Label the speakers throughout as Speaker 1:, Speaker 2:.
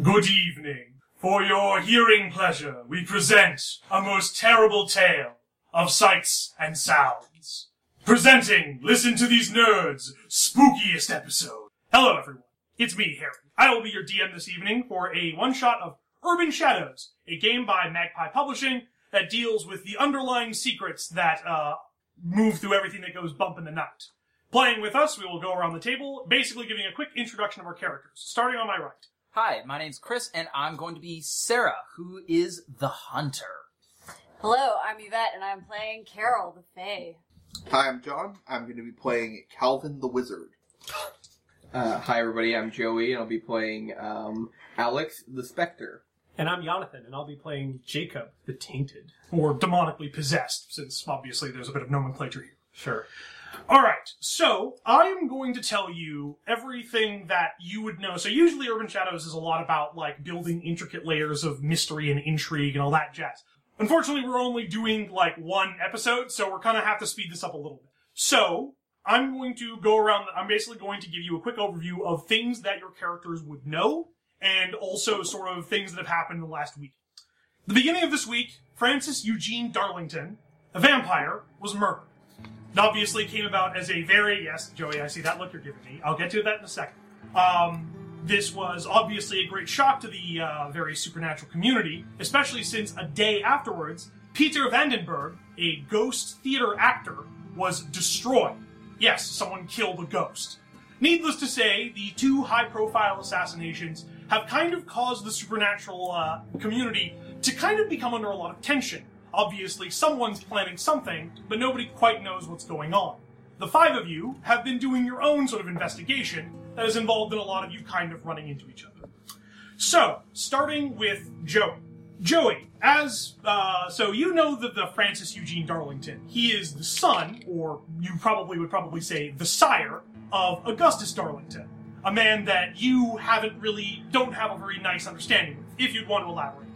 Speaker 1: Good evening. For your hearing pleasure, we present a most terrible tale of sights and sounds. Presenting, listen to these nerds, spookiest episode. Hello, everyone. It's me, Harry. I will be your DM this evening for a one shot of Urban Shadows, a game by Magpie Publishing that deals with the underlying secrets that uh, move through everything that goes bump in the night. Playing with us, we will go around the table, basically giving a quick introduction of our characters, starting on my right.
Speaker 2: Hi, my name's Chris, and I'm going to be Sarah, who is the hunter.
Speaker 3: Hello, I'm Yvette, and I'm playing Carol the Fae.
Speaker 4: Hi, I'm John. I'm going to be playing Calvin the Wizard.
Speaker 5: Uh, hi, everybody. I'm Joey, and I'll be playing um, Alex the Spectre.
Speaker 6: And I'm Jonathan, and I'll be playing Jacob the Tainted.
Speaker 1: or demonically possessed, since obviously there's a bit of nomenclature here.
Speaker 6: Sure.
Speaker 1: All right, so I am going to tell you everything that you would know. So usually, Urban Shadows is a lot about like building intricate layers of mystery and intrigue and all that jazz. Unfortunately, we're only doing like one episode, so we're kind of have to speed this up a little bit. So I'm going to go around. I'm basically going to give you a quick overview of things that your characters would know, and also sort of things that have happened in the last week. The beginning of this week, Francis Eugene Darlington, a vampire, was murdered. It obviously came about as a very yes, Joey. I see that look you're giving me. I'll get to that in a second. Um, this was obviously a great shock to the uh, very supernatural community, especially since a day afterwards, Peter Vandenberg, a ghost theater actor, was destroyed. Yes, someone killed a ghost. Needless to say, the two high profile assassinations have kind of caused the supernatural uh, community to kind of become under a lot of tension. Obviously, someone's planning something, but nobody quite knows what's going on. The five of you have been doing your own sort of investigation that has involved in a lot of you kind of running into each other. So, starting with Joey. Joey, as uh, so you know the, the Francis Eugene Darlington. He is the son, or you probably would probably say the sire of Augustus Darlington, a man that you haven't really don't have a very nice understanding with. If you'd want to elaborate,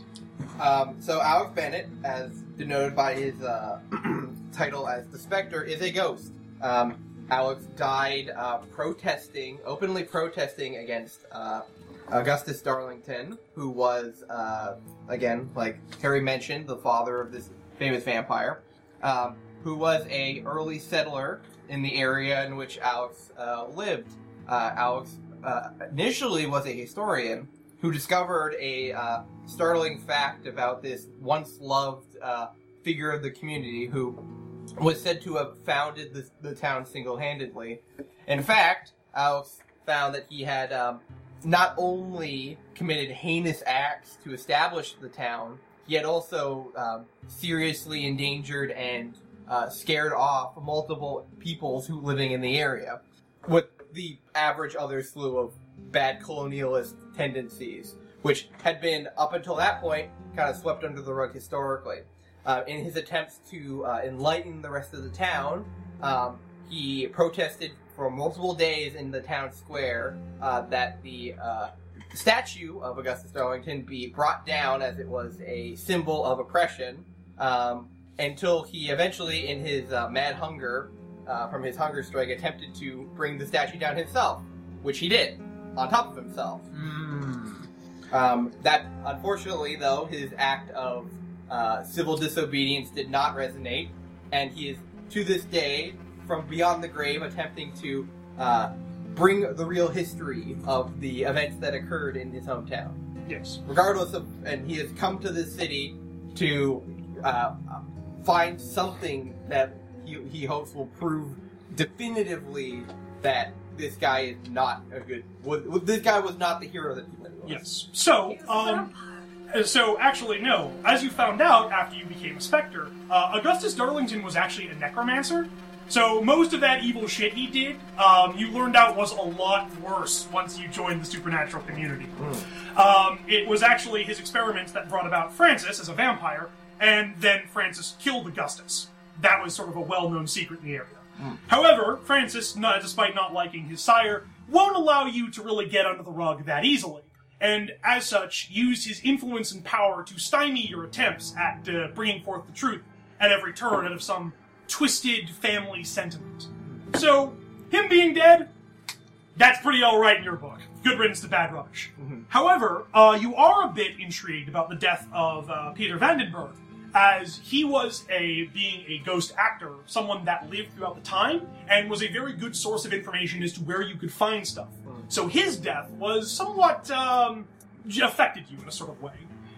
Speaker 5: Um, so, Alex Bennett, as denoted by his uh, title as the Spectre, is a ghost. Um, Alex died uh, protesting, openly protesting against uh, Augustus Darlington, who was, uh, again, like Terry mentioned, the father of this famous vampire, um, who was a early settler in the area in which Alex uh, lived. Uh, Alex uh, initially was a historian who discovered a uh, startling fact about this once loved uh, figure of the community who was said to have founded the, the town single handedly. In fact, Alex found that he had um, not only committed heinous acts to establish the town, he had also um, seriously endangered and uh, scared off multiple peoples who living in the area with the average other slew of bad colonialist tendencies, which had been up until that point kind of swept under the rug historically. Uh, in his attempts to uh, enlighten the rest of the town, um, he protested for multiple days in the town square uh, that the uh, statue of Augustus Darlington be brought down as it was a symbol of oppression. Um, until he eventually, in his uh, mad hunger, uh, from his hunger strike, attempted to bring the statue down himself, which he did, on top of himself.
Speaker 2: Hmm.
Speaker 5: Um, that, unfortunately, though, his act of uh, civil disobedience did not resonate, and he is to this day, from beyond the grave, attempting to uh, bring the real history of the events that occurred in his hometown
Speaker 1: yes.
Speaker 5: regardless of, and he has come to this city to uh, find something that he, he hopes will prove definitively that this guy is not a good. Was, was- this guy was not the hero that he said he was.
Speaker 1: Yes. So, um, so actually, no. As you found out after you became a specter, uh, Augustus Darlington was actually a necromancer. So most of that evil shit he did, um, you learned out was a lot worse once you joined the supernatural community. Um, it was actually his experiments that brought about Francis as a vampire, and then Francis killed Augustus. That was sort of a well-known secret in the area. However, Francis, not, despite not liking his sire, won't allow you to really get under the rug that easily, and as such, used his influence and power to stymie your attempts at uh, bringing forth the truth at every turn out of some twisted family sentiment. So, him being dead, that's pretty alright in your book. good riddance to bad rubbish.
Speaker 5: Mhm.
Speaker 1: However, uh, you are a bit intrigued about the death of uh, Peter Vandenberg, as he was a being a ghost actor, someone that lived throughout the time and was a very good source of information as to where you could find stuff. So his death was somewhat um, j- affected you in a sort of way.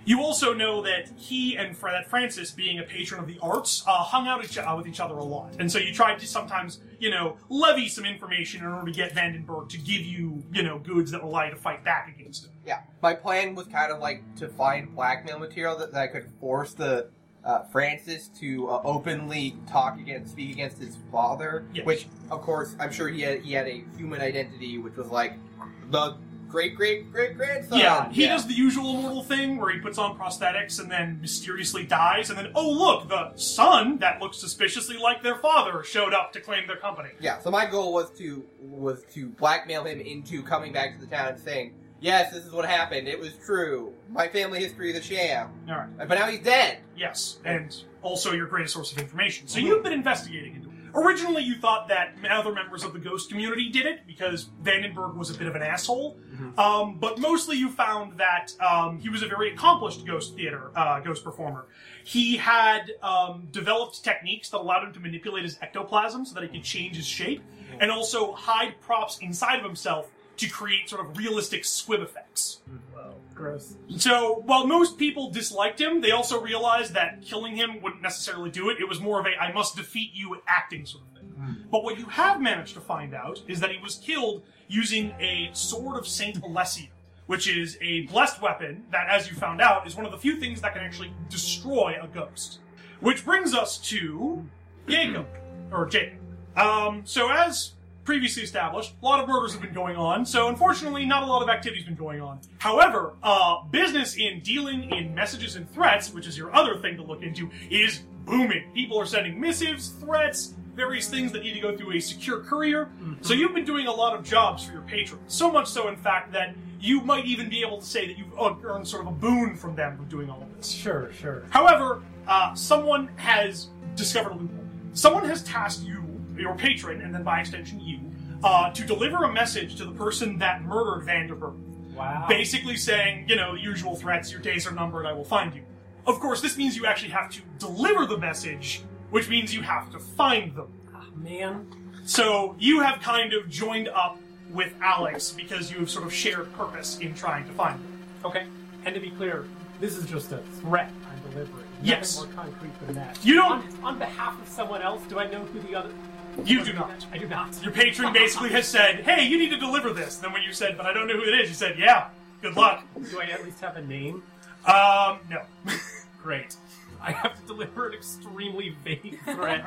Speaker 1: You also know that he and Fr- that Francis, being a patron of the arts, uh, hung out each, uh, with each other a lot, and so you tried to sometimes, you know, levy some information in order to get Vandenberg to give you, you know, goods that allow you to fight back against him.
Speaker 5: Yeah, my plan was kind of like to find blackmail material that, that I could force the uh, Francis to uh, openly talk against, speak against his father.
Speaker 1: Yes.
Speaker 5: Which, of course, I'm sure he had he had a human identity, which was like the great great great grandson.
Speaker 1: yeah, he does the usual immortal thing where he puts on prosthetics and then mysteriously dies, and then oh look, the son that looks suspiciously like their father showed up to claim their company.
Speaker 5: Yeah, so my goal was to was to blackmail him into coming back to the town and saying, "Yes, this is what happened. It was true. My family history is a sham."
Speaker 1: All right.
Speaker 5: But now he's dead.
Speaker 1: Yes, and also your greatest source of information. So you've been investigating into it. Originally, you thought that other members of the ghost community did it because Vandenberg was a bit of an asshole. Um, but mostly, you found that um, he was a very accomplished ghost theater uh, ghost performer. He had um, developed techniques that allowed him to manipulate his ectoplasm so that he could change his shape, and also hide props inside of himself to create sort of realistic squib effects.
Speaker 6: Gross.
Speaker 1: So, while most people disliked him, they also realized that killing him wouldn't necessarily do it. It was more of a I must defeat you at acting sort of thing. But what you have managed to find out is that he was killed using a sword of Saint Alessia, which is a blessed weapon that, as you found out, is one of the few things that can actually destroy a ghost. Which brings us to Jacob, or Jacob. Um, so, as previously established, a lot of murders have been going on, so unfortunately, not a lot of activity's been going on. However, uh, business in dealing in messages and threats, which is your other thing to look into, is booming. People are sending missives, threats, various things that need to go through a secure courier. So you've been doing a lot of jobs for your patrons. So much so, in fact, that you might even be able to say that you've uh, earned sort of a boon from them from doing all of this.
Speaker 6: Sure, sure.
Speaker 1: However, uh, someone has discovered a loophole. Someone has tasked you, your patron, and then by extension you, uh, to deliver a message to the person that murdered Vanderburg.
Speaker 6: Wow.
Speaker 1: Basically saying, you know, the usual threats, your days are numbered, I will find you. Of course, this means you actually have to deliver the message, which means you have to find them.
Speaker 6: Man.
Speaker 1: So you have kind of joined up with Alex because you have sort of shared purpose in trying to find them.
Speaker 6: Okay. And to be clear, this is just a threat I'm delivering. Nothing
Speaker 1: Yes.
Speaker 6: more concrete than that.
Speaker 1: You don't-
Speaker 6: On, on behalf of someone else, do I know who the other?
Speaker 1: You do not.
Speaker 6: I do not.
Speaker 1: Your patron basically has said, "Hey, you need to deliver this." Then when you said, "But I don't know who it is," you said, "Yeah, good luck."
Speaker 6: Do I at least have a name?
Speaker 1: Um, no.
Speaker 6: Great. I have to deliver an extremely vague threat.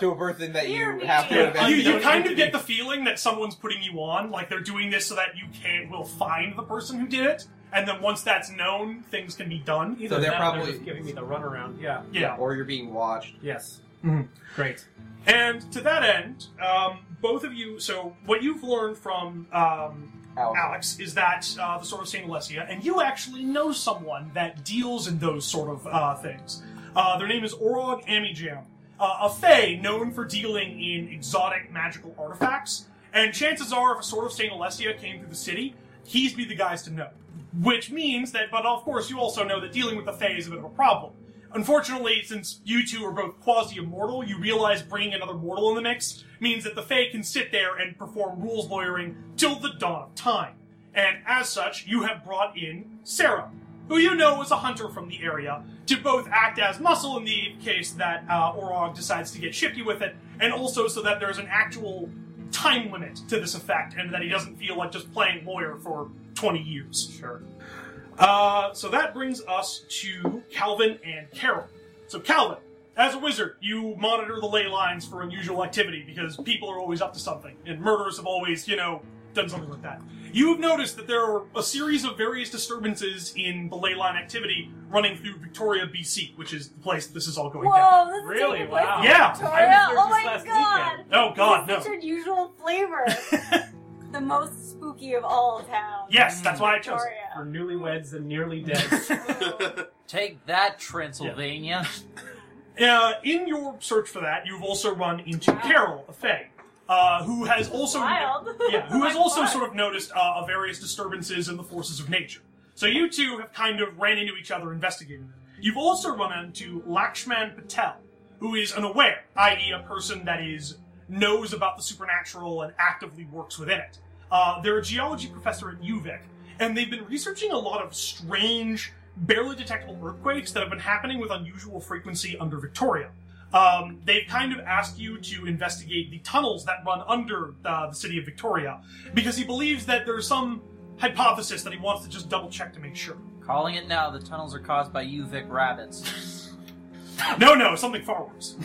Speaker 5: to a person that
Speaker 3: Hear
Speaker 5: you
Speaker 3: me.
Speaker 5: have to
Speaker 3: Yeah,
Speaker 5: invest
Speaker 1: you
Speaker 5: in.
Speaker 1: you kind of
Speaker 6: identity.
Speaker 1: get the feeling that someone's putting you on, like they're doing this so that you can will find the person who did it, and then once that's known, things can be done.
Speaker 6: Either
Speaker 5: they're
Speaker 6: that or
Speaker 5: probably-
Speaker 6: just giving me the runaround. Yeah.
Speaker 1: Yeah.
Speaker 5: or you're being watched.
Speaker 6: Yes.
Speaker 1: Mhm.
Speaker 6: Great.
Speaker 1: And to that end, um, both of you. So what you've learned from um,
Speaker 5: Out.
Speaker 1: Alex, is that uh, the sort of Saint Alessia, and you actually know someone that deals in those sort of uh, things. Uh, their name is Orog Amijam, uh, a fae known for dealing in exotic magical artifacts. And chances are, if a sort of Saint Alessia came through the city, he'd be the guys to know. Which means that, but of course, you also know that dealing with the fae is a bit of a problem. Unfortunately, since you two are both quasi immortal, you realize bringing another mortal in the mix means that the Fae can sit there and perform rules lawyering till the dawn of time. And as such, you have brought in Sarah, who you know is a hunter from the area, to both act as muscle in the case that uh, Orog decides to get shifty with it, and also so that there's an actual time limit to this effect and that he doesn't feel like just playing lawyer for 20 years.
Speaker 6: Sure.
Speaker 1: Uh, so that brings us to Calvin and Carol. So Calvin, as a wizard, you monitor the ley lines for unusual activity because people are always up to something, and murderers have always, you know, done something like that. You've noticed that there are a series of various disturbances in the ley line activity running through Victoria, BC, which is the place this is all going down.
Speaker 3: Whoa, this is
Speaker 6: Really?
Speaker 3: taking place in
Speaker 6: Wow.
Speaker 1: Yeah.
Speaker 3: Victoria.
Speaker 6: I was there
Speaker 3: Oh
Speaker 6: just
Speaker 3: my
Speaker 6: last
Speaker 3: god.
Speaker 6: weekend.
Speaker 1: Oh God,
Speaker 3: this is
Speaker 1: no.
Speaker 3: Such unusual flavor. the most spooky of all towns.
Speaker 1: Yes, that's why I chose. it.
Speaker 6: For
Speaker 3: Victoria.
Speaker 6: newlyweds and nearly dead.
Speaker 2: Take that, Transylvania.
Speaker 1: Uh, in your search for that, you've also run into Carol, a Fae. uh, who has also
Speaker 3: Wild. Oh
Speaker 1: yeah, who has
Speaker 3: Like,
Speaker 1: also
Speaker 3: what?
Speaker 1: sort of noticed uh, various disturbances in the forces of nature. So you two have kind of ran into each other investigating them. You've also run into Lakshman Patel, who is unaware, i.e., a person that is knows about the supernatural and actively works within it. Uh, they're a geology professor at UVic, and they've been researching a lot of strange, barely detectable earthquakes that have been happening with unusual frequency under Victoria. Um, they've kind of asked you to investigate the tunnels that run under uh, the city of Victoria because he believes that there's some hypothesis that he wants to just double check to make sure.
Speaker 2: Calling it now, the tunnels are caused by UVic rabbits.
Speaker 1: No, no, something far worse.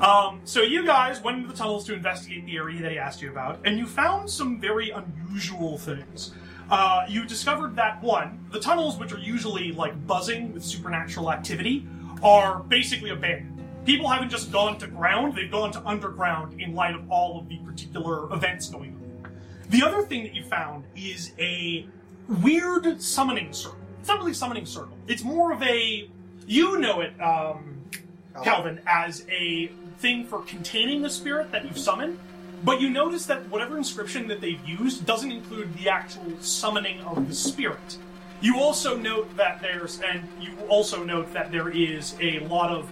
Speaker 1: Um, so you guys went into the tunnels to investigate the area that he asked you about, and you found some very unusual things. Uh, you discovered that one, the tunnels, which are usually like buzzing with supernatural activity, are basically abandoned. People haven't just gone to ground; they've gone to underground in light of all of the particular events going on. The other thing that you found is a weird summoning circle. It's not really a summoning circle. It's more of a you know it, um, Calvin, as a thing for containing the spirit that you've summoned. But you notice that whatever inscription that they've used doesn't include the actual summoning of the spirit. You also note that there's, and you also note that there is a lot of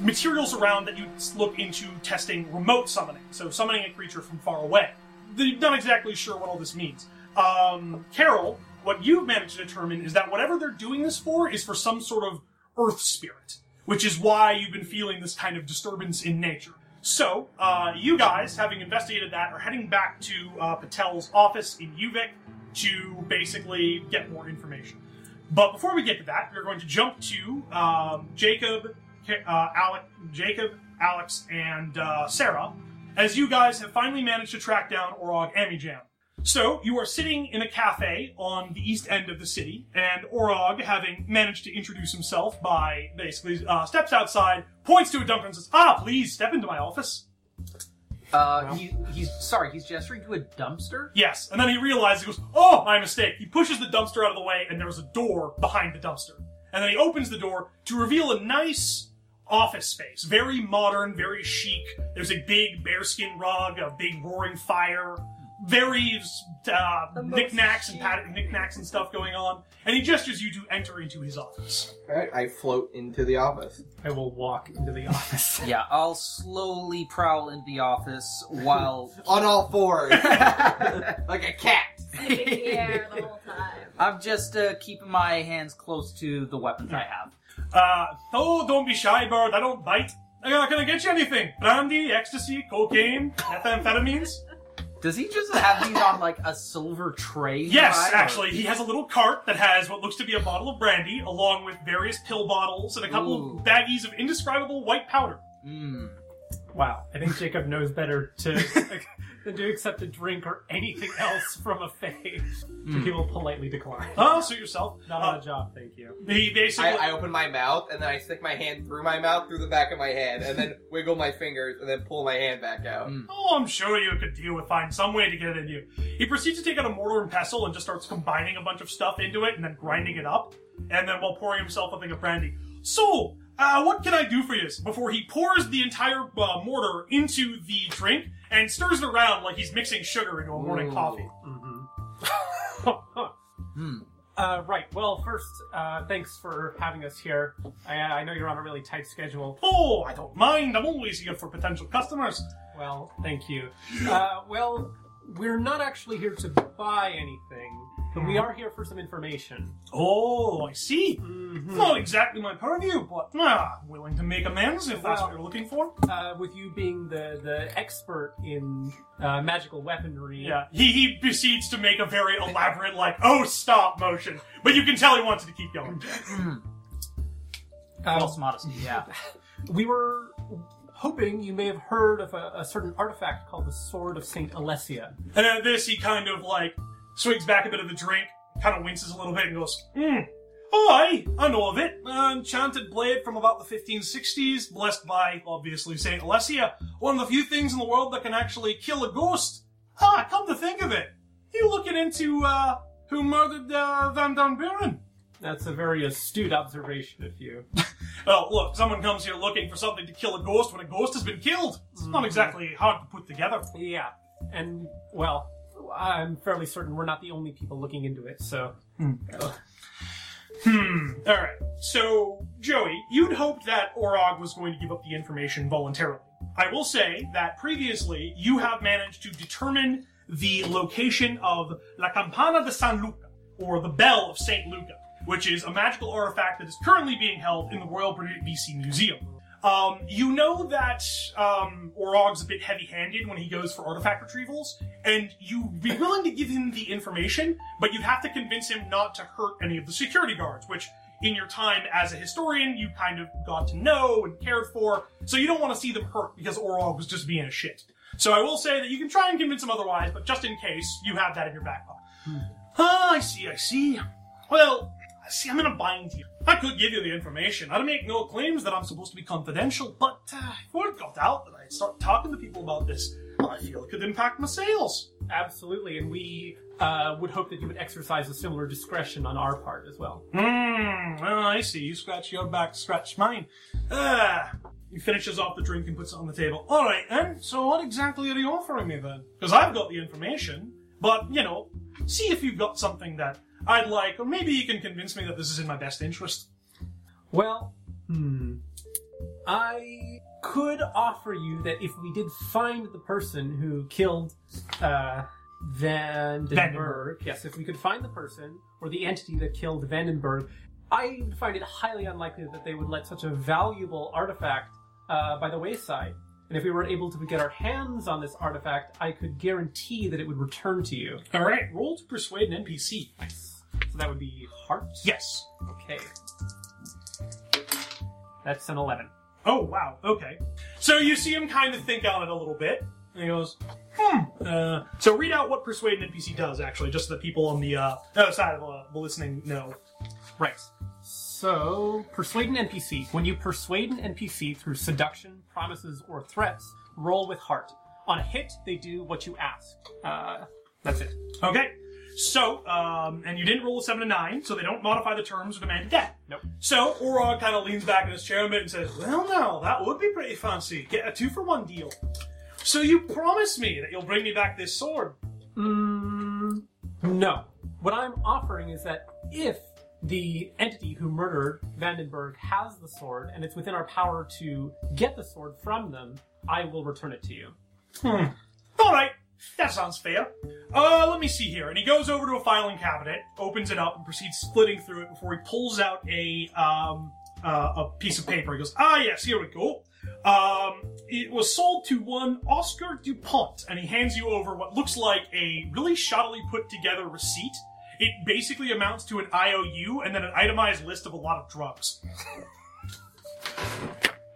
Speaker 1: materials around that you look into testing remote summoning, so summoning a creature from far away. They're not exactly sure what all this means. Um, Carol, what you've managed to determine is that whatever they're doing this for is for some sort of earth spirit, which is why you've been feeling this kind of disturbance in nature. So, uh, you guys, having investigated that, are heading back to uh, Patel's office in Uvic to basically get more information. But before we get to that, we're going to jump to um, Jacob, Ca- uh, Alec, Jacob, Alex, and uh, Sarah, as you guys have finally managed to track down Orog Amijam. So you are sitting in a cafe on the east end of the city, and Orog, having managed to introduce himself by basically uh, steps outside, points to a dumpster and says, "Ah, please step into my office."
Speaker 2: Uh, he, he's sorry, he's gesturing to a dumpster.
Speaker 1: Yes, and then he realizes he goes, "Oh, my mistake." He pushes the dumpster out of the way, and there's a door behind the dumpster. And then he opens the door to reveal a nice office space, very modern, very chic. There's a big bearskin rug, a big roaring fire, very uh,
Speaker 3: The most
Speaker 1: knickknacks and
Speaker 3: chic.
Speaker 1: pat- knickknacks and stuff going on. And he gestures you to enter into his office.
Speaker 5: All right, I float into the office.
Speaker 6: I will walk into the office.
Speaker 2: Yeah, I'll slowly prowl into the office while
Speaker 5: On all fours. like a cat.
Speaker 3: Sniffing the air the whole time.
Speaker 2: I'm just uh, keeping my hands close to the weapons I have.
Speaker 1: Uh, oh, don't be shy, Bard. I don't bite. I'm not gonna get you anything. Brandy, ecstasy, cocaine, methamphetamines.
Speaker 2: Does he just have these on like a silver tray?
Speaker 1: Yes,
Speaker 2: nearby, or-
Speaker 1: actually, he has a little cart that has what looks to be a bottle of brandy, along with various pill bottles and a couple
Speaker 2: Ooh.
Speaker 1: of baggies of indescribable white powder.
Speaker 2: Mm.
Speaker 6: Wow, I think Jacob knows better to than to accept a drink or anything else from a fae.
Speaker 2: Mm.
Speaker 6: He will politely decline.
Speaker 1: Oh, suit yourself.
Speaker 6: Not on a job, thank you.
Speaker 1: He basically.
Speaker 5: I, I open my mouth and then I stick my hand through my mouth, through the back of my head, and then wiggle my fingers and then pull my hand back out.
Speaker 1: Oh, I'm sure you could deal with find some way to get it in you. He proceeds to take out a mortar and pestle and just starts combining a bunch of stuff into it and then grinding it up, and then while pouring himself a thing of brandy. So, uh, what can I do for you? Before he pours the entire uh, mortar into the drink and stirs it around like he's mixing sugar into a morning
Speaker 5: Ooh.
Speaker 1: coffee.
Speaker 6: Mm-hmm.
Speaker 2: Hmm.
Speaker 6: uh, right. Well, first, uh, thanks for having us here. I, I know you're on a really tight schedule.
Speaker 1: Oh, I don't mind. I'm always here for potential customers.
Speaker 6: Well, thank you. Uh, well, we're not actually here to buy anything, but we are here for some information.
Speaker 1: Oh, I see.
Speaker 6: Hmm.
Speaker 1: Not exactly my purview, but ah, willing to make amends if that's what
Speaker 6: Well-
Speaker 1: you're looking for.
Speaker 6: Uh, with you being the, the expert in uh, magical weaponry,
Speaker 1: Yeah, he, he proceeds to make a very elaborate, like, oh, stop motion. But you can tell he wants it to keep going.
Speaker 6: uh,
Speaker 2: False modesty. Yeah.
Speaker 6: we were hoping you may have heard of a, a certain artifact called the Sword of Saint Alessia.
Speaker 1: And at this, he kind of, like, swigs back a bit of the drink, kind of winces a little bit, and goes, hmm. Oh, aye, I know of it. An enchanted blade from about the 1560s, blessed by, obviously, St. Alessia. One of the few things in the world that can actually kill a ghost. Ah, come to think of it. You looking into, uh, who murdered, uh, Van Don Buren?
Speaker 6: That's a very astute observation of you.
Speaker 1: Oh, look, someone comes here looking for something to kill a ghost when a ghost has been killed. It's not exactly hard to put together.
Speaker 6: Yeah, and well, I'm fairly certain we're not the only people looking into it. So
Speaker 1: Hmm. All right. So, Joey, you'd hoped that Orog was going to give up the information voluntarily. I will say that previously you have managed to determine the location of La Campana de San Luca, or the Bell of Saint Luca, which is a magical artifact that is currently being held in the Royal British BC Museum. Um, you know that um, Orog's a bit heavy-handed when he goes for artifact retrievals, and you'd be willing to give him the information, but you'd have to convince him not to hurt any of the security guards, which in your time as a historian you kind of got to know and cared for, so you don't want to see them hurt because Orog was just being a shit. So I will say that you can try and convince him otherwise, but just in case, you have that in your back pocket. Ah, I see, I see. Well, see, I'm in a bind here. I could give you the information. I'd make no claims that I'm supposed to be confidential, but uh, if word got out that I'd start talking to people about this, I feel it could impact my sales.
Speaker 6: absolutely, and we uh, would hope that you would exercise a similar discretion on our part as well.
Speaker 1: Hmm, well, I see. You scratch your back, scratch mine. Ah. He finishes off the drink and puts it on the table. All right, then. So what exactly are you offering me then? Because I've got the information, but you know, see if you've got something that I'd like, or maybe you can convince me that this is in my best interest.
Speaker 6: Well, hmm. I could offer you that if we did find the person who killed uh, Vandenberg,
Speaker 1: Vandenberg.
Speaker 6: yes, if we could find the person or the entity that killed Vandenberg, I would find it highly unlikely that they would let such a valuable artifact uh, by the wayside. And if we were able to get our hands on this artifact, I could guarantee that it would return to you.
Speaker 1: All right, roll to persuade an NPC.
Speaker 6: So that would be heart.
Speaker 1: Yes.
Speaker 6: Okay. That's an 11.
Speaker 1: Oh wow. Okay. So you see him kind of think on it a little bit, and he goes, "Hmm." Uh, so read out what persuade an NPC does, actually, just so the people on the uh, other side of uh, the listening know.
Speaker 6: Right. So, persuade an NPC. When you persuade an NPC through seduction, promises, or threats, roll with heart. On a hit, they do what you ask. Uh, that's it.
Speaker 1: Okay. So, um, and you didn't roll a seven to nine, so they don't modify the terms or demand debt.
Speaker 6: Nope.
Speaker 1: So Orog kind of leans back in his chair a bit and says, "Well, now that would be pretty fancy. Get a two for one deal." So you promise me that you'll bring me back this sword.
Speaker 6: Mm, no. What I'm offering is that if the entity who murdered Vandenberg has the sword and it's within our power to get the sword from them, I will return it to you.
Speaker 1: Hmm. All right, that sounds fair. Uh, let me see here. And he goes over to a filing cabinet, opens it up, and proceeds splitting through it before he pulls out a um, uh, a piece of paper. He goes, "Ah, yes, here we go." Um, it was sold to one Oscar Dupont, and he hands you over what looks like a really shoddily put together receipt. It basically amounts to an IOU and then an itemized list of a lot of drugs.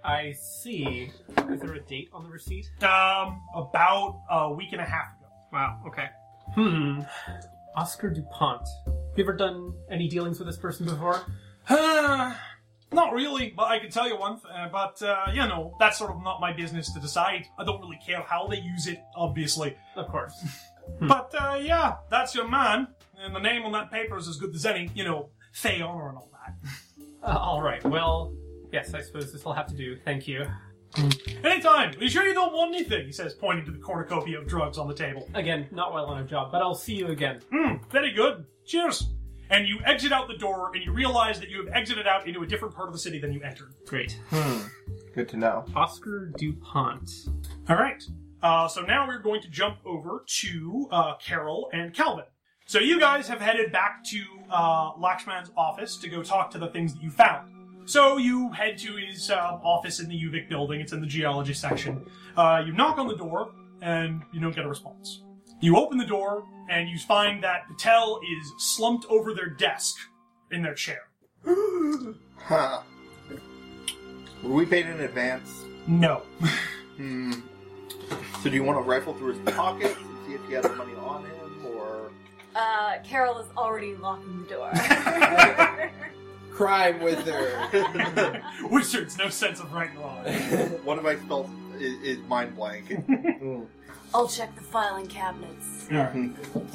Speaker 6: I see. Is there a date on the receipt?
Speaker 1: Um, about a week and a half ago.
Speaker 6: Wow. Okay. Hmm. Oscar Dupont. Have you ever done any dealings with this person before?
Speaker 1: Uh, not really, but I can tell you one thing. But, uh, you know, that's sort of not my business to decide. I don't really care how they use it, obviously.
Speaker 6: Of course.
Speaker 1: But, uh, yeah, that's your man. And the name on that paper is as good as any, you know, Fey honor and all that.
Speaker 6: Uh, all right. Well, yes. I suppose this will have to do. Thank you.
Speaker 1: Anytime! Are you sure you don't want anything? He says, pointing to the cornucopia of drugs on the table.
Speaker 6: Again, not well on a job, but I'll see you again.
Speaker 1: Hmm, very good. Cheers! And you exit out the door, and you realize that you have exited out into a different part of the city than you entered.
Speaker 6: Great.
Speaker 5: Good to know.
Speaker 6: Oscar Dupont.
Speaker 1: All right. Uh, so now we're going to jump over to uh, Carol and Calvin. So you guys have headed back to uh, Lakshman's office to go talk to the things that you found. So you head to his uh, office in the UVic building. It's in the geology section. Uh, you knock on the door, and you don't get a response. You open the door, and you find that Patel is slumped over their desk in their chair.
Speaker 4: Huh. Were we paid in advance?
Speaker 1: No.
Speaker 4: Hmm. So do you want to rifle through his pockets and see if he has money on him, or
Speaker 3: Uh, Carol is already locking the door.
Speaker 5: Crime wizard.
Speaker 1: Wizards, no sense of right and wrong.
Speaker 5: Hmm.
Speaker 4: what have I spelled? Is, is mind blank.
Speaker 3: I'll check the filing cabinets.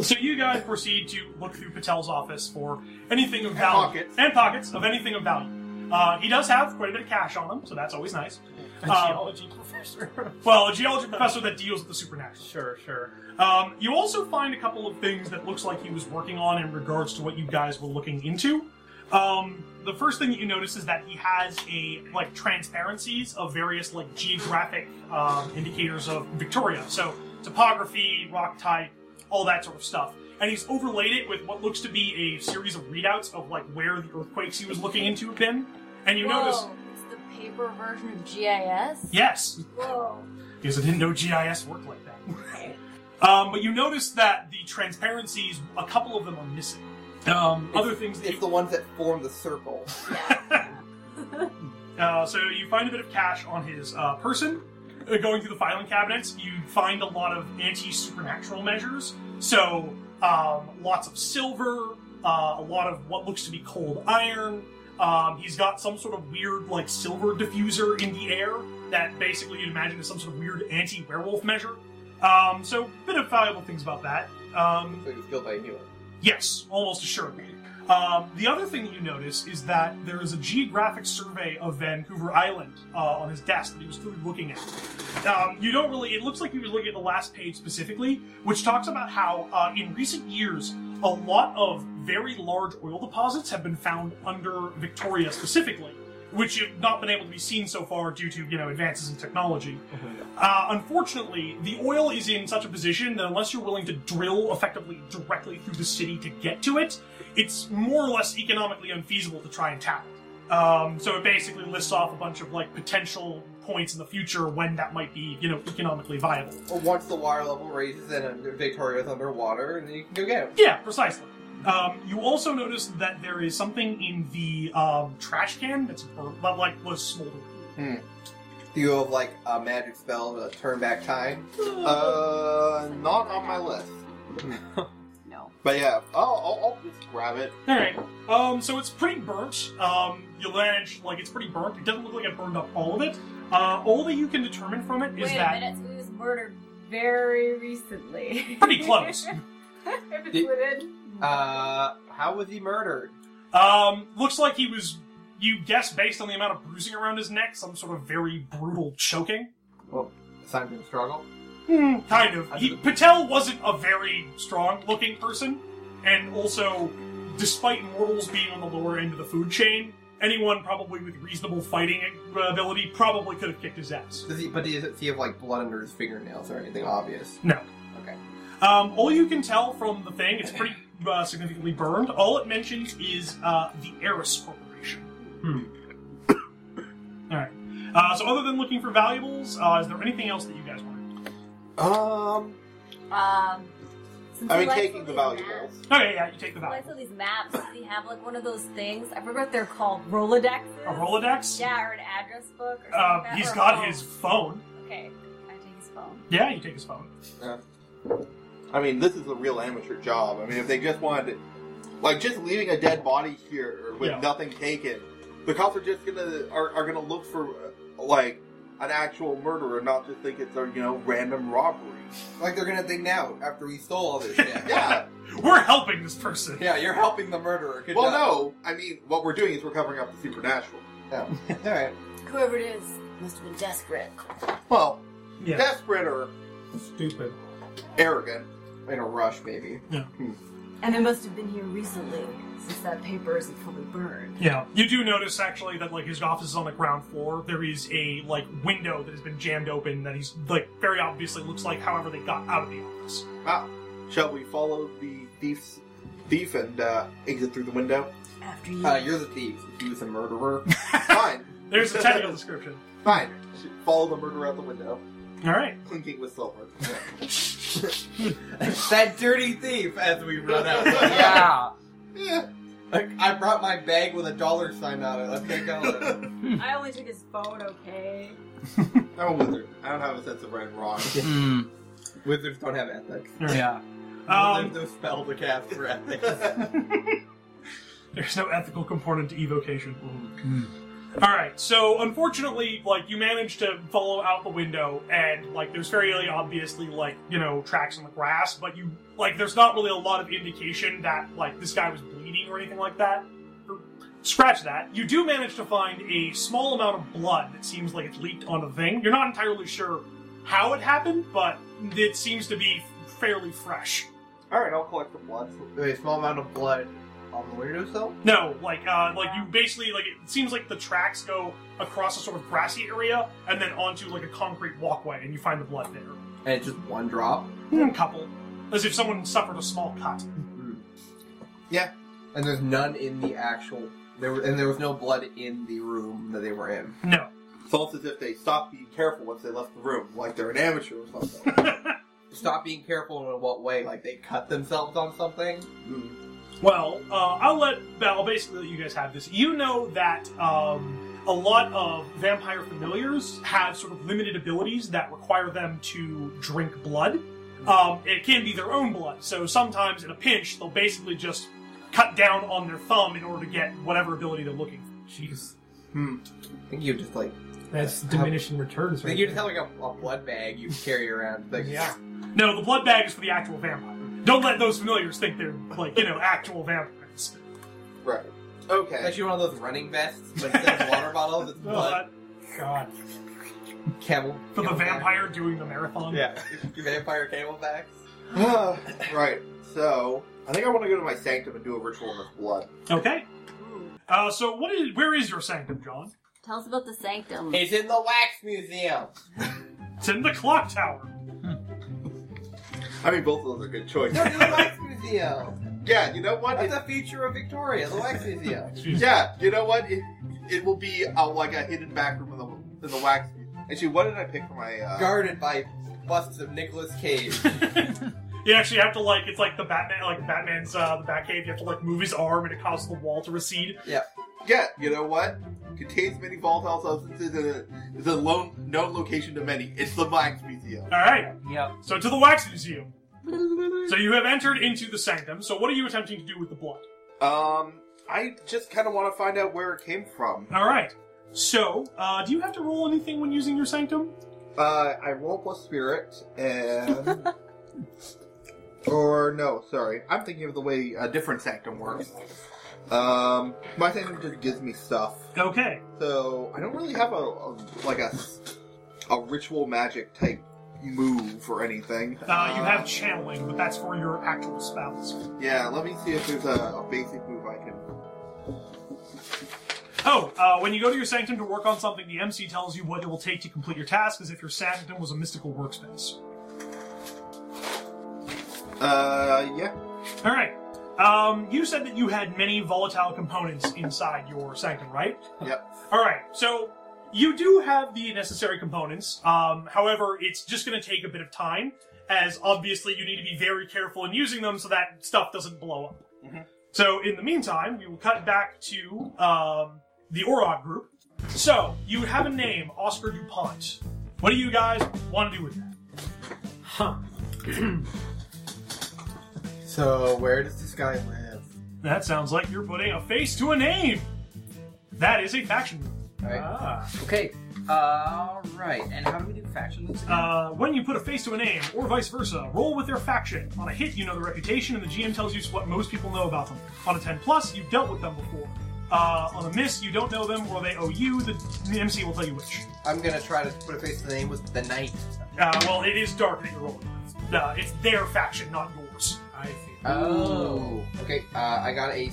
Speaker 1: So you guys proceed to look through Patel's office for anything of value
Speaker 4: pockets.
Speaker 1: and pockets of anything of value. Uh, he does have quite a bit of cash on him, so that's always nice.
Speaker 6: A
Speaker 1: Um,
Speaker 6: geology professor.
Speaker 1: Well, a geology professor that deals with the supernatural.
Speaker 6: sure, sure.
Speaker 1: Um, you also find a couple of things that looks like he was working on in regards to what you guys were looking into. Um, the first thing that you notice is that he has a like transparencies of various like geographic um, indicators of Victoria, so topography, rock type, all that sort of stuff. And he's overlaid it with what looks to be a series of readouts of like where the earthquakes he was looking into have been. And you
Speaker 3: Whoa,
Speaker 1: notice,
Speaker 3: It's the paper version of GIS?
Speaker 1: yes,
Speaker 3: Whoa.
Speaker 1: because I didn't know GIS worked like that. um, but you notice that the transparencies, a couple of them are missing. Um, other things that
Speaker 5: It's
Speaker 1: you,
Speaker 5: the ones that form the circle.
Speaker 1: uh, so you find a bit of cash on his uh, person. Uh, going through the filing cabinets, you find a lot of anti-supernatural measures. So um, lots of silver, uh, a lot of what looks to be cold iron. Um, he's got some sort of weird like silver diffuser in the air that basically you'd imagine is some sort of weird anti-werewolf measure. Um, so a bit of valuable things about that. Um,
Speaker 5: So he was killed by a healer.
Speaker 1: Yes, almost assuredly. Um, the other thing that you notice is that there is a geographic survey of Vancouver Island uh, on his desk that he was clearly looking at. Um, you don't really, it looks like he was looking at the last page specifically, which talks about how uh, in recent years, a lot of very large oil deposits have been found under Victoria specifically, which have not been able to be seen so far due to, you know, advances in technology. Uh, unfortunately, the oil is in such a position that unless you're willing to drill effectively directly through the city to get to it, it's more or less economically unfeasible to try and tap it. Um, so it basically lists off a bunch of like potential points in the future when that might be, you know, economically viable.
Speaker 5: Well, once the water level raises and uh, Victoria's underwater, and then you can go get him.
Speaker 1: Yeah, precisely. Um, you also notice that there is something in the um, trash can that's bur- that like was smoldering.
Speaker 5: Do you have like a magic spell to turn back time?
Speaker 4: Uh, not on my list.
Speaker 3: No.
Speaker 4: But yeah, I'll, I'll, I'll just grab it.
Speaker 1: All right. Um, so it's pretty burnt. Um, you manage like it's pretty burnt. It doesn't look like it burned up all of it. Uh, all that you can determine from it is
Speaker 3: Wait
Speaker 1: that
Speaker 3: a minute, so he was murdered very recently.
Speaker 1: Pretty close.
Speaker 3: if it's
Speaker 5: Did-
Speaker 3: within.
Speaker 5: Uh, how was he murdered?
Speaker 1: um, looks like he was. You guess based on the amount of bruising around his neck, some sort of very brutal choking.
Speaker 5: Signs of struggle.
Speaker 1: Hmm, kind of. He, Patel wasn't a very strong-looking person, and also, despite mortals being on the lower end of the food chain, anyone probably with reasonable fighting uh, ability probably could have kicked his ass.
Speaker 5: Does he? But does he have like blood under his fingernails or anything obvious?
Speaker 1: Um, all you can tell from the thing, it's pretty uh, significantly burned. All it mentions is uh, the Eris Corporation. all right. Uh, so, other than looking for valuables, uh, is there anything else that you guys want?
Speaker 4: Um,
Speaker 3: Um, since
Speaker 4: I
Speaker 3: he
Speaker 4: mean,
Speaker 3: likes
Speaker 4: taking
Speaker 3: all
Speaker 4: the
Speaker 3: these
Speaker 4: valuables.
Speaker 3: maps-
Speaker 1: Okay, yeah, you take the
Speaker 3: he likes all
Speaker 1: valuables.
Speaker 3: these maps. Does he have like one of those things? I forget what they're called. Rolodex.
Speaker 1: A Rolodex.
Speaker 3: Yeah, or an address book. Or something
Speaker 1: Uh,
Speaker 3: like that,
Speaker 1: he's
Speaker 3: or a
Speaker 1: got
Speaker 3: phone.
Speaker 1: his phone.
Speaker 3: Okay, I take his phone.
Speaker 1: Yeah, you take his phone.
Speaker 4: I mean, this is a real amateur job. I mean, if they just wanted to, like, just leaving a dead body here with
Speaker 1: Yeah.
Speaker 4: nothing taken, the cops are just gonna are, are gonna look for uh, like an actual murderer, not just think it's a you know random robbery.
Speaker 5: Like they're gonna think now after we stole all this shit.
Speaker 4: Yeah.
Speaker 1: We're helping this person.
Speaker 5: yeah, you're helping the murderer. Good
Speaker 4: well,
Speaker 5: job.
Speaker 4: no. I mean, what we're doing is we're covering up the supernatural.
Speaker 5: all right.
Speaker 3: Whoever it is must have been desperate.
Speaker 4: Well,
Speaker 1: Yeah.
Speaker 4: desperate or
Speaker 6: Stupid.
Speaker 4: arrogant.
Speaker 5: In a rush, maybe.
Speaker 3: And it must have been here recently, since that paper isn't fully burned.
Speaker 1: Yeah, you do notice actually that like his office is on the ground floor. There is a like window that has been jammed open that he's like very obviously looks like however they got out of the office.
Speaker 4: Ah, shall we follow the thief's thief and uh, exit through the window?
Speaker 3: After you.
Speaker 5: Uh, you're the thief. He was a murderer.
Speaker 4: Fine.
Speaker 1: There's a technical description.
Speaker 4: Fine. Follow the murderer out the window,
Speaker 1: All right.
Speaker 4: clinking with silver.
Speaker 5: that dirty thief. As we run out.
Speaker 2: Yeah.
Speaker 4: Yeah.
Speaker 5: Like, I brought my bag with a dollar sign on it. Let's get going.
Speaker 3: I only took his phone, okay?
Speaker 4: I'm a wizard. I don't have a sense of right and wrong.
Speaker 2: Hmm.
Speaker 5: Wizards don't have ethics.
Speaker 2: yeah.
Speaker 1: Um,
Speaker 5: There's no spell to cast for ethics.
Speaker 1: There's no ethical component to evocation. All right, so unfortunately, like you managed to follow out the window, and like there's very obviously like you know tracks in the grass, but you like there's not really a lot of indication that like this guy was bleeding or anything like that. Scratch that. You do manage to find a small amount of blood that seems like it's leaked onto the thing. You're not entirely sure how it happened, but it seems to be fairly fresh.
Speaker 4: All right, I'll collect the blood.
Speaker 5: Wait, a small amount of blood on the window sill.
Speaker 1: No, like uh, like you basically like it seems like the tracks go across a sort of grassy area and then onto like a concrete walkway, and you find the blood there.
Speaker 5: and it's just one drop.
Speaker 1: Hmm, couple, as if someone suffered a small cut.
Speaker 5: And there's none in the actual. There were, and there was no blood in the room that they were in.
Speaker 1: No,
Speaker 4: It's almost as if they stopped being careful once they left the room, like they're an amateur or something.
Speaker 5: Stop being careful in what way? Like they cut themselves on something?
Speaker 4: Mm.
Speaker 1: Well, uh, I'll let Bell basically let you guys have this. You know that um, a lot of vampire familiars have sort of limited abilities that require them to drink blood. Um, it can be their own blood, so sometimes in a pinch, they'll basically just cut down on their thumb in order to get whatever ability they're looking for.
Speaker 6: Jeez.
Speaker 5: I think you just like.
Speaker 6: That's diminishing returns
Speaker 5: I
Speaker 6: right
Speaker 5: think you just
Speaker 6: there.
Speaker 5: have like a, a blood bag you carry around. Like,
Speaker 6: Yeah.
Speaker 1: No, the blood bag is for the actual vampire. Don't let those familiars think they're, like, you know, actual vampires.
Speaker 4: Right.
Speaker 5: It's
Speaker 4: Okay.
Speaker 5: actually one of those running vests, but instead of water bottles, it's blood.
Speaker 6: God.
Speaker 5: Camel.
Speaker 1: For the
Speaker 5: camelback.
Speaker 1: vampire doing the marathon.
Speaker 5: Yeah. vampire camelbacks.
Speaker 4: right. So I think I want to go to my sanctum and do a ritual with blood.
Speaker 1: Okay. Uh, so what is? Where is your sanctum, John?
Speaker 3: Tell us about the sanctum.
Speaker 5: It's in the wax museum.
Speaker 1: It's in the clock tower.
Speaker 4: I mean, both of those are good choices.
Speaker 5: No, it's in the wax museum.
Speaker 4: yeah, you know what?
Speaker 5: That's
Speaker 4: It-
Speaker 5: a feature of Victoria. The wax museum.
Speaker 4: yeah, you know what? It, it will be uh, like a hidden back room in the, in the wax. Actually, what did I pick for my? Uh,
Speaker 5: Guarded by busts of Nicolas Cage.
Speaker 1: You actually have to like it's like the Batman like Batman's uh the Batcave, you have to like move his arm and it causes the wall to recede.
Speaker 4: Yeah, you know what? Contains many volatile substances and it is a lone, known location to many. It's the Wax Museum.
Speaker 1: Alright.
Speaker 2: Yep.
Speaker 1: So to the wax museum. So you have entered into the sanctum. So what are you attempting to do with the blood?
Speaker 4: Um, I just kind of want to find out where it came from.
Speaker 1: Alright. So, uh, do you have to roll anything when using your sanctum?
Speaker 4: Uh, I roll plus spirit and. or no, sorry. I'm thinking of the way a different sanctum works. Um, my sanctum just gives me stuff.
Speaker 1: Okay.
Speaker 4: So I don't really have a, a like a, a ritual magic type move or anything. Um,
Speaker 1: Uh, you have channeling, but that's for your actual spells.
Speaker 4: Yeah, let me see if there's a, a basic move I can.
Speaker 1: Oh, uh, when you go to your sanctum to work on something, the MC tells you what it will take to complete your task as if your sanctum was a mystical workspace.
Speaker 4: Uh, yeah.
Speaker 1: All right. Um, you said that you had many volatile components inside your sanctum, right?
Speaker 4: Yep.
Speaker 1: All right. So you do have the necessary components. Um, however, it's just going to take a bit of time, as obviously you need to be very careful in using them so that stuff doesn't blow up. So in the meantime, we will cut back to um, the Orod group. So you have a name, Oscar Dupont. What do you guys want to do with that?
Speaker 6: Huh.
Speaker 5: So, where does this guy live?
Speaker 1: That sounds like you're putting a face to a name. That is a faction move.
Speaker 5: Right?
Speaker 6: Ah.
Speaker 2: Okay. All right. Uh, And how do we do faction moves again?
Speaker 1: Uh, when you put a face to a name, or vice versa, roll with their faction. On a hit, you know their reputation, and the GM tells you what most people know about them. On a 10 plus, you've dealt with them before. Uh, on a miss, you don't know them, or they owe you. The, the MC will tell you which.
Speaker 5: I'm gonna try to put a face to the name with the knight.
Speaker 1: Uh, well, it is dark that you're rolling. with. Uh, it's their faction, not yours.
Speaker 6: I see.
Speaker 5: Oh. Okay, uh, I got a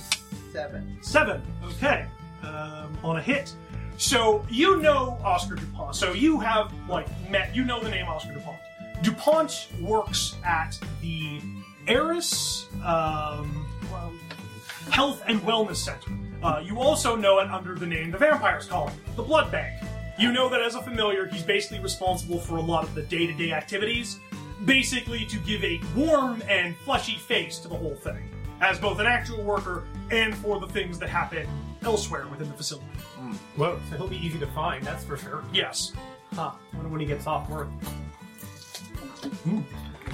Speaker 5: seven.
Speaker 1: Seven. Okay. Um, on a hit. So you know Oscar Dupont. So you have like met. You know the name Oscar Dupont. Dupont works at the Eris um, Health and Wellness Center. Uh, you also know it under the name the Vampires Colony, the Blood Bank. You know that as a familiar, he's basically responsible for a lot of the day-to-day activities, basically to give a warm and fleshy face to the whole thing, as both an actual worker and for the things that happen elsewhere within the facility.
Speaker 6: Whoa, so he'll be easy to find, that's for sure.
Speaker 1: Yes.
Speaker 6: Huh. Wonder when he gets off work.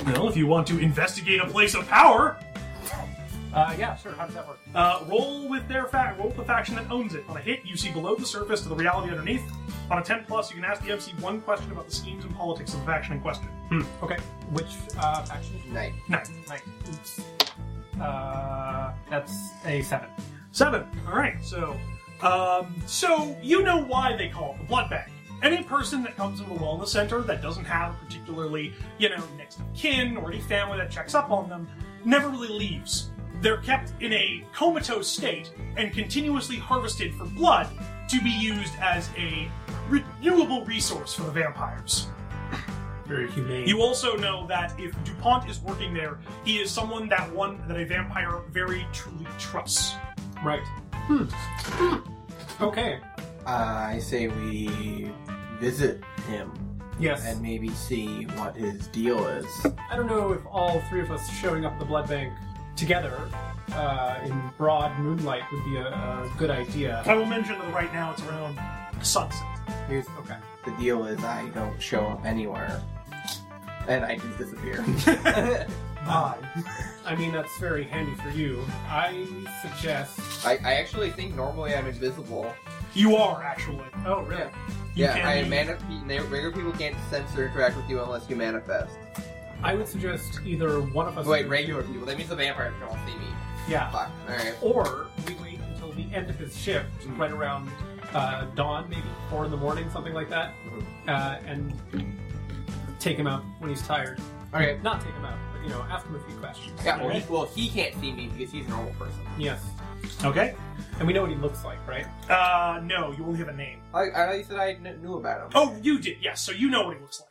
Speaker 1: Well, if you want to investigate a place of power,
Speaker 6: Uh, yeah, sure. How does that work?
Speaker 1: Uh, roll with their fact. Roll with the faction that owns it. On a hit, you see below the surface to the reality underneath. On a 10 plus, you can ask the MC one question about the schemes and politics of the faction in question.
Speaker 6: Okay. Which uh, faction?
Speaker 5: Knight.
Speaker 1: Nine.
Speaker 6: Right. Oops. Uh, that's a seven.
Speaker 1: Seven. All right. So, um, so you know why they call it the blood bank. Any person that comes into the wellness center that doesn't have a particularly, you know, next of kin or any family that checks up on them, never really leaves. They're kept in a comatose state and continuously harvested for blood to be used as a renewable resource for the vampires.
Speaker 6: Very humane.
Speaker 1: You also know that if DuPont is working there, he is someone that one that a vampire very truly trusts.
Speaker 6: right. Hmm. Okay.
Speaker 5: I say we visit him
Speaker 6: Yes.
Speaker 5: and maybe see what his deal is.
Speaker 6: I don't know if all three of us showing up at the blood bank together uh, in broad moonlight would be a, a good idea.
Speaker 1: I will mention that right now it's around sunset.
Speaker 5: Here's
Speaker 6: Okay.
Speaker 5: the deal: is I don't show up anywhere, and I just disappear.
Speaker 6: I mean, that's very handy for you. I suggest.
Speaker 5: I, I actually think normally I'm invisible.
Speaker 1: You are actually.
Speaker 6: Oh, really?
Speaker 1: You
Speaker 5: yeah,
Speaker 1: can
Speaker 5: I
Speaker 1: be-
Speaker 5: mani- regular people can't sense or interact with you unless you manifest.
Speaker 6: I would suggest either one of us.
Speaker 5: Wait, regular people. That means the vampires can all see me.
Speaker 6: Yeah.
Speaker 5: Fuck. All right.
Speaker 6: Or we wait until the end of his shift,
Speaker 5: Hmm.
Speaker 6: right around uh, dawn, maybe four in the morning, something like that,
Speaker 5: Hmm.
Speaker 6: uh, and take him out when he's tired.
Speaker 5: Okay.
Speaker 6: Not take him out, but you know, ask him a few questions.
Speaker 5: Yeah. Well, he, well, he can't see me because he's a normal person.
Speaker 6: Yes,
Speaker 1: Okay.
Speaker 6: and we know what he looks like, right?
Speaker 1: Uh, no, you only have a name.
Speaker 5: I, I thought you said I kn- knew about him.
Speaker 1: Oh, you did. Yes. So you know what he looks like.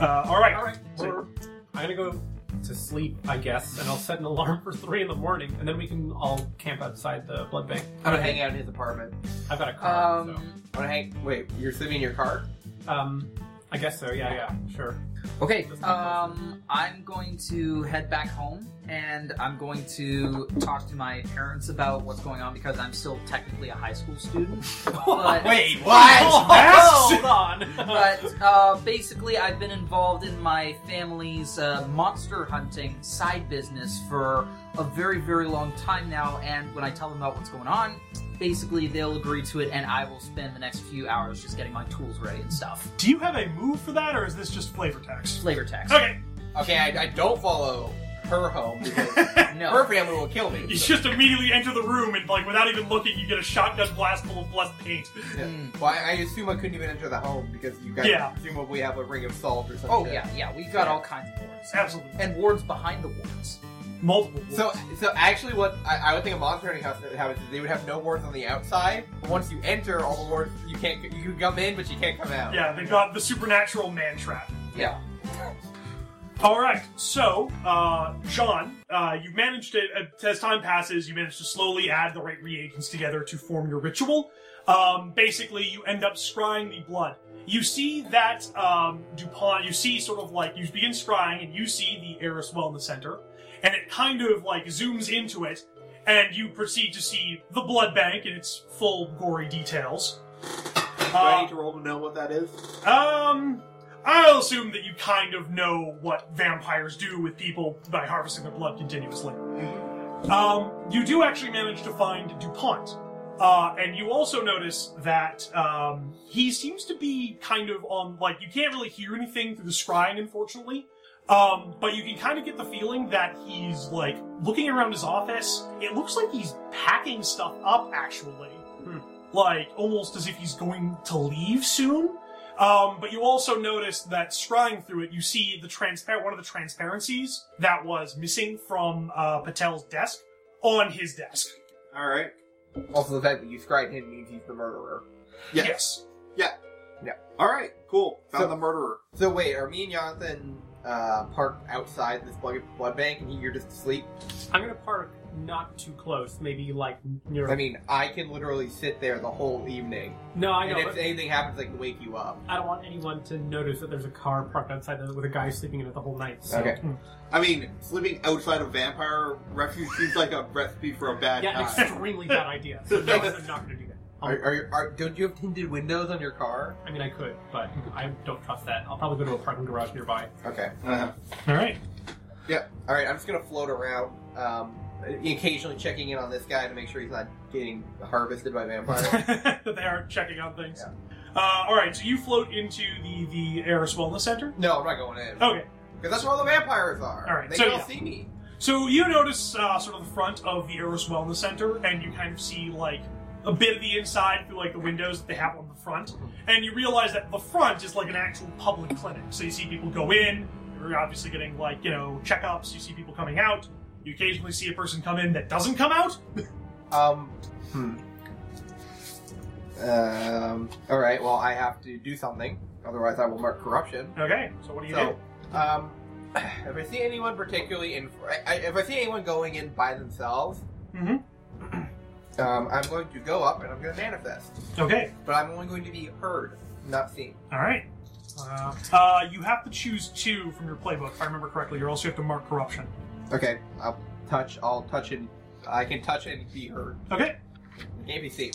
Speaker 1: Uh, all right.
Speaker 6: All right, we're, I'm gonna go to sleep, I guess, and I'll set an alarm for three in the morning, and then we can all camp outside the blood bank.
Speaker 5: I'm gonna hang out in his apartment.
Speaker 6: I've got a car,
Speaker 5: Um, I'm gonna hang. Wait, you're sleeping in your car?
Speaker 6: so um, I guess so. Yeah, yeah, sure.
Speaker 2: Okay, um, I'm going to head back home and I'm going to talk to my parents about what's going on because I'm still technically a high school student. But,
Speaker 5: Wait,
Speaker 6: Hold on.
Speaker 2: But uh, basically, I've been involved in my family's uh, monster hunting side business for a very, very long time now. And when I tell them about what's going on, basically they'll agree to it, and I will spend the next few hours just getting my tools ready and stuff.
Speaker 1: Do you have a move for that, or is this just flavor text?
Speaker 2: Flavor text.
Speaker 1: Okay.
Speaker 5: Okay, I, I don't follow her home because
Speaker 2: No.
Speaker 5: her family will kill me.
Speaker 1: You just immediately enter the room and, like, without even looking, you get a shotgun blast full of blessed paint.
Speaker 5: Yeah.
Speaker 2: Mm.
Speaker 5: Well, I, I assume I couldn't even enter the home because you guys
Speaker 1: Yeah.
Speaker 5: presumably have a ring of salt or something.
Speaker 2: Oh yeah, yeah. We've got all kinds of wards,
Speaker 1: Absolutely.
Speaker 2: and wards behind the wards.
Speaker 1: Multiple. wolves.
Speaker 5: So, so actually, what I, I would think a monster hunting house that happens is they would have no wards on the outside. But once you enter, all the wards you can't you can come in, but you can't come out.
Speaker 1: Yeah, they've got the supernatural man trap.
Speaker 5: Yeah.
Speaker 1: All right, so uh, John, uh, you managed to, uh, as time passes, you manage to slowly add the right reagents together to form your ritual. Um, basically, you end up scrying the blood. You see that um, Dupont. You see sort of like you begin scrying, and you see the Eris Wellness Center, and it kind of like zooms into it, and you proceed to see the blood bank in its full gory details.
Speaker 4: Do I
Speaker 1: Uh,
Speaker 4: need to roll to know what that is?
Speaker 1: um, I'll assume that you kind of know what vampires do with people by harvesting their blood continuously. Um, you do actually manage to find DuPont. Uh, and you also notice that um, he seems to be kind of on, like, you can't really hear anything through the scrying, unfortunately. Um, but you can kind of get the feeling that he's, like, looking around his office. It looks like he's packing stuff up, actually. Like, almost as if he's going to leave soon. Um, but you also notice that scrying through it, you see the transparent one of the transparencies that was missing from uh, Patel's desk on his desk.
Speaker 4: All right.
Speaker 5: Also, the fact that you scryed him means he's the murderer.
Speaker 4: Yeah. All right. Cool. Found
Speaker 5: So-
Speaker 4: the murderer.
Speaker 5: So wait, are me and Jonathan uh, parked outside this blood, blood bank, and you're just asleep?
Speaker 6: I'm gonna park not too close, maybe like near.
Speaker 5: I mean, I can literally sit there the whole evening,
Speaker 6: no, I know.
Speaker 5: and if
Speaker 6: but
Speaker 5: anything happens, I can wake you up.
Speaker 6: I don't want anyone to notice that there's a car parked outside the, with a guy sleeping in it the whole night. So.
Speaker 5: Okay.
Speaker 4: I mean, sleeping outside a vampire refuge seems like a recipe for a bad
Speaker 6: Yeah,
Speaker 4: time.
Speaker 6: extremely bad idea. So no, I'm not gonna do that. I'll-
Speaker 5: Uh, Are, are, you- are, don't you have tinted windows on your car?
Speaker 6: I mean, I could, but I don't trust that. I'll probably go to a parking garage nearby.
Speaker 5: Okay.
Speaker 4: Uh-huh.
Speaker 1: All right.
Speaker 5: All right, I'm just gonna float around, um, occasionally checking in on this guy to make sure he's not getting harvested by vampires.
Speaker 1: they are checking on things. Uh, all right. So you float into the the Eris Wellness Center.
Speaker 5: no, I'm not going in
Speaker 1: Okay.
Speaker 5: because that's where all the vampires are.
Speaker 1: All right,
Speaker 5: they
Speaker 1: so
Speaker 5: can all
Speaker 1: yeah.
Speaker 5: see me.
Speaker 1: So you notice uh, sort of the front of the Eros Wellness Center, and you kind of see like a bit of the inside through like the windows that they have on the front,
Speaker 5: Mm-hmm.
Speaker 1: and you realize that the front is like an actual public clinic. So you see people go in. You're obviously getting like you know checkups. You see people coming out. You occasionally see a person come in that doesn't come out.
Speaker 5: Um. Hmm. Um. All right. Well, I have to do something, otherwise I will mark corruption.
Speaker 1: Okay, so what do you
Speaker 5: So, um, if I see anyone particularly in, I, I, if I see anyone going in by themselves,
Speaker 1: do? Mm-hmm.
Speaker 5: um, I'm going to go up and I'm going to manifest.
Speaker 1: Okay,
Speaker 5: But I'm only going to be heard, not seen.
Speaker 1: all right. Uh, uh, you have to choose two from your playbook, if I remember correctly, or else you have to mark corruption.
Speaker 5: Okay. I'll touch. I'll touch and I can touch and be heard.
Speaker 1: Okay.
Speaker 5: Maybe see.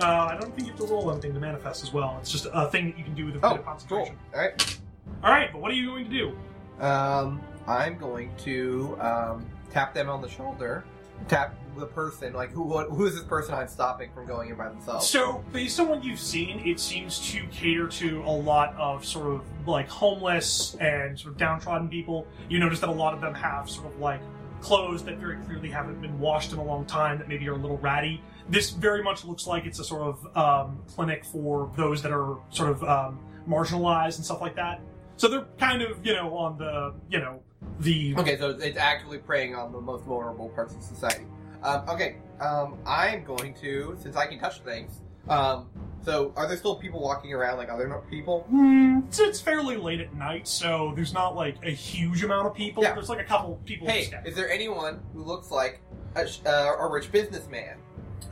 Speaker 1: Uh, I don't think you have to roll anything to manifest as well. It's just a thing that you can do with a bit
Speaker 5: Oh,
Speaker 1: of
Speaker 5: Cool.
Speaker 1: concentration.
Speaker 5: All right.
Speaker 1: All right, but what are you going to do?
Speaker 5: Um, I'm going to um, tap them on the shoulder. Tap the person. Like who? What, who is this person I'm stopping from going in by themselves?
Speaker 1: So, based on what you've seen, it seems to cater to a lot of sort of like homeless and sort of downtrodden people. You notice that a lot of them have sort of like clothes that very clearly haven't been washed in a long time that maybe are a little ratty. This very much looks like it's a sort of um, clinic for those that are sort of um, marginalized and stuff like that. So they're kind of, you know, on the, you know, the.
Speaker 5: Okay, so it's actually preying on the most vulnerable parts of society. Um, okay, um, I'm going to, since I can touch things, um, so are there still people walking around, like other no- people?
Speaker 1: Hmm, it's, it's fairly late at night, so there's not like a huge amount of people.
Speaker 5: Yeah.
Speaker 1: There's like a couple people.
Speaker 5: Hey,
Speaker 1: step.
Speaker 5: is there anyone who looks like a, sh- uh, a rich businessman?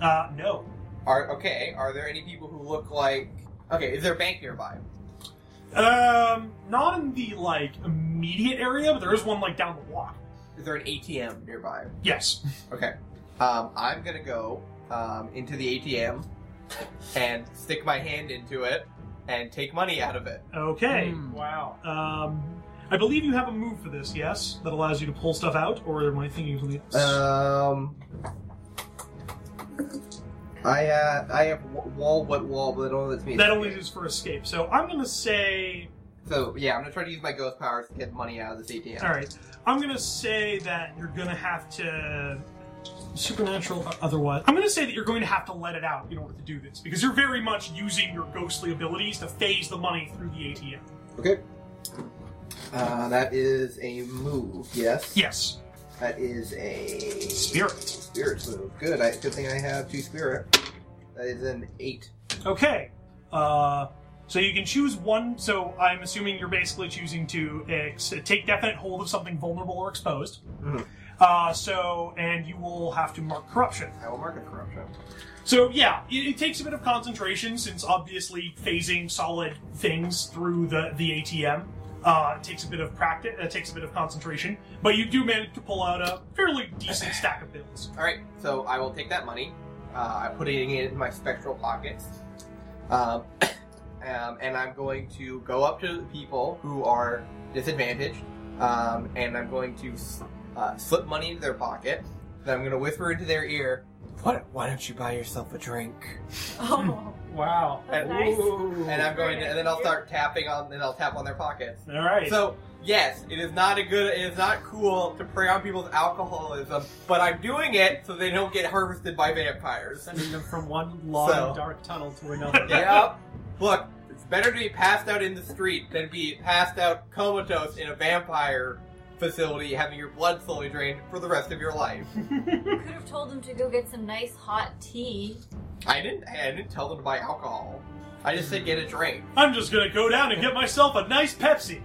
Speaker 1: Uh, no.
Speaker 5: Are Okay, are there any people who look like, okay, is there a bank nearby?
Speaker 1: Um, not in the like immediate area, but there is one like down the block.
Speaker 5: Is there an ATM nearby?
Speaker 1: Yes.
Speaker 5: Okay, um, I'm gonna go um, into the ATM and stick my hand into it and take money out of it.
Speaker 1: Okay.
Speaker 2: Hmm.
Speaker 6: Wow.
Speaker 1: Um, I believe you have a move for this. Yes, that allows you to pull stuff out, or am I thinking of something else?
Speaker 5: Um, I uh, I have wa- wall what wall, but it only lets me.
Speaker 1: that only is for escape. So I'm gonna say.
Speaker 5: So yeah, I'm gonna try to use my ghost powers to get money out of this ATM.
Speaker 1: All right. I'm gonna say that you're gonna have to supernatural or otherwise. I'm gonna say that you're going to have to let it out in order to do this because you're very much using your ghostly abilities to phase the money through the ATM.
Speaker 5: Okay. Uh, that is a move. Yes.
Speaker 1: Yes.
Speaker 5: That is a
Speaker 1: Spirit.
Speaker 5: spirit move. Good. I, good thing I have two spirit. That is an eight.
Speaker 1: Okay. Uh, so you can choose one. So I'm assuming you're basically choosing to ex- take definite hold of something vulnerable or exposed.
Speaker 5: Mhm.
Speaker 1: Uh, so and you will have to mark corruption.
Speaker 5: I will mark a corruption.
Speaker 1: So yeah, it, it takes a bit of concentration since obviously phasing solid things through the the ATM uh, takes a bit of practice. It takes a bit of concentration, but you do manage to pull out a fairly decent stack of bills.
Speaker 5: All right, so I will take that money. Uh, I'm putting it in my spectral pockets, um, um, and I'm going to go up to the people who are disadvantaged, um, and I'm going to s- uh, slip money into their pocket. Then I'm going to whisper into their ear, "What? Why don't you buy yourself a drink?"
Speaker 3: Oh,
Speaker 6: Wow.
Speaker 3: that's nice.
Speaker 5: And I'm going, to, and then I'll start tapping on, and I'll tap on their pockets.
Speaker 1: All right.
Speaker 5: So yes, it is not a good, it is not cool to prey on people's alcoholism, but I'm doing it so they don't get harvested by vampires.
Speaker 6: Sending them from one long
Speaker 5: So-
Speaker 6: dark tunnel to another.
Speaker 5: yep. Look, it's better to be passed out in the street than be passed out comatose in a vampire facility having your blood slowly drained for the rest of your life.
Speaker 3: You could have told him to go get some nice hot tea.
Speaker 5: I didn't I didn't tell them to buy alcohol. I just said get a drink.
Speaker 1: I'm just gonna go down and get myself a nice Pepsi.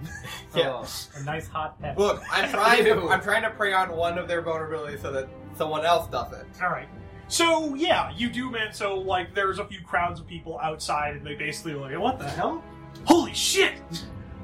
Speaker 5: Yeah.
Speaker 6: A nice hot pet.
Speaker 5: Look, I'm trying to
Speaker 6: Ew.
Speaker 5: I'm trying to prey on one of their vulnerabilities so that someone else doesn't.
Speaker 1: All right. So yeah, you do, man. So like, there's a few crowds of people outside, and they basically are like, "What the hell? Holy shit!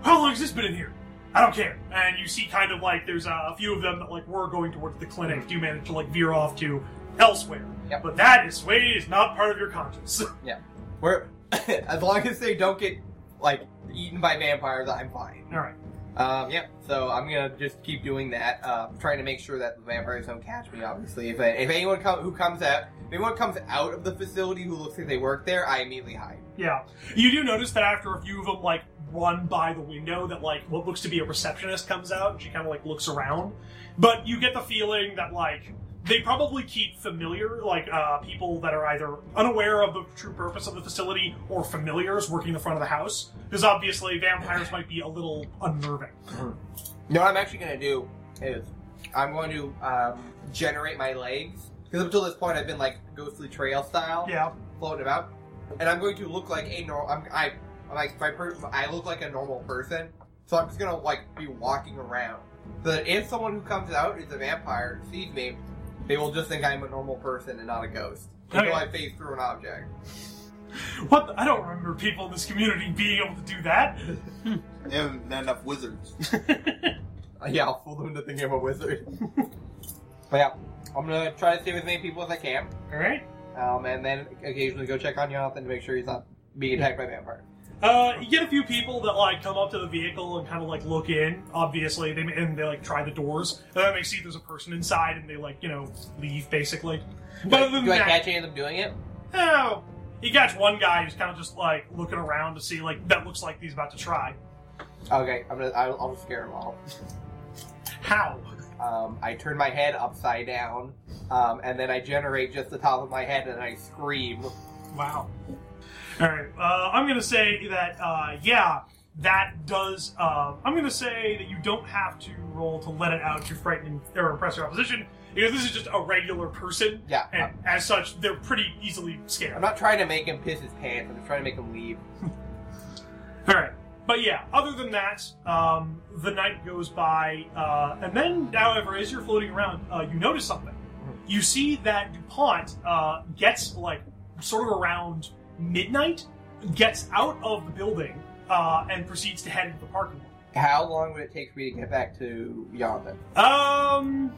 Speaker 1: How long has this been in here? I don't care." And you see, kind of like, there's uh, a few of them that like were going towards the clinic. Do manage to like veer off to elsewhere?
Speaker 5: Yep.
Speaker 1: But that is way is not part of your conscience.
Speaker 5: Where as long as they don't get like eaten by vampires, I'm fine.
Speaker 1: All right.
Speaker 5: Um, yeah, so I'm gonna just keep doing that, uh, trying to make sure that the vampires don't catch me. Obviously, if, if anyone come, who comes out, if anyone comes out of the facility who looks like they work there, I immediately hide.
Speaker 1: Yeah. You do notice that after a few of them like run by the window that like what looks to be a receptionist comes out and she kind of like looks around. But you get the feeling that like they probably keep familiar like uh, people that are either unaware of the true purpose of the facility or familiars working the front of the house because obviously vampires might be a little unnerving.
Speaker 5: No, what I'm actually going to do is I'm going to um, generate my legs because up until this point I've been like ghostly trail style,
Speaker 1: Yeah.
Speaker 5: floating about, and I'm going to look like a normal. I'm, I I'm like my per- I look like a normal person, so I'm just going to like be walking around. So that if someone who comes out is a vampire and sees me, they will just think I'm a normal person and not a ghost until
Speaker 1: Okay.
Speaker 5: I phase through an object.
Speaker 1: What? The, I don't remember people in this community being able to do that.
Speaker 4: And not enough wizards.
Speaker 5: Uh, yeah, I'll fool them into thinking I'm a wizard. but yeah, I'm going to try to stay with as many people as I can.
Speaker 1: All right.
Speaker 5: um, and then occasionally go check on Jonathan to make sure he's not being attacked by vampires.
Speaker 1: Uh, you get a few people that like come up to the vehicle and kind of like look in. Obviously, they and they like try the doors. And then they see there's a person inside, and they like you know leave basically. But other than
Speaker 5: Do I
Speaker 1: that,
Speaker 5: catch any of them doing it?
Speaker 1: oh, you catch one guy who's kind of just like looking around to see like that looks like he's about to try.
Speaker 5: Okay, I'm gonna I'll, I'll scare them all.
Speaker 1: How?
Speaker 5: Um, I turn my head upside down, um, and then I generate just the top of my head, and I scream.
Speaker 1: Wow. All right. Uh, I'm going to say that, uh, yeah, that does. Uh, I'm going to say that you don't have to roll to let it out to frighten or impress your opposition because this is just a regular person.
Speaker 5: Yeah,
Speaker 1: And as such, they're pretty easily scared.
Speaker 5: I'm not trying to make him piss his pants. I'm just trying to make him leave.
Speaker 1: All right. But yeah, other than that, um, the night goes by, uh, and then, however, as you're floating around, uh, you notice something. You see that Dupont uh, gets like sort of around midnight, gets out of the building, uh, and proceeds to head into the parking lot.
Speaker 5: How long would it take for me to get back to Jonathan?
Speaker 1: Um,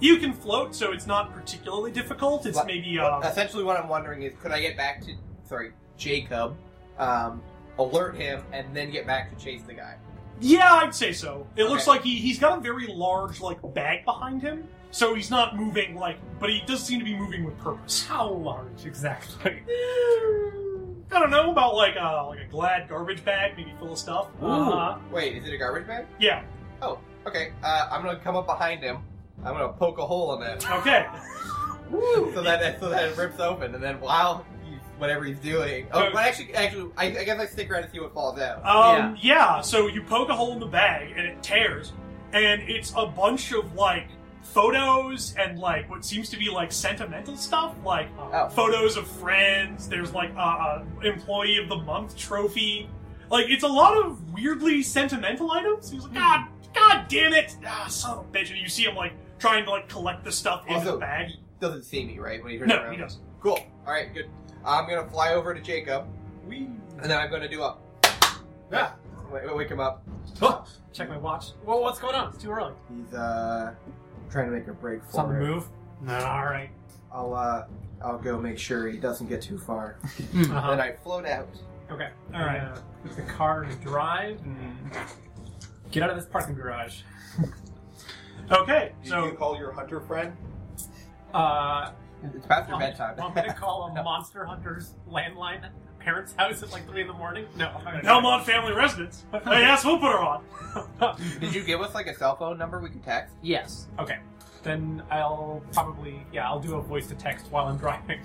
Speaker 1: you can float, so it's not particularly difficult. It's
Speaker 5: What-
Speaker 1: maybe uh,
Speaker 5: Essentially, what I'm wondering is, could I get back to sorry Jacob, um, alert him, and then get back to chase the guy?
Speaker 1: yeah, I'd say so. It looks
Speaker 5: Okay.
Speaker 1: like he he's got a very large like bag behind him. So he's not moving like, but he does seem to be moving with purpose.
Speaker 6: How large exactly?
Speaker 1: I don't know about like a like a glad garbage bag, maybe full of stuff.
Speaker 6: Uh-huh.
Speaker 5: Wait, is it a garbage bag?
Speaker 1: Yeah.
Speaker 5: Oh, okay. Uh, I'm gonna come up behind him. I'm gonna poke a hole in it
Speaker 1: Okay.
Speaker 5: so that so that it rips open, and then while he's whatever he's doing. Oh, but actually, actually, I, I guess I stick around to see what falls out.
Speaker 1: Um, yeah. So you poke a hole in the bag and it tears, and it's a bunch of like photos and like what seems to be like sentimental stuff, like
Speaker 5: Oh.
Speaker 1: photos of friends. There's like a, a employee of the month trophy. Like it's a lot of weirdly sentimental items. He's like, God, God damn it, ah, son of a bitch! And you see him like trying to like collect the stuff in the
Speaker 5: Also,
Speaker 1: bag.
Speaker 5: he doesn't see me, right? When he turns
Speaker 1: No,
Speaker 5: around.
Speaker 1: he doesn't.
Speaker 5: Cool. All right, good. I'm gonna fly over to Jacob,
Speaker 6: We
Speaker 5: and then I'm gonna do a
Speaker 6: ah,
Speaker 5: wake, wake him up.
Speaker 6: oh, check my watch. Well, what's going on? It's too early.
Speaker 5: He's uh trying to make a break for
Speaker 6: It's on the
Speaker 5: it.
Speaker 6: move. All right.
Speaker 5: I'll uh I'll go make sure he doesn't get too far.
Speaker 6: Uh-huh.
Speaker 5: And I float out.
Speaker 6: Okay.
Speaker 1: All right.
Speaker 6: Uh, Put the car and drive and
Speaker 1: Mm.
Speaker 6: get out of this parking garage.
Speaker 1: Okay,
Speaker 4: Did
Speaker 1: so
Speaker 4: you call your hunter friend?
Speaker 6: Uh,
Speaker 5: It's past your
Speaker 6: want me-
Speaker 5: bedtime.
Speaker 6: Want me to call a Monster Hunter's landline at parents' house at like three in the morning? No.
Speaker 1: Belmont family residence. hey, yes, we'll put her on.
Speaker 5: Did you give us like a cell phone number we can text?
Speaker 2: Yes.
Speaker 6: Okay. Then I'll probably yeah I'll do a voice to text while I'm driving.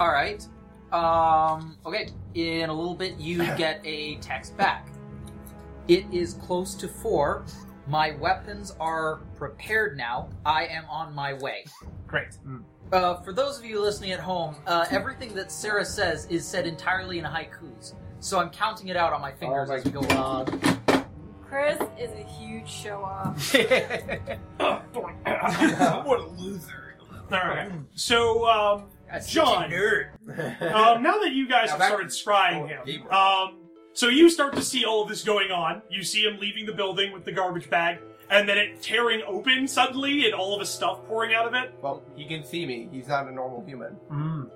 Speaker 2: All right. Um, okay. In a little bit, you get a text back. It is close to four. My weapons are prepared now. I am on my way.
Speaker 6: Great.
Speaker 2: Uh, for those of you listening at home, uh, everything that Sarah says is said entirely in haikus. So I'm counting it out on my fingers
Speaker 5: my
Speaker 2: as we go along.
Speaker 3: Chris is a huge show off.
Speaker 5: what a loser.
Speaker 1: All right. So, um,
Speaker 2: That's
Speaker 1: John, um, now that you guys
Speaker 5: Now
Speaker 1: have
Speaker 5: back-
Speaker 1: started scrying him,
Speaker 5: Gabriel.
Speaker 1: um, so you start to see all of this going on. You see him leaving the building with the garbage bag, and then it tearing open suddenly, and all of his stuff pouring out of it.
Speaker 5: Well, he can see me. He's not a normal human.
Speaker 6: Mm.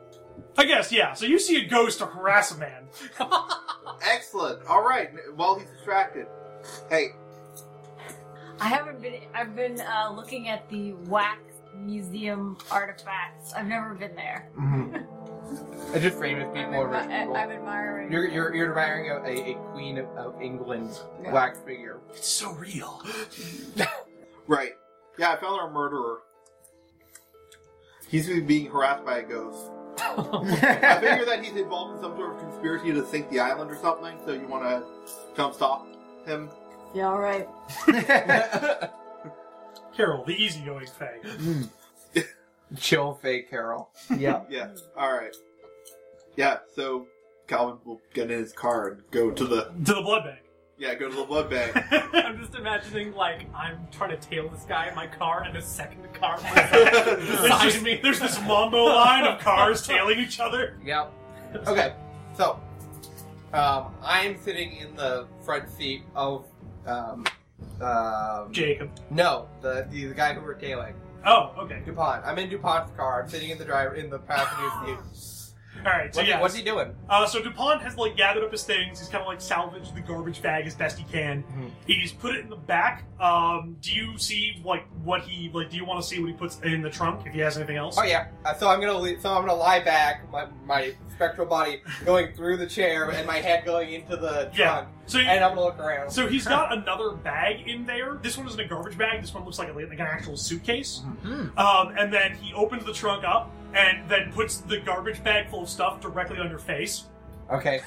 Speaker 1: I guess, yeah. So you see a ghost to harass a man.
Speaker 4: Excellent. All right. While he's distracted, hey,
Speaker 3: I haven't been. I've been uh, looking at the wax museum artifacts. I've never been there.
Speaker 5: I just famous
Speaker 3: I'm,
Speaker 5: people. rich
Speaker 3: admi-
Speaker 5: people.
Speaker 3: I'm admiring.
Speaker 5: You're, you're, you're admiring a, a, a Queen of, of England
Speaker 3: Yeah.
Speaker 5: wax figure.
Speaker 1: It's so real.
Speaker 4: Right. Yeah, I found our murderer. He's being harassed by a ghost. I figure that he's involved in some sort of conspiracy to sink the island or something, so you want to come stop him.
Speaker 3: Yeah, all right.
Speaker 1: Carol, the easygoing Faye.
Speaker 5: Chill, Faye Carol.
Speaker 2: Yeah.
Speaker 4: Yeah, alright. Yeah, so Calvin will get in his car and go to the.
Speaker 1: To the blood bank.
Speaker 4: Yeah, go to the blood bank.
Speaker 6: I'm just imagining like I'm trying to tail this guy in my car and a second car
Speaker 1: There's,
Speaker 6: Side
Speaker 1: just-
Speaker 6: me.
Speaker 1: there's this mambo line of cars tailing each other.
Speaker 2: Yep.
Speaker 5: Okay, so um, I'm sitting in the front seat of um, um,
Speaker 1: Jacob.
Speaker 5: no the, the the guy who we're tailing
Speaker 1: Oh, okay.
Speaker 5: Dupont. I'm in Dupont's car. I'm sitting in the driver in the passenger seat.
Speaker 1: All right. So
Speaker 5: What's,
Speaker 1: yeah.
Speaker 5: he, what's he doing?
Speaker 1: Uh, so Dupont has like gathered up his things. He's kind of like salvaged the garbage bag as best he can.
Speaker 5: Mhm.
Speaker 1: He's put it in the back. Um, do you see like what he like? Do you want to see what he puts in the trunk if he has anything else?
Speaker 5: Oh yeah. Uh, so I'm gonna le- so I'm gonna lie back, my, my spectral body going through the chair and my head going into the trunk,
Speaker 1: Yeah. So
Speaker 5: and I'm gonna look around.
Speaker 1: so he's got another bag in there. This one isn't a garbage bag. This one looks like, a, like an actual suitcase. Um, and then he opens the trunk up and then puts the garbage bag full of stuff directly on your face.
Speaker 5: Okay.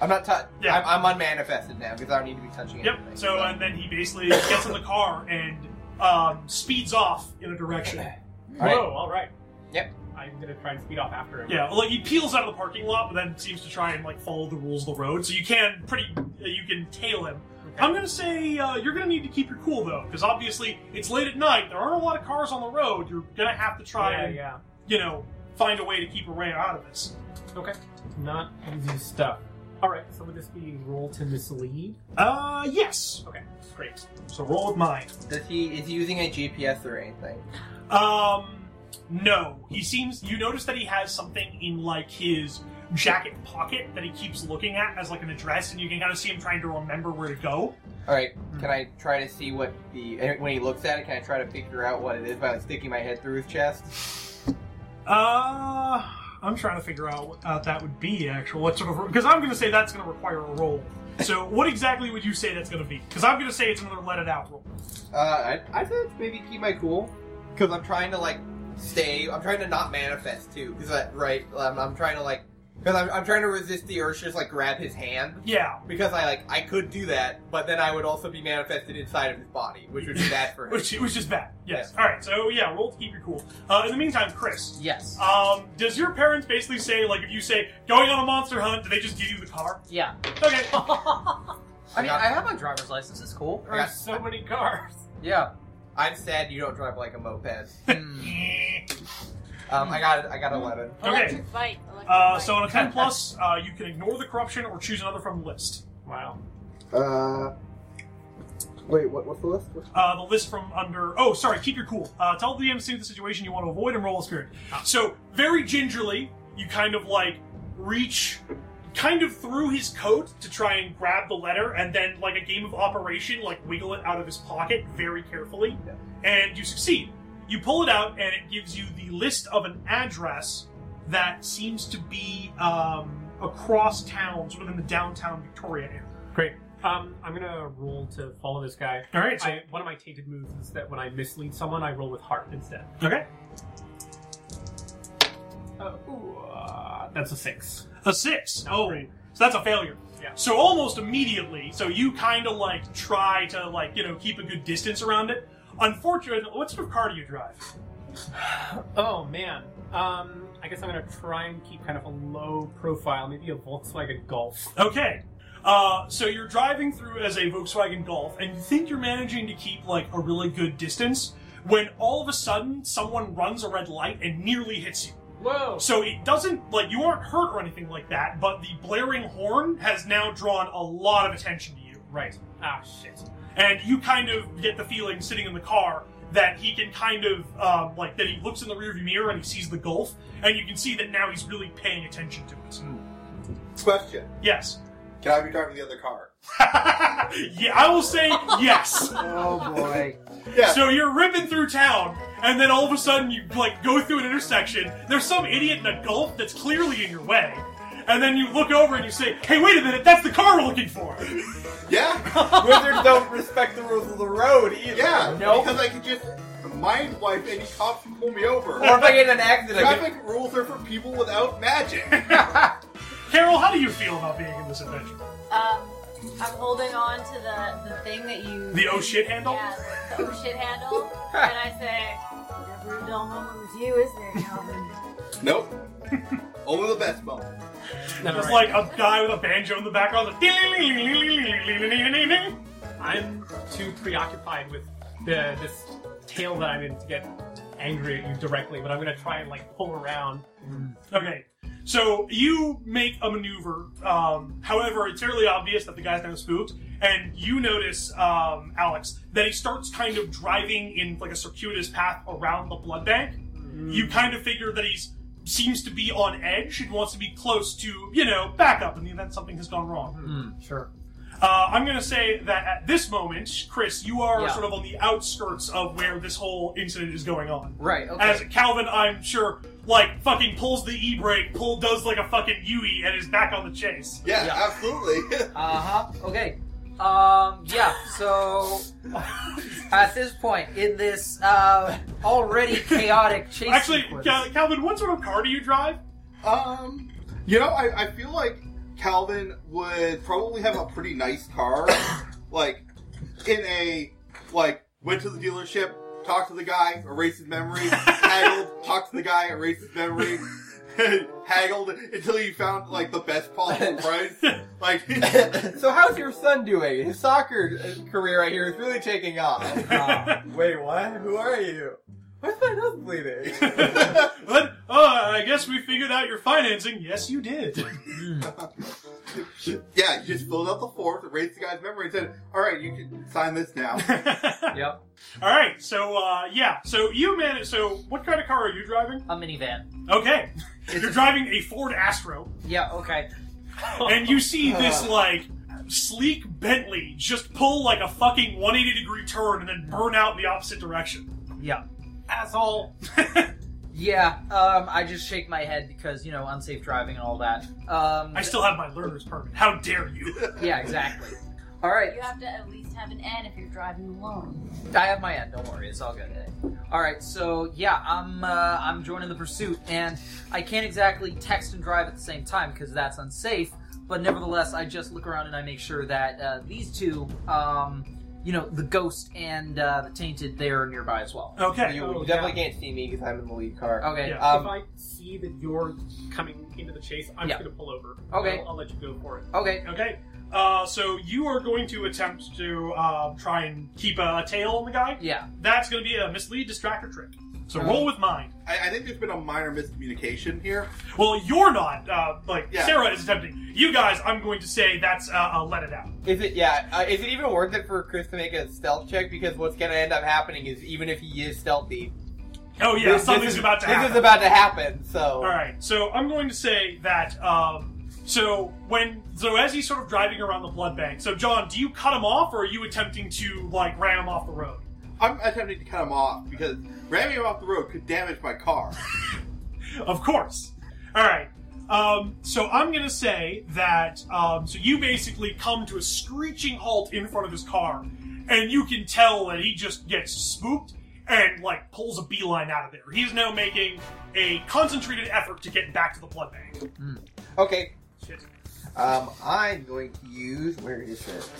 Speaker 5: I'm not touch.
Speaker 1: Yeah.
Speaker 5: I'm, I'm unmanifested now because I don't need to be touching
Speaker 1: Yep.
Speaker 5: anything.
Speaker 1: So and then he basically gets in the car and um, speeds off in a direction.
Speaker 5: All right.
Speaker 6: Whoa! All right.
Speaker 5: Yep.
Speaker 6: I'm gonna try and speed off after him.
Speaker 1: Yeah, well, like he peels out of the parking lot, but then seems to try and like follow the rules of the road. So you can pretty, uh, you can tail him. I'm gonna say uh, you're gonna need to keep your cool though, because obviously it's late at night. There aren't a lot of cars on the road. You're gonna have to try
Speaker 6: Yeah,
Speaker 1: and
Speaker 6: yeah.
Speaker 1: you know find a way to keep a way out of this.
Speaker 6: Okay. Not easy stuff. All right. So would this be roll to mislead?
Speaker 1: Uh, yes.
Speaker 6: Okay.
Speaker 1: Great. So roll with mine.
Speaker 5: Does he is he using a GPS or anything?
Speaker 1: Um, no. He seems. You notice that he has something in like his jacket pocket that he keeps looking at as like an address, and you can kind of see him trying to remember where to go.
Speaker 5: All right.
Speaker 1: Hmm.
Speaker 5: Can I try to see what the and when he looks at it? Can I try to figure out what it is by like, sticking my head through his chest?
Speaker 1: Uh, I'm trying to figure out what uh, that would be. Actually, what sort of? Because I'm going to say that's going to require a roll. So, what exactly would you say that's going to be? Because I'm going to say it's another let it out roll.
Speaker 5: Uh, I I thought maybe keep my cool because I'm trying to like stay. I'm trying to not manifest too because right. I'm, I'm trying to like because I'm, I'm trying to resist the urge to just like grab his hand.
Speaker 1: Yeah,
Speaker 5: Because I like I could do that, but then I would also be manifested inside of his body, which would be bad for him.
Speaker 1: which which is bad. Yes. All right. So yeah, roll to keep you cool. Uh, in the meantime, Chris.
Speaker 2: Yes.
Speaker 1: Um, does your parents basically say like if you say going on a monster hunt, do they just give you the car?
Speaker 2: yeah.
Speaker 1: Okay.
Speaker 2: I mean, I have my driver's license. It's cool.
Speaker 6: There are so many cars.
Speaker 2: Yeah.
Speaker 5: I'm sad you don't drive like a moped.
Speaker 2: Hmm.
Speaker 5: Um, I got I got eleven.
Speaker 1: Okay.
Speaker 3: Electric bite. Electric
Speaker 1: Uh,
Speaker 3: bite.
Speaker 1: so on a ten plus, uh, you can ignore the corruption or choose another from the list.
Speaker 6: Wow.
Speaker 5: Uh, wait, what? What's the list?
Speaker 1: Uh, the list from under. Oh, sorry. Keep your cool. Uh, tell the MC the situation you want to avoid and roll a spirit. So very gingerly, you kind of like reach, kind of through his coat to try and grab the letter, and then like a game of operation, like wiggle it out of his pocket very carefully,
Speaker 5: Yeah.
Speaker 1: and you succeed. You pull it out, and it gives you the list of an address that seems to be um, across town, sort of in the downtown Victoria area.
Speaker 6: Great. Um, I'm gonna roll to follow this guy.
Speaker 1: All right. So,
Speaker 6: I, one of my tainted moves is that when I mislead someone, I roll with heart instead.
Speaker 1: okay.
Speaker 6: Oh, uh, that's a six.
Speaker 1: A six.
Speaker 6: Not
Speaker 1: Oh,
Speaker 6: great.
Speaker 1: so that's a failure.
Speaker 6: Yeah.
Speaker 1: So almost immediately, so you kind of like try to like you know keep a good distance around it. Unfortunately, what sort of car do you drive?
Speaker 6: Oh man. Um, I guess I'm gonna try and keep kind of a low profile, maybe a Volkswagen Golf.
Speaker 1: Okay. Uh, so you're driving through as a Volkswagen Golf, and you think you're managing to keep like a really good distance when all of a sudden someone runs a red light and nearly hits you.
Speaker 6: Whoa.
Speaker 1: So it doesn't like you aren't hurt or anything like that, but the blaring horn has now drawn a lot of attention to you.
Speaker 6: Right. Ah, shit.
Speaker 1: and you kind of get the feeling sitting in the car that he can kind of um, like that he looks in the rearview mirror and he sees the gulf and you can see that now he's really paying attention to it
Speaker 4: Question
Speaker 1: yes
Speaker 4: Can I be driving the other car?
Speaker 1: yeah i will say yes
Speaker 5: Oh boy.
Speaker 4: Yeah.
Speaker 1: so you're ripping through town and then all of a sudden you like go through an intersection. There's some idiot in a gulf that's clearly in your way, and then you look over and you say, "Hey, wait a minute, that's the car we're looking for."
Speaker 4: Yeah,
Speaker 5: Wizards don't respect the rules of the road either.
Speaker 4: yeah.
Speaker 2: No.
Speaker 4: Because I could just mind wipe any cops who pull me
Speaker 5: Or
Speaker 4: over.
Speaker 5: if I get in an accident, I
Speaker 4: Traffic rules are for people without magic.
Speaker 1: Carol, how do you feel about being in this adventure?
Speaker 3: Um, I'm holding on to the, the thing that you.
Speaker 1: The oh shit handle?
Speaker 3: Yeah, the oh shit handle. and I say, never a dull moment with you, is there, Calvin?
Speaker 4: nope. Only the best moments.
Speaker 6: Never
Speaker 1: Just
Speaker 6: mind.
Speaker 1: like a guy with a banjo in the background. like,
Speaker 6: I'm too preoccupied with the this tale that I'm in to get angry at you directly, but I'm gonna try and like pull around.
Speaker 1: Okay. So you make a maneuver. Um, however, it's fairly obvious that the guy's now spooked, and you notice, um, Alex, that he starts kind of driving in like a circuitous path around the blood bank. You kind of figure that he's seems to be on edge and wants to be close to, you know, backup in the event something has gone wrong.
Speaker 6: Sure.
Speaker 1: Uh, I'm going to say that at this moment, Chris, you are
Speaker 2: Yeah.
Speaker 1: sort of on the outskirts of where this whole incident is going on.
Speaker 2: Right. Okay.
Speaker 1: As Calvin, I'm sure, like fucking pulls the e brake, pull does like a fucking Yui, and is back on the chase.
Speaker 4: Yeah,
Speaker 2: Yeah.
Speaker 4: absolutely.
Speaker 2: Uh huh. Okay. Um. Yeah. So at this point in this uh, already chaotic chase,
Speaker 1: Actually,
Speaker 2: sequence,
Speaker 1: Cal- Calvin, what sort of car do you drive?
Speaker 4: Um, you know, I, I feel like Calvin would probably have a pretty nice car, like in a like went to the dealership, talked to the guy, erased his memory, haggled, talked to the guy, erased his memory. haggled until you found like the best possible price. Like,
Speaker 5: get. so how's your son doing? His soccer uh, career right here is really taking off.
Speaker 2: uh,
Speaker 5: Wait, what? Who are you? Why's my nose bleeding?
Speaker 1: What? oh, I guess we figured out your financing. Yes, you did.
Speaker 4: yeah, you just filled out the form, erased the guy's memory, and said, "All right, you can sign this now."
Speaker 2: yep.
Speaker 1: All right, so uh, yeah, so you man, so what kind of car are you driving?
Speaker 2: A minivan.
Speaker 1: Okay, you're driving a Ford Astro.
Speaker 2: Yeah. Okay.
Speaker 1: and you see this like sleek Bentley just pull like a fucking 180 degree turn and then burn out in the opposite direction.
Speaker 2: Yeah.
Speaker 1: Asshole.
Speaker 2: Yeah. Um. I just shake my head because you know unsafe driving and all that. Um.
Speaker 1: I still have my learner's permit. How dare you?
Speaker 2: yeah. Exactly. All right.
Speaker 3: You have to at least have an N if you're driving alone.
Speaker 2: I have my end. Don't worry, it's all good. All right, so yeah, I'm uh, I'm joining the pursuit, and I can't exactly text and drive at the same time because that's unsafe. But nevertheless, I just look around and I make sure that uh, these two, um, you know, the ghost and uh, the tainted, they are nearby as well.
Speaker 1: Okay.
Speaker 5: you
Speaker 6: Oh, yeah.
Speaker 5: definitely can't see me because I'm in the lead car.
Speaker 2: Okay,
Speaker 1: Yeah.
Speaker 5: Um,
Speaker 6: if I see that you're coming into the chase, I'm just gonna pull over.
Speaker 2: Okay.
Speaker 6: I'll, I'll let you go for it.
Speaker 2: okay,
Speaker 1: Okay. Uh, so you are going to attempt to uh, try and keep a, a tail on the guy.
Speaker 2: yeah,
Speaker 1: That's going to be a mislead distractor trick. So roll with mine.
Speaker 4: I, I think there's been a minor miscommunication here.
Speaker 1: Well, you're not. Uh, like
Speaker 4: Yeah.
Speaker 1: Sarah is attempting. You guys, I'm going to say that's uh, a let it out.
Speaker 5: Is it yeah? Uh, is it even worth it for Chris to make a stealth check? Because what's gonna end up happening is even if he is stealthy,
Speaker 1: Oh yeah,
Speaker 5: this- this
Speaker 1: something's
Speaker 5: is-
Speaker 1: about to
Speaker 5: This
Speaker 1: happen.
Speaker 5: is about to happen. So
Speaker 1: All right, so I'm going to say that. Um, so when so as he's sort of driving around the blood bank. So John, do you cut him off, or are you attempting to like ram him off the road?
Speaker 4: I'm attempting to cut him off because ramming him off the road could damage my car.
Speaker 1: Of course. All right. Um, so I'm going to say that. Um, so you basically come to a screeching halt in front of his car, and you can tell that he just gets spooked and like pulls a beeline out of there. He's now making a concentrated effort to get back to the blood bank.
Speaker 5: okay.
Speaker 1: Shit.
Speaker 5: Um, I'm going to use where is it?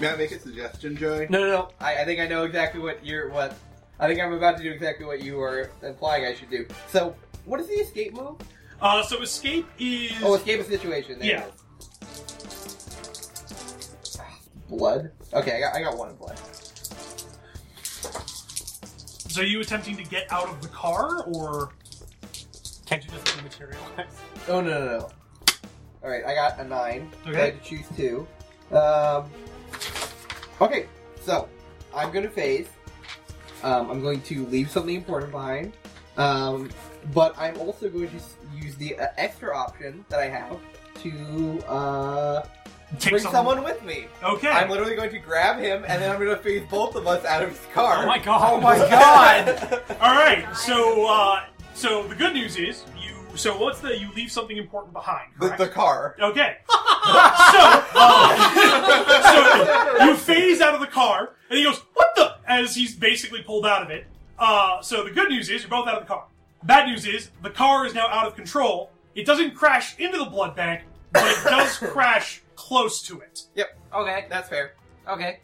Speaker 4: May I make a suggestion, Joey?
Speaker 5: No, no, no. I, I think I know exactly what you're what. I think I'm about to do exactly what you are implying I should do. So what is the escape move?
Speaker 1: Uh, so escape is.
Speaker 5: Oh, escape a situation. There it
Speaker 1: Yeah.
Speaker 5: is. Blood. Okay, I got I got one blood.
Speaker 1: So are you attempting to get out of the car, or
Speaker 6: Can't you just materialize?
Speaker 5: Oh no no no. All right, I got a nine.
Speaker 1: Okay.
Speaker 5: I had to choose two. Um, okay, so I'm gonna phase. Um, I'm going to leave something important behind. Um, but I'm also going to s- use the uh, extra option that I have to uh,
Speaker 1: Take
Speaker 5: bring
Speaker 1: someone-
Speaker 5: someone with me.
Speaker 1: Okay.
Speaker 5: I'm literally going to grab him, and then I'm going to phase both of us out of his car.
Speaker 6: Oh my god.
Speaker 7: Oh my god!
Speaker 1: All right. So, uh, so the good news is you. So what's the you leave something important behind?
Speaker 5: The,
Speaker 1: Correct?
Speaker 5: the car.
Speaker 1: Okay. so, uh, so you phase out of the car, and he goes, "What the?" As he's basically pulled out of it. Uh, so the good news is you're both out of the car. Bad news is the car is now out of control. It doesn't crash into the blood bank, but it does crash close to it.
Speaker 2: Okay,
Speaker 5: That's fair.
Speaker 2: okay.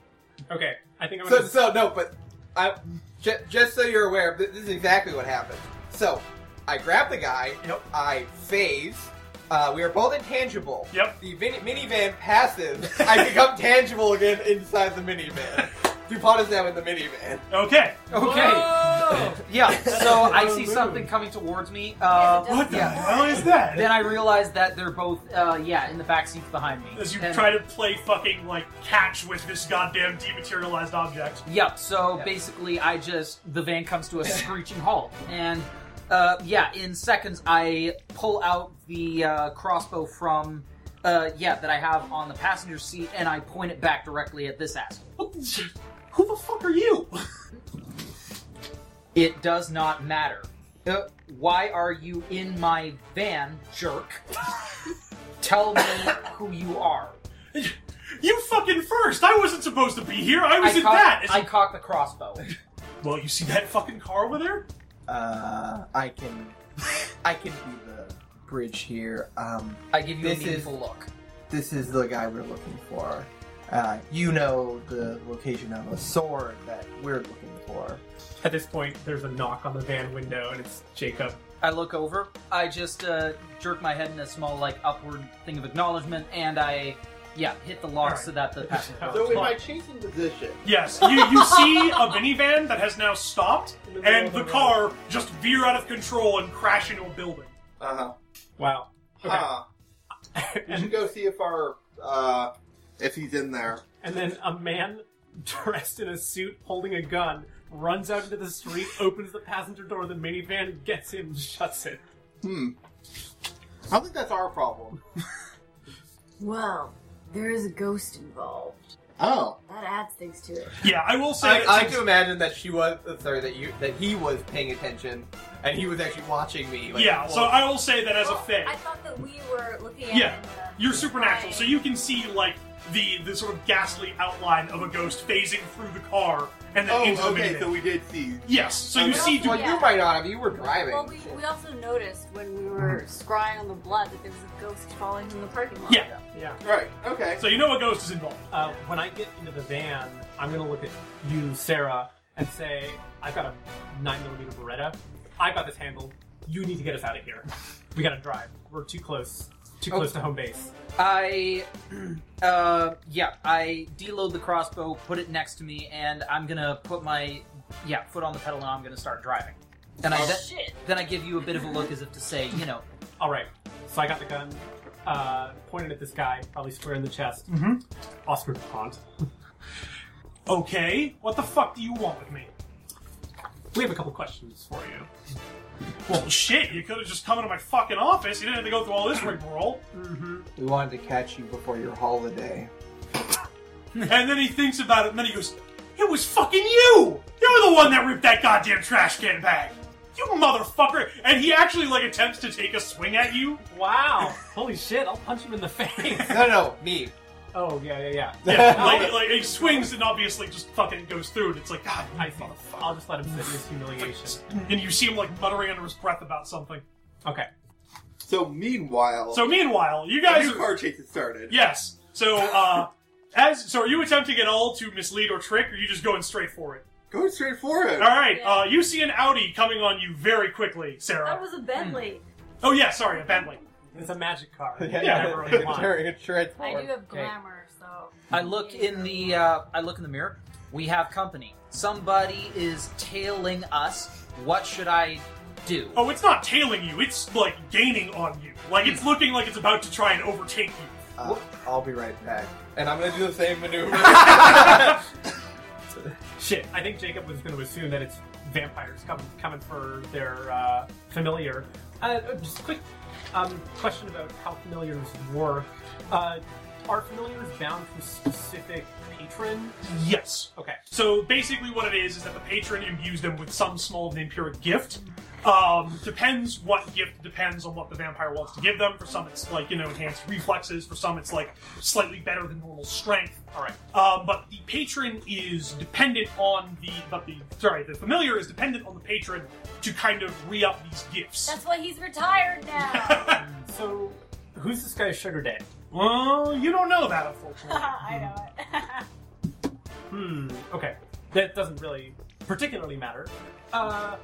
Speaker 6: Okay, I think I'm
Speaker 5: So,
Speaker 6: gonna.
Speaker 5: so no, but I j- just so you're aware, th- this is exactly what happened. So I grab the guy.
Speaker 1: Yep.
Speaker 5: I phase. Uh, we are both intangible.
Speaker 1: Yep.
Speaker 5: The mini- minivan passes. I become tangible again inside the minivan. Dupont is now in the minivan.
Speaker 1: Okay.
Speaker 6: okay.
Speaker 2: Whoa! yeah. So I see something coming towards me. Uh,
Speaker 1: What the
Speaker 2: yeah.
Speaker 1: hell is that?
Speaker 2: Then I realize that they're both, uh, yeah, in the back seats behind me.
Speaker 1: As you
Speaker 2: And-
Speaker 1: try to play fucking like catch with this goddamn dematerialized object.
Speaker 2: Yep. So
Speaker 5: Yeah.
Speaker 2: basically, I just the van comes to a screeching halt, and uh, yeah, in seconds I pull out the uh, crossbow from uh, yeah that I have on the passenger seat, and I point it back directly at this asshole.
Speaker 1: What the, who the fuck are you?
Speaker 2: It does not matter. Uh, why are you in my van, jerk? Tell me who you are.
Speaker 1: You fucking first. I wasn't supposed to be here. I was in
Speaker 2: cock-
Speaker 1: that. It's-
Speaker 2: I cock the crossbow.
Speaker 1: well, you see that fucking car over there?
Speaker 5: Uh, I can, I can be the bridge here. Um,
Speaker 2: I give you
Speaker 5: This
Speaker 2: a
Speaker 5: is-
Speaker 2: meaningful look.
Speaker 5: this is the guy we're looking for. Uh, you know the location of a sword that we're looking for.
Speaker 6: At this point, there's a knock on the van window, and it's Jacob.
Speaker 2: I look over. I just uh, jerk my head in a small, like, upward thing of acknowledgement, and I, yeah, hit the lock
Speaker 1: All right.
Speaker 2: so that the passenger.
Speaker 6: So
Speaker 1: in my
Speaker 5: chasing position,
Speaker 1: Yes. You you see a minivan that has now stopped,
Speaker 6: In the middle
Speaker 1: and
Speaker 6: of
Speaker 1: the
Speaker 6: road.
Speaker 1: car just veer out of control and crash into a building.
Speaker 4: Uh-huh.
Speaker 6: Wow. Okay.
Speaker 4: Huh. We should
Speaker 6: And,
Speaker 4: go see if our uh if he's in there.
Speaker 6: and then a man dressed in a suit holding a gun runs out into the street, opens the passenger door of the minivan, gets in, shuts it.
Speaker 4: Hmm. I don't think that's our problem.
Speaker 3: Well, there is a ghost involved.
Speaker 4: Oh.
Speaker 3: That adds things to it.
Speaker 1: Yeah, I will say.
Speaker 5: I,
Speaker 1: that
Speaker 5: I like
Speaker 1: since-
Speaker 5: to imagine that she was uh, sorry that you that he was paying attention and he was actually watching me. Like,
Speaker 1: yeah. So
Speaker 5: well,
Speaker 1: I will say that as a
Speaker 3: Oh,
Speaker 1: thing.
Speaker 3: I thought that we were looking at uh,
Speaker 1: Yeah.
Speaker 3: it in the-
Speaker 1: You're supernatural, so you can see like the the sort of ghastly outline of a ghost phasing through the car and then into
Speaker 4: Oh,
Speaker 1: the
Speaker 4: okay,
Speaker 1: minivan.
Speaker 4: so we did see.
Speaker 1: yes, so you
Speaker 4: Okay.
Speaker 1: see.
Speaker 5: well,
Speaker 1: Du-
Speaker 3: Yeah.
Speaker 5: you might not have. You were driving.
Speaker 3: Well, we, we also noticed when we
Speaker 1: Hmm.
Speaker 3: were scrying on the blood that there was a ghost falling from the parking lot.
Speaker 1: Yeah.
Speaker 6: Yeah.
Speaker 4: Right. Okay.
Speaker 1: so you know a ghost is involved.
Speaker 6: Uh, when I get into the van, I'm gonna look at you, Sarah, and say, "I've got a nine millimeter Beretta. I got this handled. You need to get us out of here. We gotta drive. We're too close. Too
Speaker 2: Okay.
Speaker 6: close to home base."
Speaker 2: I, uh, yeah, I deload the crossbow, put it next to me, and I'm gonna put my, yeah, foot on the pedal, and I'm gonna start driving. Then I,
Speaker 3: Oh,
Speaker 2: then,
Speaker 3: shit.
Speaker 2: then I give you a bit of a look as if to say, you know,
Speaker 6: All right. So I got the gun uh, pointed at this guy, probably square in the chest.
Speaker 1: Mhm.
Speaker 6: Oscar Dupont.
Speaker 1: Okay, what the fuck do you want with me?
Speaker 6: We have a couple questions for you.
Speaker 1: Well, shit, you could have just come into my fucking office. You didn't have to go through all this rigmarole.
Speaker 5: We wanted to catch you before your holiday.
Speaker 1: and then he thinks about it, and then he goes, "It was fucking you. You're the one that ripped that goddamn trash can bag, you motherfucker!" And he actually like attempts to take a swing at you.
Speaker 6: Wow! Holy shit! I'll punch him in the face.
Speaker 5: No, no, me.
Speaker 6: oh yeah, yeah, yeah.
Speaker 1: Yeah, like, like he swings and obviously just fucking goes through, and it's like, God, you
Speaker 6: I see.
Speaker 1: motherfucker.
Speaker 6: I'll just let him sit in his humiliation.
Speaker 1: And you see him like muttering under his breath about something.
Speaker 6: Okay.
Speaker 4: So meanwhile,
Speaker 1: So meanwhile, you
Speaker 4: a
Speaker 1: guys
Speaker 4: new
Speaker 1: are
Speaker 4: car chase has started.
Speaker 1: Yes. So, uh, as so, are you attempting at all to mislead or trick, or are you just going straight for it?
Speaker 4: Go straight for it.
Speaker 1: All right.
Speaker 3: Yeah.
Speaker 1: Uh, you see an Audi coming on you very quickly, Sarah.
Speaker 3: That was a Bentley.
Speaker 1: oh yeah, sorry, a Bentley.
Speaker 6: It's a magic card.
Speaker 1: yeah.
Speaker 6: Never really won.
Speaker 3: I do have
Speaker 2: Hmm. Okay.
Speaker 3: glamour, so.
Speaker 2: I look in the uh, I look in the mirror. We have company. Somebody is tailing us. What should I do?
Speaker 1: Oh, it's not tailing you. It's like gaining on you. Like it's looking like it's about to try and overtake you.
Speaker 5: Uh, I'll be right back. And I'm gonna do the same maneuver.
Speaker 6: Shit, I think Jacob was going to assume that it's vampires coming coming for their uh, familiar. Uh, just a quick um, question about how familiars work. Uh, are familiars bound to a specific patron?
Speaker 1: Yes.
Speaker 6: Okay.
Speaker 1: So basically, what it is is that the patron imbues them with some small vampiric gift. Um, depends what gift depends on what the vampire wants to give them. For some, it's like you know enhanced reflexes. For some, it's like slightly better than normal strength.
Speaker 6: All right.
Speaker 1: Um, but the patron is dependent on the but the sorry the familiar is dependent on the patron to kind of re up these gifts.
Speaker 3: That's why he's retired now.
Speaker 6: So, who's this guy's sugar daddy?
Speaker 1: well, you don't know that unfortunately.
Speaker 3: I know it.
Speaker 6: Hmm. Okay. That doesn't really particularly matter. Uh,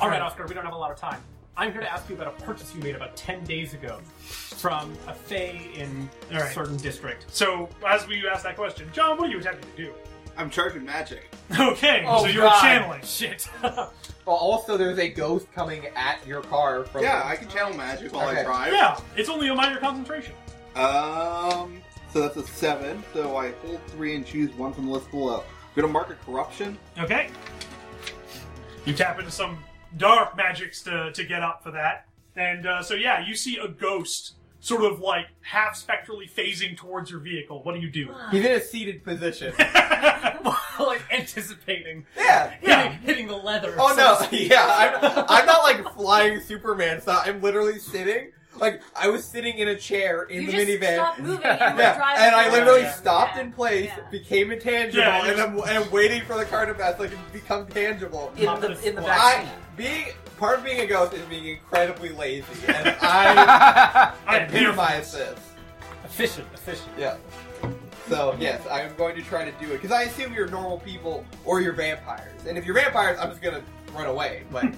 Speaker 6: all right, Oscar. We don't have a lot of time. I'm here to ask you about a purchase you made about ten days ago from a fey in
Speaker 1: All
Speaker 6: a
Speaker 1: right.
Speaker 6: certain district.
Speaker 1: So as we ask that question, John, what are you attempting to do?
Speaker 4: I'm charging magic.
Speaker 1: Okay,
Speaker 2: Oh,
Speaker 1: so you're
Speaker 2: God.
Speaker 1: channeling.
Speaker 6: Shit.
Speaker 5: Well, also, there's a ghost coming at your car from.
Speaker 4: Yeah, I can channel magic while I
Speaker 5: Okay.
Speaker 4: drive.
Speaker 1: Yeah, it's only a minor concentration.
Speaker 4: Um, so that's a seven. So I hold three and choose one from the list below. I'm gonna mark a corruption.
Speaker 1: Okay. You tap into some dark magics to, to get up for that. And uh, so, yeah, you see a ghost sort of like half spectrally phasing towards your vehicle. What do you do?
Speaker 5: He's in a seated position.
Speaker 6: like anticipating
Speaker 5: yeah.
Speaker 1: Yeah.
Speaker 6: hitting the leather.
Speaker 5: Oh
Speaker 6: so to
Speaker 5: no!
Speaker 6: speak.
Speaker 5: Yeah, I'm, I'm not like flying Superman style. I'm literally sitting. Like I was sitting in a chair in
Speaker 3: you
Speaker 5: the
Speaker 3: just
Speaker 5: minivan.
Speaker 3: stopped moving. And, you were
Speaker 5: Yeah,
Speaker 3: driving
Speaker 5: and I
Speaker 3: around.
Speaker 5: literally
Speaker 3: Yeah.
Speaker 5: stopped in place,
Speaker 3: Yeah.
Speaker 5: became intangible,
Speaker 1: Yeah,
Speaker 5: and, I'm, and I'm waiting for the car to pass so I can become tangible.
Speaker 2: in the in the
Speaker 6: Well,
Speaker 5: I
Speaker 2: back
Speaker 5: being part of being a ghost is being incredibly lazy, and I
Speaker 1: I am here.
Speaker 5: epitomize this.
Speaker 6: Efficient, efficient.
Speaker 5: Yeah. So yes, I'm going to try to do it because I assume you're normal people or you're vampires, and if you're vampires, I'm just gonna run away. But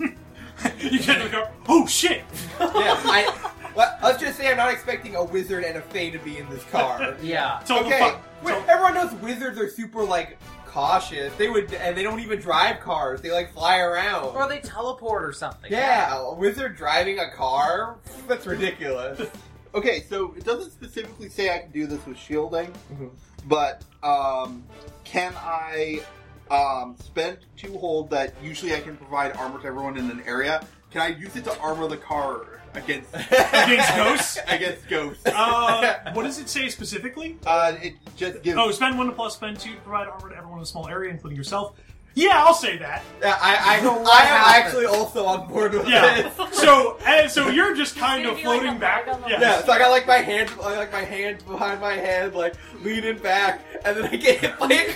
Speaker 1: You can't go, oh shit!
Speaker 5: yeah, I. Well, let's just say I'm not expecting a wizard and a fae to be in this car.
Speaker 2: Yeah.
Speaker 1: So the
Speaker 5: okay,
Speaker 1: fuck.
Speaker 5: wait,
Speaker 1: so-
Speaker 5: everyone knows wizards are super like cautious. They would, and they don't even drive cars. They like fly around.
Speaker 2: Or they teleport or something.
Speaker 5: yeah, a wizard driving a car? That's ridiculous.
Speaker 4: Okay, so it doesn't specifically say I can do this with shielding,
Speaker 5: Mhm.
Speaker 4: but um, can I um, spend to hold that usually I can provide armor to everyone in an area? Can I use it to armor the car against
Speaker 1: Against ghosts?
Speaker 4: against ghosts?
Speaker 1: Uh, what does it say specifically?
Speaker 4: Uh, it just gives.
Speaker 1: Oh, spend one to plus spend two to provide armor to everyone in a small area, including yourself. Yeah, I'll say that.
Speaker 5: Yeah, I, I, I am
Speaker 2: What happened?
Speaker 5: actually also on board with
Speaker 1: Yeah.
Speaker 5: this.
Speaker 1: so, and so you're just kind
Speaker 3: gonna
Speaker 1: of
Speaker 3: be like a
Speaker 1: floating back.
Speaker 3: rag on the
Speaker 1: Yeah.
Speaker 5: Yeah, so I got like my hands, I like my hands behind my head, like leaning back, and then I get hit by a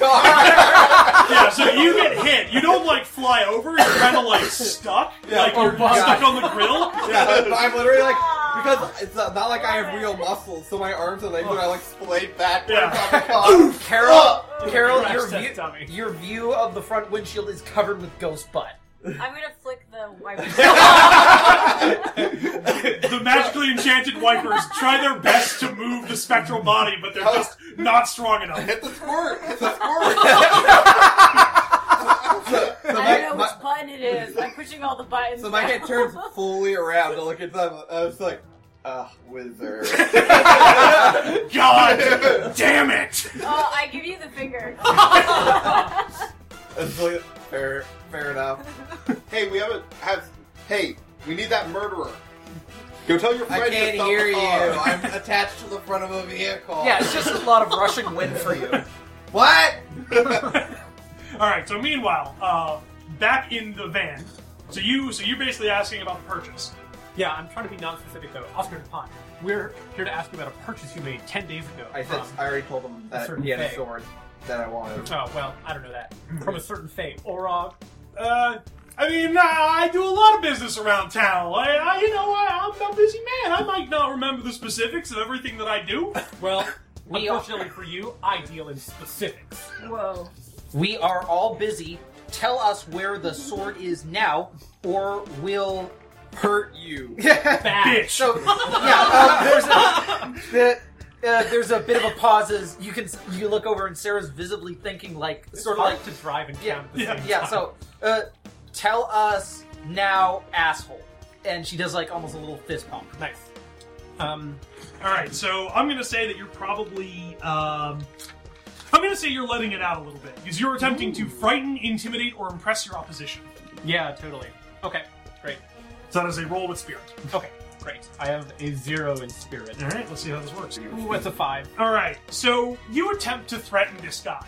Speaker 5: car.
Speaker 1: Yeah, so you get hit. You don't like fly over. You're kind of like stuck.
Speaker 5: Yeah,
Speaker 1: like
Speaker 5: or
Speaker 1: you're
Speaker 5: bust.
Speaker 1: stuck on the grill.
Speaker 5: yeah, I'm, I'm literally like because it's not not like I have real muscles, so my arms and legs are like splayed back
Speaker 1: Yeah.
Speaker 5: on the car.
Speaker 2: Carol, Carol,
Speaker 6: Crash
Speaker 2: your
Speaker 6: test
Speaker 2: view,
Speaker 6: dummy.
Speaker 2: your view of the front windshield is covered with ghost butt.
Speaker 3: I'm gonna flick the wiper.
Speaker 1: The magically enchanted wipers try their best to move the spectral body, but they're just not strong enough.
Speaker 4: Hit the squirt! Hit the squirt!
Speaker 5: So
Speaker 3: I
Speaker 5: my-
Speaker 3: don't know
Speaker 5: my-
Speaker 3: which button it is. I'm pushing all the buttons.
Speaker 5: So my head
Speaker 3: now.
Speaker 5: turns fully around to look at them. I was like, ah, wizard.
Speaker 1: God damn it!
Speaker 3: Oh, I give you the finger.
Speaker 5: It's like, fair, fair enough.
Speaker 4: hey, we haven't have. Hey, we need that murderer. Go tell your friend.
Speaker 5: I
Speaker 4: to
Speaker 5: can't
Speaker 4: stop
Speaker 5: hear
Speaker 4: the
Speaker 5: you.
Speaker 4: car.
Speaker 5: I'm attached to the front of a vehicle.
Speaker 2: Yeah, it's just a lot of Russian wind for you.
Speaker 5: What?
Speaker 1: All right. So meanwhile, uh, back in the van. So you, so you're basically asking about the purchase.
Speaker 6: Yeah, I'm trying to be non-specific though. Oscar DuPont, we're here to ask you about a purchase you made ten days ago.
Speaker 5: I said
Speaker 6: from-
Speaker 5: I already told him that
Speaker 6: Certain
Speaker 5: he had a
Speaker 6: thing.
Speaker 5: sword that I wanted.
Speaker 6: Oh well, I don't know that. From a certain fate, Orog.
Speaker 1: Uh, I mean, I, I do a lot of business around town. I, I you know, I, I'm a busy man. I might not remember the specifics of everything that I do.
Speaker 6: Well,
Speaker 2: We are-
Speaker 6: unfortunately for you, I deal in specifics.
Speaker 3: Whoa.
Speaker 2: We are all busy. Tell us where the sword is now, or we'll.
Speaker 5: Hurt you.
Speaker 6: Bad.
Speaker 1: Bitch.
Speaker 2: So yeah, um, there's a the, uh, there's a bit of a pause as you can you look over and Sarah's visibly thinking like
Speaker 6: It's
Speaker 2: sort of
Speaker 6: hard
Speaker 2: like
Speaker 6: to drive and
Speaker 2: Yeah,
Speaker 6: count at the
Speaker 1: yeah,
Speaker 6: same
Speaker 2: yeah.
Speaker 6: time.
Speaker 2: So uh, tell us now, asshole. And she does like almost a little fist pump.
Speaker 6: nice. Um,
Speaker 1: All right, so I'm going to say that you're probably. Um, I'm going to say you're letting it out a little bit because you're attempting to frighten, intimidate, or impress your opposition.
Speaker 6: yeah, totally. Okay, great.
Speaker 1: So that is a roll with spirit.
Speaker 6: Okay, Great. I have a zero in spirit.
Speaker 1: All right, let's see how this works.
Speaker 6: Ooh, that's a five.
Speaker 1: All right, so you attempt to threaten this guy,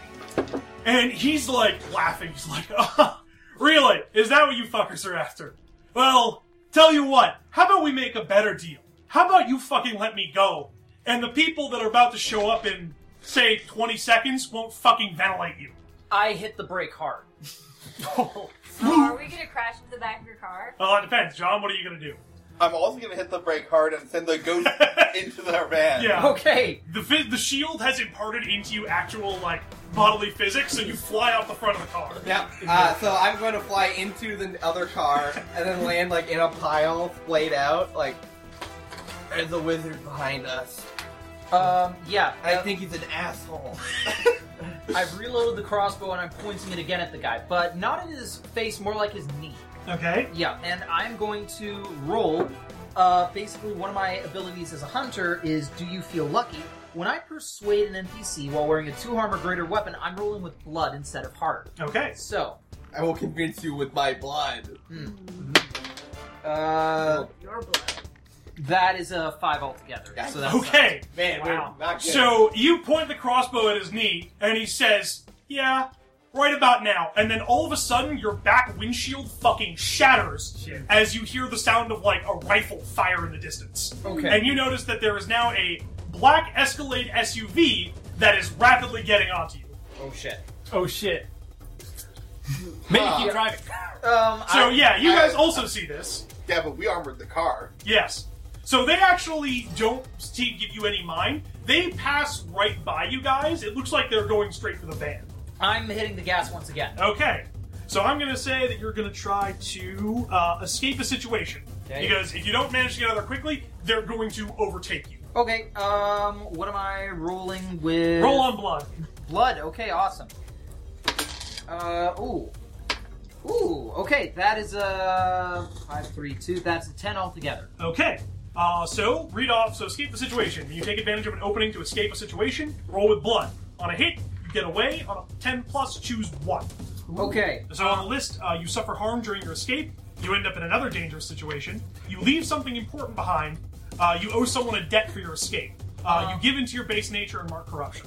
Speaker 1: and he's like laughing. He's like, "Ah, "Really? Is that what you fuckers are after?" Well, tell you what. How about we make a better deal? How about you fucking let me go, and the people that are about to show up in say 20 seconds won't fucking ventilate you.
Speaker 2: I hit the brake hard.
Speaker 3: So are we gonna crash into the back of your car?
Speaker 1: Well, Oh, uh, it depends, John. What are you gonna do?
Speaker 4: I'm also gonna hit the brake hard and send the ghost into their van.
Speaker 1: Yeah.
Speaker 2: Okay.
Speaker 1: The fi- the shield has imparted into you actual like bodily physics, so you fly off the front of the car.
Speaker 5: Yep. Uh, so I'm going to fly into the other car and then land like in a pile, splayed out. Like there's a wizard behind us.
Speaker 2: Um. Yeah.
Speaker 5: I think he's an asshole.
Speaker 2: I've reloaded the crossbow and I'm pointing it again at the guy, but not at his face, more like his knee.
Speaker 1: Okay.
Speaker 2: Yeah, and I'm going to roll. Uh, basically, one of my abilities as a hunter is Do You Feel Lucky? When I persuade an NPC while wearing a two harm or greater weapon, I'm rolling with blood instead of heart.
Speaker 1: Okay.
Speaker 2: So,
Speaker 5: I will convince you with my blood. Hmm.
Speaker 2: uh,
Speaker 3: Your blood.
Speaker 2: that is a five altogether.
Speaker 5: Yeah.
Speaker 2: So um, that's
Speaker 1: Okay.
Speaker 5: Man,
Speaker 1: Wow.
Speaker 5: we're not good.
Speaker 1: So you point the crossbow at his knee, and he says, "Yeah, right about now." And then all of a sudden, your back windshield fucking shatters
Speaker 6: Shit.
Speaker 1: as you hear the sound of like a rifle fire in the distance.
Speaker 2: Okay.
Speaker 1: And you notice that there is now a black Escalade SUV that is rapidly getting onto you.
Speaker 2: oh shit.
Speaker 6: Oh shit. Maybe keep driving.
Speaker 2: Um,
Speaker 1: So
Speaker 2: I,
Speaker 1: yeah, you
Speaker 4: I-
Speaker 1: guys also see this.
Speaker 4: Yeah, but we armored the car.
Speaker 1: Yes. So they actually don't see- give you any mind. They pass right by you guys. It looks like they're going straight for the van.
Speaker 2: I'm hitting the gas once again.
Speaker 1: Okay. So I'm going to say that you're going to try to uh, escape the situation.
Speaker 2: Okay.
Speaker 1: Because if you don't manage to get out there quickly, they're going to overtake you.
Speaker 2: Okay, um, what am I rolling with?
Speaker 1: Roll on blood.
Speaker 2: Blood. Okay, awesome. Uh, ooh. Ooh, okay, that is a 532. That's a 10 altogether.
Speaker 1: Okay. Uh, so read off. So escape the situation. When you take advantage of an opening to escape a situation, roll with blood. On a hit, you get away. On a 10 plus, choose one.
Speaker 2: Okay.
Speaker 1: So on the list, uh, you suffer harm during your escape. You end up in another dangerous situation. You leave something important behind. Uh, you owe someone a debt for your escape.
Speaker 2: Uh-huh.
Speaker 1: Uh, you give into your base nature and mark corruption.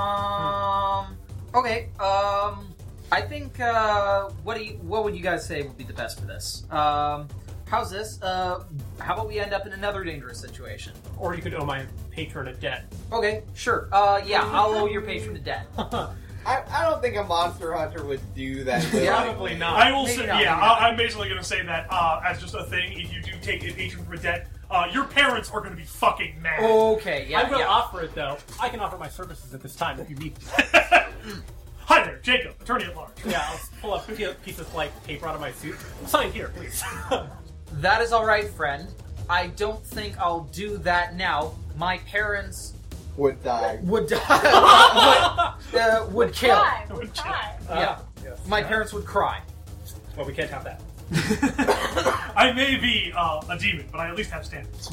Speaker 2: Um, okay, um, I think, uh, what do you, what would you guys say would be the best for this? Um, how's this? Uh, how about we end up in another dangerous situation?
Speaker 6: Or you could owe my patron a debt.
Speaker 2: Okay, sure. Uh, yeah, I'll owe your patron a debt.
Speaker 5: I, I don't think a monster hunter would do that.
Speaker 6: Probably not.
Speaker 1: I will
Speaker 2: Uh, maybe
Speaker 1: say,
Speaker 2: not,
Speaker 1: yeah,
Speaker 2: maybe not.
Speaker 1: I, I'm basically going to say that uh, as just a thing. If you do take a patron from a debt, uh, your parents are going to be fucking mad.
Speaker 2: Okay, yeah,
Speaker 6: I will
Speaker 2: yeah.
Speaker 6: offer it though. I can offer my services at this time if you need. me.
Speaker 1: Hi there, Jacob, attorney at large.
Speaker 6: yeah, I'll pull up a piece of like paper out of my suit. Sign here, please. Uh,
Speaker 2: That is all right, friend. I don't think I'll do that now. My parents
Speaker 5: Would die.
Speaker 2: would die. would, uh, would kill.
Speaker 3: Why? Why?
Speaker 2: Yeah.
Speaker 5: yes.
Speaker 2: My parents would cry.
Speaker 6: well, we can't have that.
Speaker 1: I may be uh, a demon, but I at least have standards.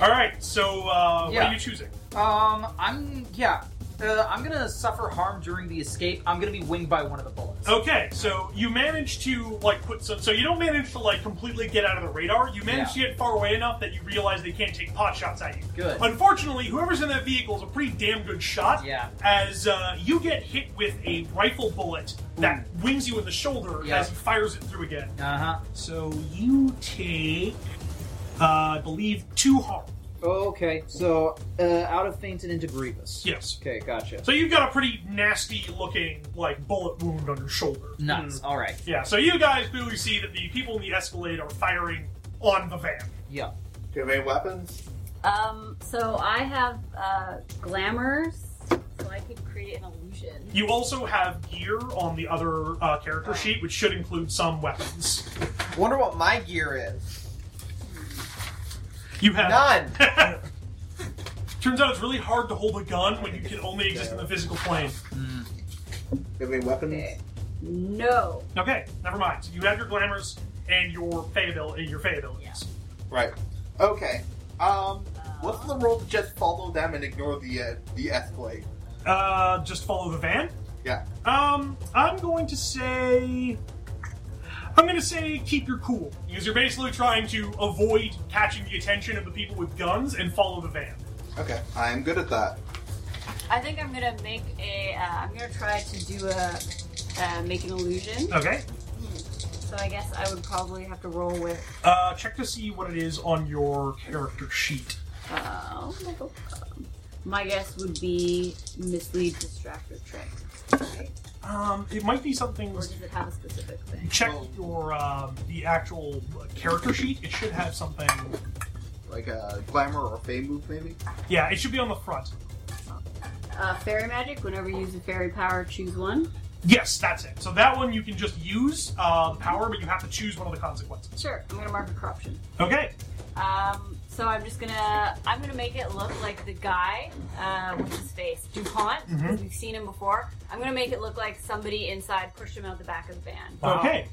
Speaker 1: All right, so uh, what
Speaker 2: Hmm. Yeah.
Speaker 1: are you choosing?
Speaker 2: Um, I'm yeah. Uh, I'm gonna suffer harm during the escape. I'm gonna be winged by one of the bullets.
Speaker 1: Okay, so you manage to like put some. So you don't manage to like completely get out of the radar. You manage to get far away enough that you realize they can't take pot shots at you.
Speaker 2: Good.
Speaker 1: Unfortunately, whoever's in that vehicle is a pretty damn good shot.
Speaker 2: Yeah.
Speaker 1: As uh, you get hit with a rifle bullet that wings you in the shoulder
Speaker 2: Hmm. Yeah.
Speaker 1: as he fires it through again.
Speaker 2: Uh huh.
Speaker 1: So you take, uh, I believe, two harm.
Speaker 2: Okay, so uh, out of faint and into grievous.
Speaker 1: Yes.
Speaker 2: Okay, gotcha.
Speaker 1: So you've got a pretty nasty looking like bullet wound on your shoulder.
Speaker 2: Nuts. All right.
Speaker 1: Yeah, so you guys clearly see that the people in the Escalade are firing on the van.
Speaker 2: Yeah.
Speaker 4: Do you have any weapons?
Speaker 3: Um, so I have uh, glamours, so I could create an illusion.
Speaker 1: You also have gear on the other uh, character sheet, which should include some weapons.
Speaker 5: Wonder what my gear is.
Speaker 1: You have.
Speaker 5: None.
Speaker 1: Turns out it's really hard to hold a gun when you can only exist in the physical plane.
Speaker 4: Do you have any weapons?
Speaker 3: Okay. No.
Speaker 1: Okay, never mind. So you have your glamours and your pay abil- and your pay abilities.
Speaker 4: Right. Okay. Um, what's the rule to just follow them and ignore the uh, the escalade?
Speaker 1: Uh, just follow the van.
Speaker 4: Yeah.
Speaker 1: Um, I'm going to say. I'm gonna say keep your cool because you're basically trying to avoid catching the attention of the people with guns and follow the van.
Speaker 4: Okay, I'm good at that.
Speaker 3: I think I'm gonna make a. Uh, I'm gonna try to do a. Uh, make an illusion.
Speaker 1: Okay.
Speaker 3: So I guess I would probably have to roll with.
Speaker 1: Uh, check to see what it is on your character sheet.
Speaker 3: Uh, um, my guess would be mislead, distract, or trick. Right?
Speaker 1: Um, it might be something.
Speaker 3: Or does it have a specific thing?
Speaker 1: Check your um, the actual uh, character sheet. It should have something.
Speaker 4: Like a glamour or fame move, maybe.
Speaker 1: Yeah, it should be on the front.
Speaker 3: Uh, fairy magic. Whenever you use a fairy power, choose one.
Speaker 1: Yes, that's it. So that one you can just use uh, the power, but you have to choose one of the consequences.
Speaker 3: Sure. I'm gonna mark a corruption.
Speaker 1: Okay.
Speaker 3: Um, so I'm just gonna I'm gonna make it look like the guy, uh, what's his face, Dupont. 'cause
Speaker 1: Mhm.
Speaker 3: We've seen him before. I'm gonna make it look like somebody inside pushed him out the back of the van.
Speaker 6: Wow.
Speaker 1: Okay.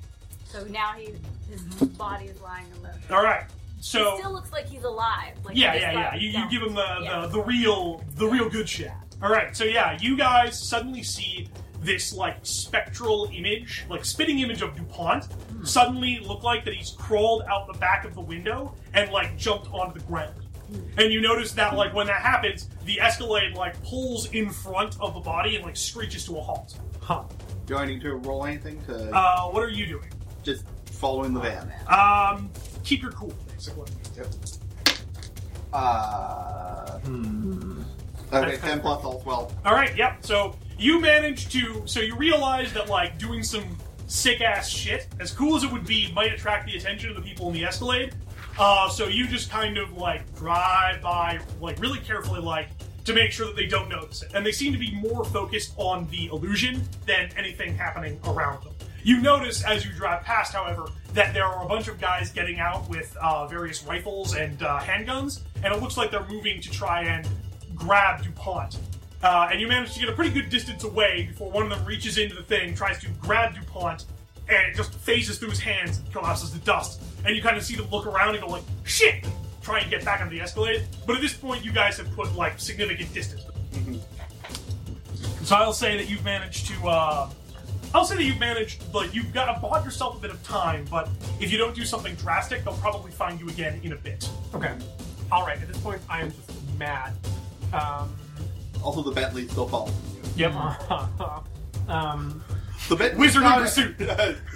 Speaker 3: So now he his body is lying in motion.
Speaker 1: All right.
Speaker 3: it still
Speaker 1: So
Speaker 3: looks like he's alive. Like
Speaker 1: yeah,
Speaker 3: he just
Speaker 1: yeah, yeah.
Speaker 3: got
Speaker 1: You, you
Speaker 3: dumped.
Speaker 1: give him the,
Speaker 3: Yeah.
Speaker 1: the the real the real good shit. All right. So yeah, you guys suddenly see this like spectral image, like spitting image of Dupont,
Speaker 3: Hmm.
Speaker 1: suddenly look like that he's crawled out the back of the window and like jumped onto the ground.
Speaker 3: Hmm.
Speaker 1: And you notice that like when that happens, the Escalade like pulls in front of the body and like screeches to a halt. Huh.
Speaker 4: Do I need to roll anything to
Speaker 1: Uh, what are you doing?
Speaker 4: just following the van?
Speaker 1: Um, keep your cool, basically.
Speaker 5: Uh,
Speaker 4: Okay, ten plus all twelve.
Speaker 1: All right, yep. So you manage to, so you realize that like doing some sick ass shit, as cool as it would be, might attract the attention of the people in the Escalade. Uh, so you just kind of like drive by, like really carefully, like to make sure that they don't notice it. And they seem to be more focused on the illusion than anything happening around them. You notice as you drive past, however, that there are a bunch of guys getting out with uh, various rifles and uh, handguns, and it looks like they're moving to try and grab DuPont. Uh, and you manage to get a pretty good distance away before one of them reaches into the thing, tries to grab DuPont, and it just phases through his hands and collapses to dust. And you kind of see them look around and go like, shit! Try and get back on the escalade. But at this point, you guys have put like significant distance. So I'll say that you've managed to. Uh, I'll say that you've managed, like you've got bought yourself a bit of time. But if you don't do something drastic, they'll probably find you again in a bit.
Speaker 6: Okay. All right. At this point, I am just mad. Um,
Speaker 4: Also, the Bentley's still following you.
Speaker 1: Yep.
Speaker 6: Hmm. uh-huh. um,
Speaker 4: The Bentley
Speaker 1: Wizard in
Speaker 4: not-
Speaker 1: pursuit.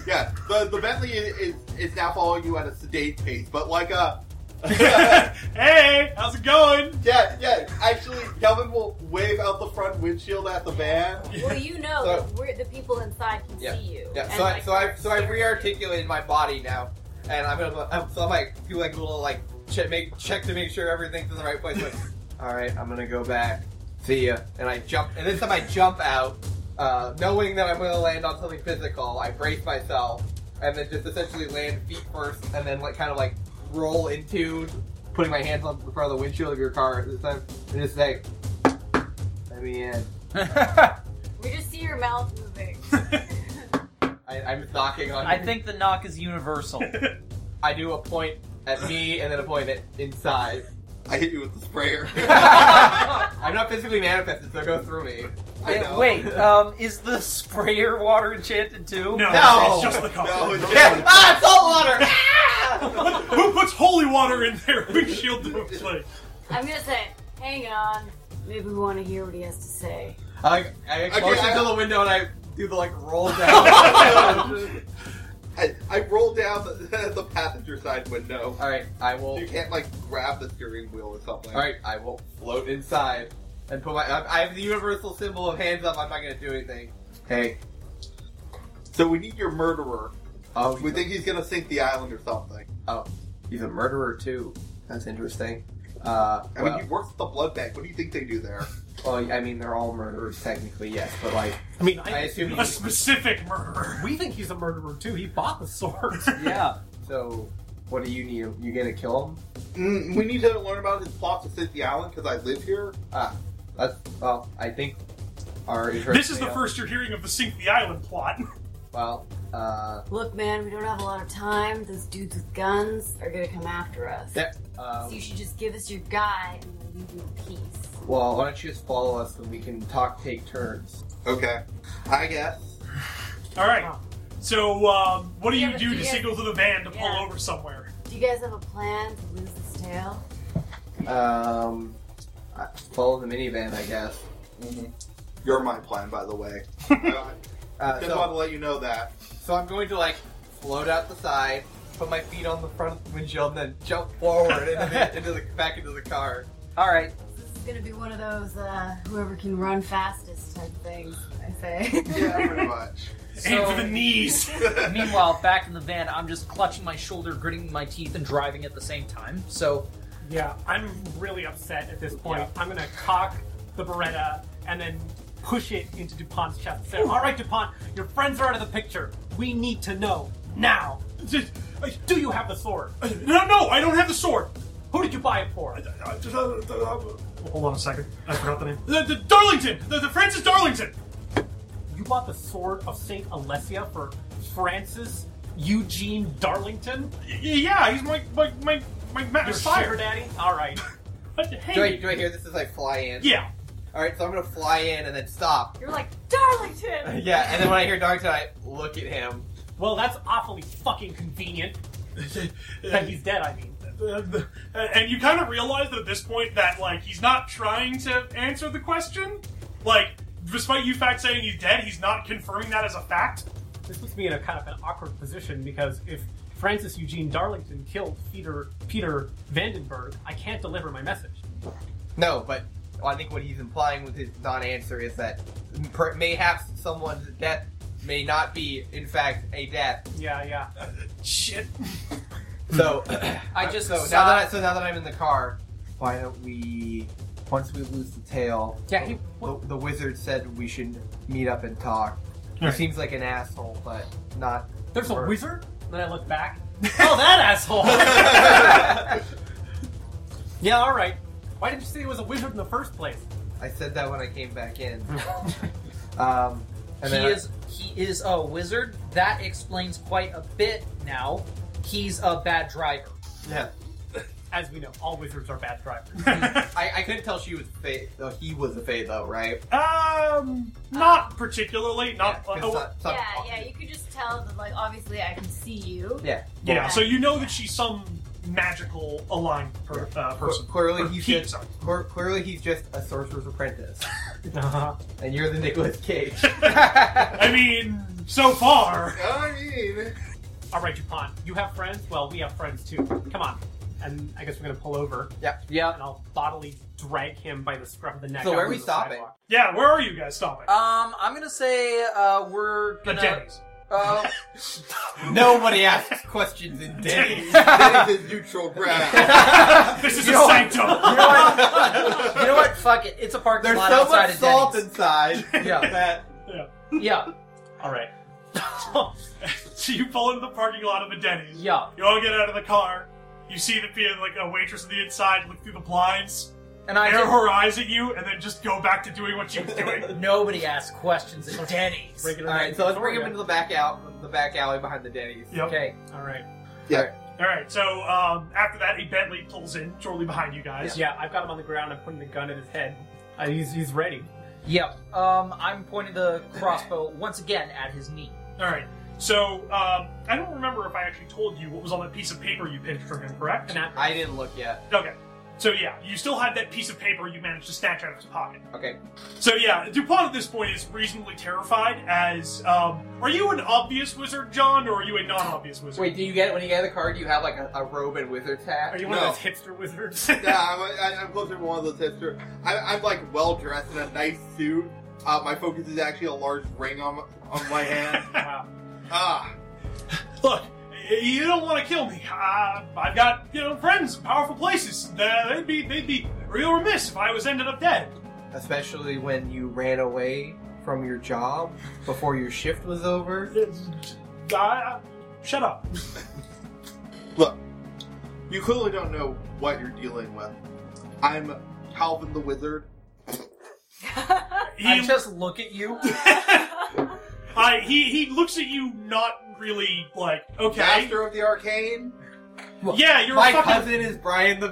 Speaker 4: yeah, the the Bentley is, is is now following you at a sedate pace, but like uh, a.
Speaker 1: hey, how's it going?
Speaker 4: Yeah, yeah. Actually, Kelvin will wave out the front windshield at the van.
Speaker 3: Well, you know
Speaker 5: So-
Speaker 3: that we're, the people inside can
Speaker 5: Yeah.
Speaker 3: see you.
Speaker 5: yeah.
Speaker 3: and,
Speaker 5: So I
Speaker 3: like,
Speaker 5: so I
Speaker 3: they're
Speaker 5: so I
Speaker 3: scared.
Speaker 5: rearticulated my body now, and I'm gonna I'm, so I'm like do like a little like check make check to make sure everything's in the right place. Like, all right, I'm gonna go back. See ya. And I jump, and this time I jump out, uh, knowing that I'm gonna land on something physical. I brace myself, and then just essentially land feet first, and then like kind of like roll into putting my hands on the front of the windshield of your car this time, and just say, "Let me in."
Speaker 3: We just see your mouth moving.
Speaker 5: I, I'm knocking on.
Speaker 2: I think the knock is universal.
Speaker 5: I do a point at me and then a point at inside.
Speaker 4: I hit you with the sprayer.
Speaker 5: I'm not physically manifested, so go through me. I
Speaker 2: Uh,
Speaker 5: know.
Speaker 2: Wait, um, is the sprayer water enchanted too?
Speaker 1: No,
Speaker 5: No.
Speaker 1: it's just the coffee.
Speaker 4: no, it's
Speaker 5: Yeah. Ah, salt water!
Speaker 1: Who puts holy water in their windshield to play?
Speaker 3: I'm gonna say, hang on. Maybe we want to hear what he has to say.
Speaker 5: I like I
Speaker 4: Okay,
Speaker 5: motion
Speaker 4: I-
Speaker 5: to the window and I do the like roll down.
Speaker 4: I, I rolled down the, the passenger side window.
Speaker 5: Oh, Alright, I will
Speaker 4: You can't like grab the steering wheel or something.
Speaker 5: Alright, I will float inside and put my I I have the universal symbol of hands up, I'm not gonna do anything. Hey.
Speaker 4: So we need your murderer.
Speaker 5: Oh
Speaker 4: We think he's gonna sink the island or something.
Speaker 5: oh, he's a murderer too. That's interesting. Uh,
Speaker 4: I
Speaker 5: well,
Speaker 4: mean, he works at the blood bank. What do you think they do there?
Speaker 5: well, I mean, they're all murderers technically, yes, but like,
Speaker 6: I mean,
Speaker 5: I
Speaker 6: I,
Speaker 5: assume
Speaker 1: A
Speaker 5: he's
Speaker 1: specific murderer.
Speaker 6: we think he's a murderer too. He bought the sword.
Speaker 2: Yeah.
Speaker 5: So, what do you need? You gonna kill him?
Speaker 4: Mm, we need to learn about his plot to sink the island because I live here.
Speaker 5: Ah, that's well. I think our interest.
Speaker 1: This is the first you're hearing of the Sink the Island plot.
Speaker 5: Well, uh,
Speaker 3: Look, man, we don't have a lot of time. Those dudes with guns are gonna come after us.
Speaker 5: yeah,
Speaker 3: So you
Speaker 5: um,
Speaker 3: should just give us your guy and we'll leave you in peace.
Speaker 5: well, why don't you just follow us and we can talk, take turns.
Speaker 4: Okay. I guess.
Speaker 1: All right. So, uh, what do
Speaker 3: Yeah,
Speaker 1: you
Speaker 3: but
Speaker 1: do
Speaker 3: do
Speaker 1: to
Speaker 3: you-
Speaker 1: signal to the van to pull
Speaker 3: Yeah.
Speaker 1: over somewhere?
Speaker 3: Do you guys have a plan to lose this tail?
Speaker 5: Um, I- follow the minivan, I guess.
Speaker 4: You're my plan, by the way. I just
Speaker 5: Uh,
Speaker 4: want
Speaker 5: so,
Speaker 4: to let you know that.
Speaker 5: so I'm going to like float out the side, put my feet on the front of the windshield, and then jump forward into the, into the back into the car.
Speaker 2: All right.
Speaker 3: This is gonna be one of those uh, whoever can run fastest type things. I say.
Speaker 4: Yeah, pretty much.
Speaker 1: Aim
Speaker 2: So,
Speaker 1: for the knees.
Speaker 2: meanwhile, back in the van, I'm just clutching my shoulder, gritting my teeth, and driving at the same time. So,
Speaker 6: Yeah, I'm really upset at this point. I'm gonna cock the Beretta and then push it into DuPont's chest. and Say, all right, DuPont, your friends are out of the picture. We need to know now. Just- uh, Do you have the sword?
Speaker 1: no, no, I don't have the sword.
Speaker 6: Who did you buy it for?
Speaker 1: Hold on a second. I forgot the name. The, the Darlington. The, the Francis Darlington.
Speaker 6: You bought the sword of Saint Alessia for Francis Eugene Darlington.
Speaker 1: Y- yeah, he's my my my my, my
Speaker 6: Your sugar
Speaker 1: fire.
Speaker 6: daddy. All right.
Speaker 1: But hey,
Speaker 5: Do I, do I hear this as I fly in?
Speaker 1: yeah.
Speaker 5: All right, so I'm gonna fly in and then stop.
Speaker 3: You're like Darlington.
Speaker 5: Yeah, and then when I hear Darkton, I look at him.
Speaker 6: Well, that's awfully fucking convenient that he's dead. I mean,
Speaker 1: Uh, and you kind of realize that at this point that like he's not trying to answer the question like despite you fact saying he's dead he's not confirming that as a fact
Speaker 6: this puts me in a kind of an awkward position because if Francis Eugene Darlington killed Peter Peter Vandenberg, I can't deliver my message.
Speaker 5: No, but I think what he's implying with his non-answer is that per- mayhaps someone's death may not be, in fact, a death.
Speaker 6: Yeah, yeah.
Speaker 1: shit
Speaker 5: So
Speaker 2: I just
Speaker 5: so now
Speaker 2: saw-
Speaker 5: that Hmm. I, so now that I'm in the car, why don't we? Once we lose the tail,
Speaker 2: Yeah, he-
Speaker 5: the, the wizard said we should meet up and talk. He
Speaker 1: Right.
Speaker 5: seems like an asshole, but not.
Speaker 6: There's a
Speaker 5: Or-
Speaker 6: wizard. Then I look back. Oh, that asshole. yeah, all right. Why didn't you say he was a wizard in the first place?
Speaker 5: I said that when I came back in. um, and then
Speaker 2: he
Speaker 5: I-
Speaker 2: is he is a wizard. That explains quite a bit now. He's a bad driver.
Speaker 5: yeah.
Speaker 6: As we know, all wizards are bad drivers.
Speaker 5: I, I couldn't tell she was fey. Though he was a fey, though, right?
Speaker 1: um not particularly not
Speaker 5: yeah,
Speaker 1: uh,
Speaker 5: 'cause
Speaker 1: oh,
Speaker 5: some- some-
Speaker 3: Yeah, yeah. You could just tell that, like, obviously, I can see you.
Speaker 5: yeah.
Speaker 1: yeah so you know that she's some magical aligned per, uh, person
Speaker 5: Clearly
Speaker 1: Or
Speaker 5: he's
Speaker 1: peep,
Speaker 5: just
Speaker 1: sorry.
Speaker 5: clear- clearly he's just a sorcerer's apprentice,
Speaker 6: uh-huh.
Speaker 5: and you're the Nicolas Cage.
Speaker 1: i mean so far
Speaker 4: I mean,
Speaker 6: All right, Dupont, you have friends? Well, we have friends too. Come on. And I guess we're going to pull over,
Speaker 2: Yeah.
Speaker 6: and I'll bodily drag him by the scruff of the neck.
Speaker 5: So
Speaker 6: out
Speaker 5: where are
Speaker 6: onto
Speaker 5: we
Speaker 6: the
Speaker 5: stopping?
Speaker 6: sidewalk.
Speaker 1: yeah where are you guys stopping
Speaker 2: Um, I'm gonna say uh, we're
Speaker 1: the
Speaker 2: gonna.
Speaker 1: denny's
Speaker 2: Uh,
Speaker 5: Nobody asks questions in
Speaker 1: Denny's.
Speaker 5: Denny's.
Speaker 4: that is his neutral ground.
Speaker 1: this is
Speaker 5: You
Speaker 1: a
Speaker 5: know-
Speaker 1: sanctum
Speaker 2: you know what? you know what? Fuck it. It's a parking
Speaker 5: There's
Speaker 2: lot
Speaker 5: so
Speaker 2: outside
Speaker 5: much
Speaker 2: of
Speaker 5: salt
Speaker 2: Denny's.
Speaker 5: inside.
Speaker 2: Yeah.
Speaker 5: That,
Speaker 2: Yeah.
Speaker 6: All right.
Speaker 1: so you pull into the parking lot of a denny's
Speaker 2: Yeah.
Speaker 1: You all get out of the car. You see the pe- like a waitress on the inside look through the blinds,
Speaker 2: And I
Speaker 1: air
Speaker 2: just,
Speaker 1: her eyes at you, and then just go back to doing what she was doing.
Speaker 2: nobody asks questions at Denny's.
Speaker 6: Regular
Speaker 5: all right.
Speaker 6: night
Speaker 5: So let's
Speaker 6: Victoria.
Speaker 5: bring him into the back out, the back alley behind the Denny's.
Speaker 1: Yep.
Speaker 2: Okay.
Speaker 6: All right.
Speaker 1: All right. So um, after that, a Bentley pulls in shortly behind you guys.
Speaker 6: Yeah, I've got him on the ground. I'm putting the gun at his head. Uh, he's, he's ready.
Speaker 2: Yep. Um, I'm pointing the crossbow once again at his knee.
Speaker 1: All right. So um, I don't remember if I actually told you what was on that piece of paper you pinched from him, correct?
Speaker 6: And I-
Speaker 5: I didn't look yet.
Speaker 1: Okay. So yeah, you still had that piece of paper you managed to snatch out of his pocket.
Speaker 5: Okay.
Speaker 1: So yeah, Dupont at this point is reasonably terrified. As um, are you an obvious wizard, John, or are you a non-obvious wizard?
Speaker 5: Wait, do you get when you get out of the car? Do you have like a, a robe and wizard's hat?
Speaker 6: Are you one
Speaker 4: No.
Speaker 6: of those hipster wizards?
Speaker 4: Yeah, I'm, I, I'm closer to one of those hipster. I, I'm like well dressed in a nice suit. Uh, my focus is actually a large ring on on my hand.
Speaker 6: wow.
Speaker 4: Ah,
Speaker 1: Look, you don't want to kill me. Uh, I've got you know friends, in powerful places. Uh, they'd be they'd be real remiss if I was ended up dead.
Speaker 5: Especially when you ran away from your job before your shift was over.
Speaker 1: Uh, shut up.
Speaker 4: look, you clearly don't know what you're dealing with. I'm Calvin the Wizard.
Speaker 1: He,
Speaker 2: I just look at you.
Speaker 1: I- he he looks at you, not really like okay.
Speaker 4: Master of the Arcane.
Speaker 1: Yeah, you're
Speaker 5: My
Speaker 1: a fucking
Speaker 5: cousin is Brian the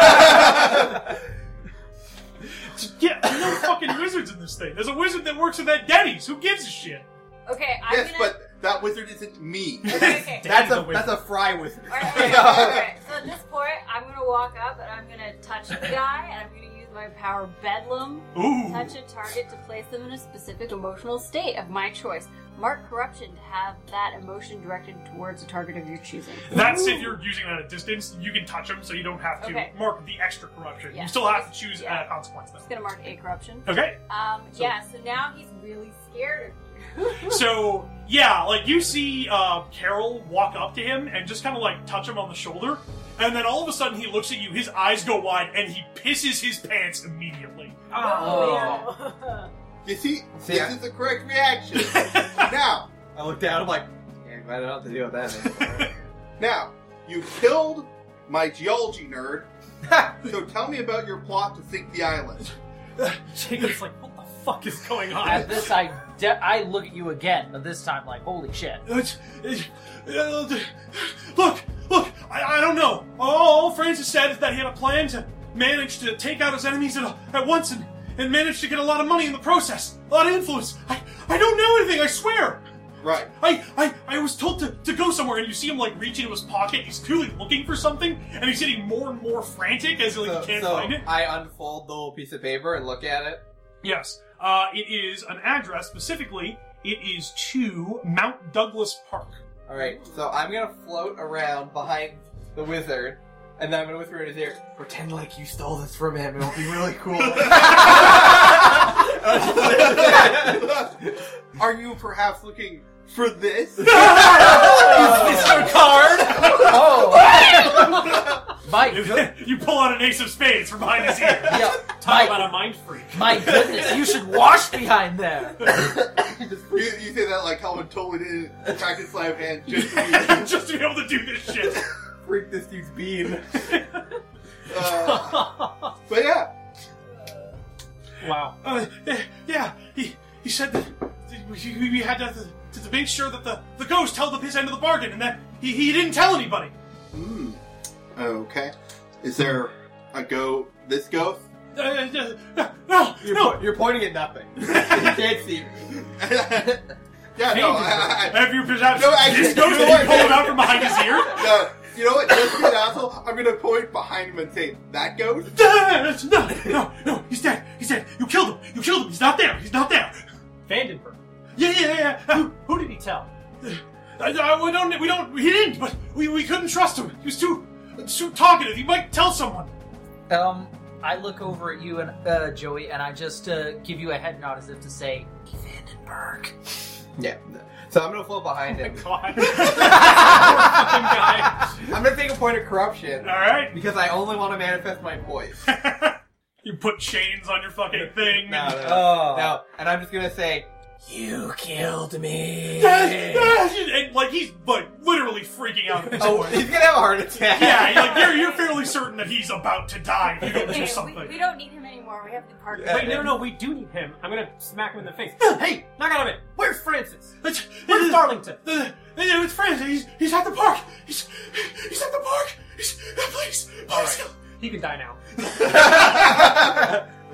Speaker 5: Beyonder.
Speaker 4: Beyonder.
Speaker 1: yeah. There's no fucking wizards in this thing. There's a wizard that works in that Denny's. Who gives a shit?
Speaker 3: Okay, I'm
Speaker 4: yes,
Speaker 3: gonna.
Speaker 4: but That wizard isn't me.
Speaker 3: Okay.
Speaker 5: That's
Speaker 1: the
Speaker 5: a
Speaker 1: wizard.
Speaker 5: that's a fry wizard.
Speaker 3: All right, all right, all right, all right. So at this point, I'm gonna walk up and I'm gonna touch the guy, and I'm gonna use my power bedlam,
Speaker 1: Ooh.
Speaker 3: touch a target to place them in a specific emotional state of my choice. Mark corruption to have that emotion directed towards a target of your choosing.
Speaker 1: That's if you're using that at distance. You can touch them, so you don't have to
Speaker 3: Okay.
Speaker 1: mark the extra corruption.
Speaker 3: Yeah.
Speaker 1: You still have to choose
Speaker 3: Yeah.
Speaker 1: a consequence
Speaker 3: It's
Speaker 1: though.
Speaker 3: gonna mark a corruption.
Speaker 1: Okay.
Speaker 3: Um, yeah. So now he's really scared of you.
Speaker 1: So yeah, like you see uh, Carol walk up to him and just kind of like touch him on the shoulder, and then all of a sudden he looks at you. His eyes go wide, and he pisses his pants immediately.
Speaker 2: Oh.
Speaker 4: You see,
Speaker 5: See,
Speaker 4: this
Speaker 5: I-
Speaker 4: is the correct reaction. now,
Speaker 5: I look down. I'm like, "Damn, I don't have to deal with that. Anymore.
Speaker 4: now, you killed my geology nerd. so tell me about your plot to sink the island.
Speaker 1: Jacob's like, what the fuck is going
Speaker 2: At
Speaker 1: on?
Speaker 2: this, I de- I look at you again, but this time like, holy shit.
Speaker 1: uh, look, look, I, I don't know. All Francis said is that he had a plan to manage to take out his enemies at, at once and, and manage to get a lot of money in the process, a lot of influence. I, I don't know anything, I swear.
Speaker 4: Right.
Speaker 1: I, I, I was told to, to go somewhere, and you see him like reach into his pocket. He's clearly looking for something, and he's getting more and more frantic as like,
Speaker 5: so
Speaker 1: he can't
Speaker 5: so
Speaker 1: find it.
Speaker 5: I unfold the little piece of paper and look at it.
Speaker 1: Yes, uh, it is an address specifically. It is to Mount Douglas Park.
Speaker 5: All right, so I'm gonna float around behind the wizard, and then I'm gonna whisper in his ear, "Pretend like you stole this from him. It'll be really cool."
Speaker 4: Are you perhaps looking for this?
Speaker 5: Is this your card? Oh,
Speaker 2: My good-
Speaker 1: you pull out an ace of spades from behind his ear.
Speaker 2: yeah,
Speaker 1: Talk
Speaker 2: my,
Speaker 1: about a mind freak.
Speaker 2: my goodness, you should wash behind there.
Speaker 4: you, you say that like Calvin totally didn't practice sleight of hand just for you.
Speaker 1: Just to be able to do this shit.
Speaker 5: freak this dude's bean.
Speaker 4: Uh, but yeah,
Speaker 6: Wow.
Speaker 1: Uh, eh, yeah, he, he said that we, we- we had to, to, to make sure that the, the ghost held up his end of the bargain and that he, he didn't tell anybody.
Speaker 4: Hmm. Okay. Is there a go? This ghost?
Speaker 1: Uh, uh, uh, no,
Speaker 5: You're,
Speaker 1: no.
Speaker 5: po- you're pointing at nothing. you can't see. me.
Speaker 4: yeah. No. I, I,
Speaker 1: Have you perhaps
Speaker 4: No, actually,
Speaker 1: this ghost
Speaker 4: you know
Speaker 1: that you
Speaker 4: what?
Speaker 1: pulled out from behind his ear?
Speaker 4: I, no. You know what? Just to be an asshole, I'm gonna point behind him and say that ghost.
Speaker 1: No, no, no, he's dead. He's dead. You killed him. You killed him. He's not there. He's not there.
Speaker 6: Vandenberg.
Speaker 1: Yeah, yeah, yeah. yeah.
Speaker 6: Who, who did he tell?
Speaker 1: I, I, we don't. We don't. He didn't. But we, we couldn't trust him. He was too too talkative. He might tell someone.
Speaker 2: Um, I look over at you and uh, Joey, and I just uh, give you a head nod as if to say, Vandenberg.
Speaker 5: Yeah. So I'm gonna float behind him.
Speaker 6: God. Poor fucking guy.
Speaker 5: I'm gonna take a point of corruption
Speaker 1: All right.
Speaker 5: because I only want to manifest my voice.
Speaker 1: you put chains on your fucking thing.
Speaker 5: No, no, no.
Speaker 2: Oh.
Speaker 5: No, and I'm just gonna say, "You killed me."
Speaker 1: Yes, yes, and like he's like literally freaking out. At this
Speaker 5: Oh,
Speaker 1: point.
Speaker 5: he's gonna have a heart attack.
Speaker 1: Yeah, like you're, you're fairly certain that he's about to die if you don't
Speaker 3: Okay,
Speaker 1: do
Speaker 3: we,
Speaker 1: something.
Speaker 3: we don't need him anymore. We have the park.
Speaker 5: Yeah.
Speaker 6: Wait, no, no, we do need him. I'm gonna smack him in the face.
Speaker 1: hey,
Speaker 6: Knock out of it. Where's Francis?
Speaker 1: it's,
Speaker 6: Where's Darlington?
Speaker 1: Uh, it's friends. He's, he's at the park. He's he's at the park. He's, please, please.
Speaker 6: He can die now.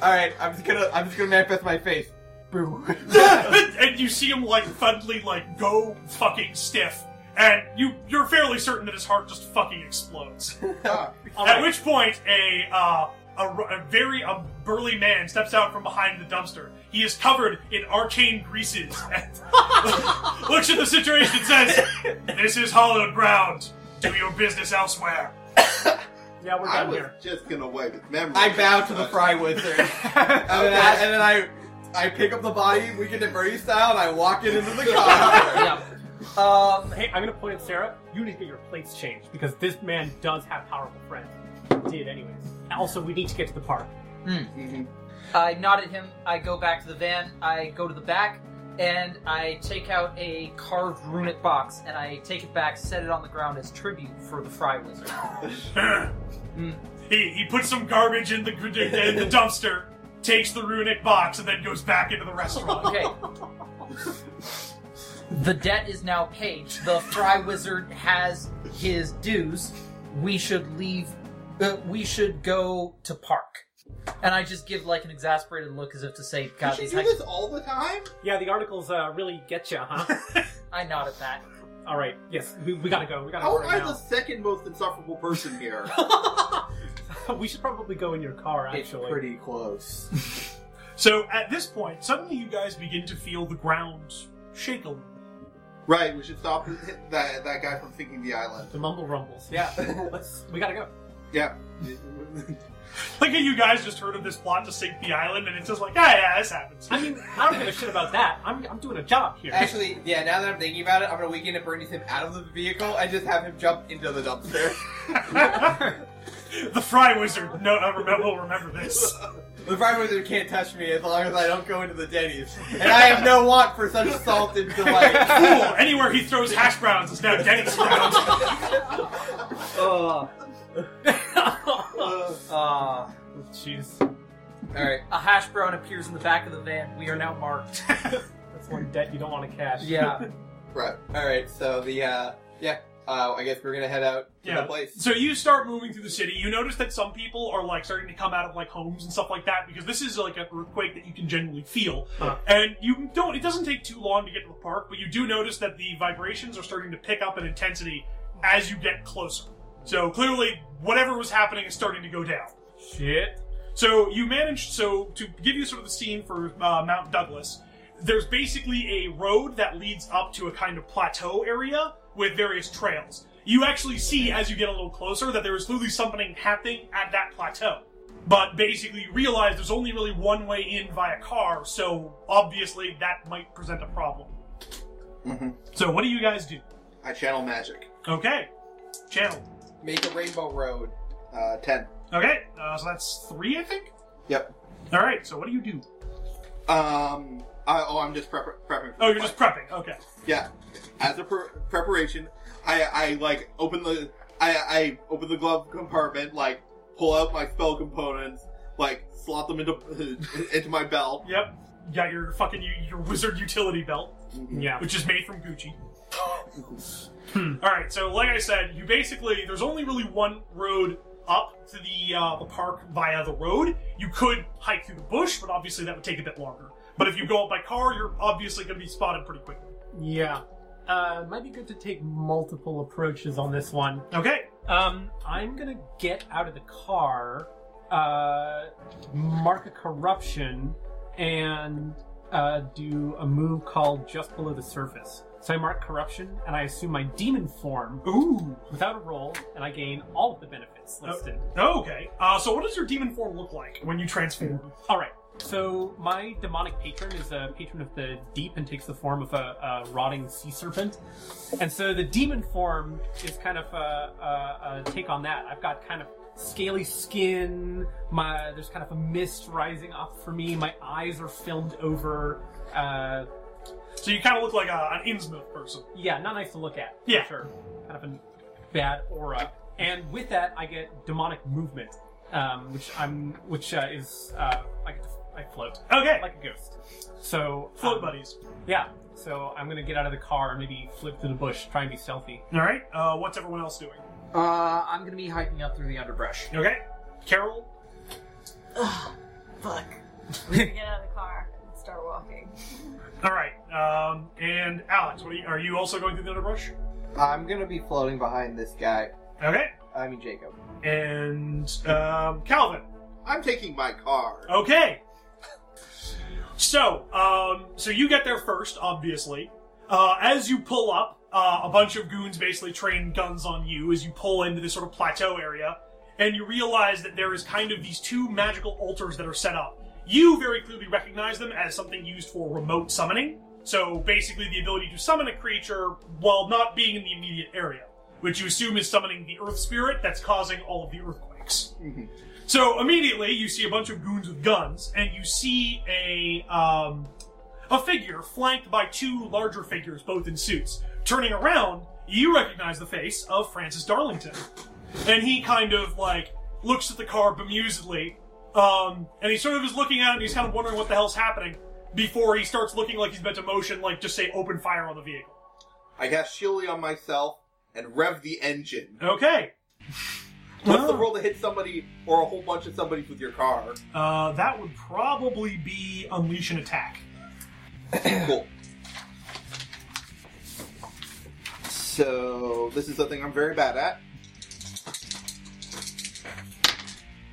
Speaker 5: All right, I'm just gonna, I'm just gonna manifest my face. Boo.
Speaker 1: and you see him like suddenly like go fucking stiff, and you you're fairly certain that his heart just fucking explodes.
Speaker 4: Ah,
Speaker 1: At which point, a uh, a, r- a very a burly man steps out from behind the dumpster. He is covered in arcane greases and looks at the situation and says, "This is hallowed ground. Do your business elsewhere."
Speaker 6: Yeah, we're
Speaker 4: I
Speaker 6: done
Speaker 4: was
Speaker 6: here.
Speaker 4: just gonna wipe his memory.
Speaker 5: I bow to the fry wizard, and then I, and then I, I pick up the body, Weekend at Bernie style, and I walk it into the car.
Speaker 2: yeah. Um,
Speaker 6: Hey, I'm gonna point at Sarah. You need to get your plates changed because this man does have powerful friends. Did anyways. Also, we need to get to the park.
Speaker 4: Mhm.
Speaker 2: I nod at him. I go back to the van. I go to the back, and I take out a carved runic box, and I take it back, set it on the ground as tribute for the Fry Wizard.
Speaker 1: He, he puts some garbage in the, in the dumpster, takes the runic box, and then goes back into the restaurant.
Speaker 2: Okay. the debt is now paid. The Fry Wizard has his dues. We should leave. Uh, we should go to park. And I just give like an exasperated look as if to say, God,
Speaker 4: you
Speaker 2: these
Speaker 4: should do
Speaker 2: hex-
Speaker 4: this all the time?
Speaker 6: Yeah, the articles uh, really get you, huh?
Speaker 2: I nod at that.
Speaker 6: All right. Yes, we, we gotta go. We gotta
Speaker 4: How
Speaker 6: go
Speaker 4: am I
Speaker 6: right
Speaker 4: the second most insufferable person here?
Speaker 6: now. we should probably go in your car,
Speaker 5: It's
Speaker 6: actually.
Speaker 5: pretty close.
Speaker 1: So at this point, suddenly you guys begin to feel the ground shake a little.
Speaker 4: right, we should stop that, that guy from sinking the island.
Speaker 6: The mumble rumbles. Yeah. Let's. We gotta go.
Speaker 4: Yeah.
Speaker 1: Like you guys just heard of this plot to sink the island, and it's just like, ah, yeah, this happens.
Speaker 6: I mean, I don't give a shit about that. I'm, I'm doing a job here.
Speaker 5: Actually, yeah, now that I'm thinking about it, I'm gonna weaken it, Bernie's him out of the vehicle, and just have him jump into the dumpster.
Speaker 1: the Fry Wizard no, I remember, will remember this.
Speaker 5: the fire wizard can't touch me as long as I don't go into the Denny's. And I have no want for such salt and
Speaker 1: Cool.
Speaker 5: delight.
Speaker 1: Anywhere he throws hash browns is now Denny's browns.
Speaker 4: Oh.
Speaker 2: Uh, uh,
Speaker 6: Jeez.
Speaker 5: Alright.
Speaker 2: a hash brown appears in the back of the van. We are now marked.
Speaker 6: That's one debt you don't want to cash.
Speaker 2: Yeah.
Speaker 4: Right.
Speaker 5: Alright, so the, uh, yeah, uh, I guess we're gonna head out to
Speaker 1: Yeah.
Speaker 5: the place.
Speaker 1: So you start moving through the city. You notice that some people are like starting to come out of like homes and stuff like that because this is like an earthquake that you can generally feel.
Speaker 6: Huh.
Speaker 1: And you don't. It doesn't take too long to get to the park, but you do notice that the vibrations are starting to pick up in intensity as you get closer. So clearly, whatever was happening is starting to go down.
Speaker 6: Shit.
Speaker 1: So you managed. So to give you sort of the scene for uh, Mount Douglas, there's basically a road that leads up to a kind of plateau area with various trails. You actually see as you get a little closer that there is clearly something happening at that plateau. But basically, you realize there's only really one way in via car, so obviously that might present a problem. So, what do you guys do?
Speaker 4: I channel magic.
Speaker 1: Okay, channel.
Speaker 5: Make a rainbow road.
Speaker 4: Uh, 10.
Speaker 1: Okay, uh, so that's three, I think.
Speaker 4: Yep.
Speaker 1: All right, so what do you do?
Speaker 4: Um, I, oh, I'm just prep- prepping. for
Speaker 1: Oh, you're
Speaker 4: the
Speaker 1: just prepping. Okay.
Speaker 4: Yeah. As a pre- preparation, I I like open the I I open the glove compartment, like pull out my spell components, like slot them into into my belt.
Speaker 1: Yep. You got your fucking your wizard utility belt,
Speaker 6: Yeah.
Speaker 1: which is made from Gucci.
Speaker 6: Hmm.
Speaker 1: All right. So, like I said, you basically there's only really one road up to the uh, the park via the road. You could hike through the bush, but obviously that would take a bit longer. But if you go up by car, you're obviously going to be spotted pretty quickly.
Speaker 6: Yeah. Uh, might be good to take multiple approaches on this one.
Speaker 1: Okay.
Speaker 6: Um, I'm gonna get out of the car, uh, mark a corruption, and uh, do a move called just below the surface. So I mark corruption, and I assume my demon form
Speaker 1: Ooh.
Speaker 6: without a roll, and I gain all of the benefits listed.
Speaker 1: Okay. Uh, so, what does your demon form look like when you transform?
Speaker 6: All right. So my demonic patron is a patron of the deep and takes the form of a, a rotting sea serpent, and so the demon form is kind of a, a, a take on that. I've got kind of scaly skin. My there's kind of a mist rising up for me. My eyes are filmed over. Uh,
Speaker 1: So you kind of look like a, an Innsmouth person.
Speaker 6: yeah, not nice to look at. for
Speaker 1: Yeah.
Speaker 6: sure. Kind of a bad aura. And with that, I get demonic movement, um, which I'm, which uh, is uh, I get to, I float
Speaker 1: Okay.
Speaker 6: like a ghost. So
Speaker 1: Float
Speaker 6: um,
Speaker 1: buddies.
Speaker 6: Yeah. So I'm gonna get out of the car, and maybe flip through the bush, try and be stealthy.
Speaker 1: All right. Uh, what's everyone else doing?
Speaker 2: Uh, I'm gonna be hiking up through the underbrush.
Speaker 1: Okay. Carol,
Speaker 3: Fuck. We're gonna get out of the car and start walking.
Speaker 1: All right, um, and Alex, what are, you, are you also going through the underbrush?
Speaker 5: I'm gonna be floating behind this guy.
Speaker 1: Okay,
Speaker 5: I mean, Jacob.
Speaker 1: and um, Calvin.
Speaker 4: I'm taking my car.
Speaker 1: Okay. So, um, so you get there first, obviously. Uh, as you pull up, uh, a bunch of goons basically train guns on you as you pull into this sort of plateau area, and you realize that there is kind of these two magical altars that are set up. You very clearly recognize them as something used for remote summoning. So basically, the ability to summon a creature while not being in the immediate area, which you assume is summoning the earth spirit that's causing all of the earthquakes. So immediately you see a bunch of goons with guns, and you see a um, a figure flanked by two larger figures, both in suits. Turning around, you recognize the face of Francis Darlington, and he kind of like looks at the car bemusedly, um, and he sort of is looking at it, and he's kind of wondering what the hell's happening before he starts looking like he's about to motion, like just say open fire on the vehicle. Oh.
Speaker 4: I cast Shilly on myself and rev the engine.
Speaker 1: Okay.
Speaker 4: What's the
Speaker 1: Oh.
Speaker 4: roll to hit somebody or a whole bunch of somebodies with your car?
Speaker 1: Uh, that would probably be unleash an attack.
Speaker 4: cool. So this is something I'm very bad at.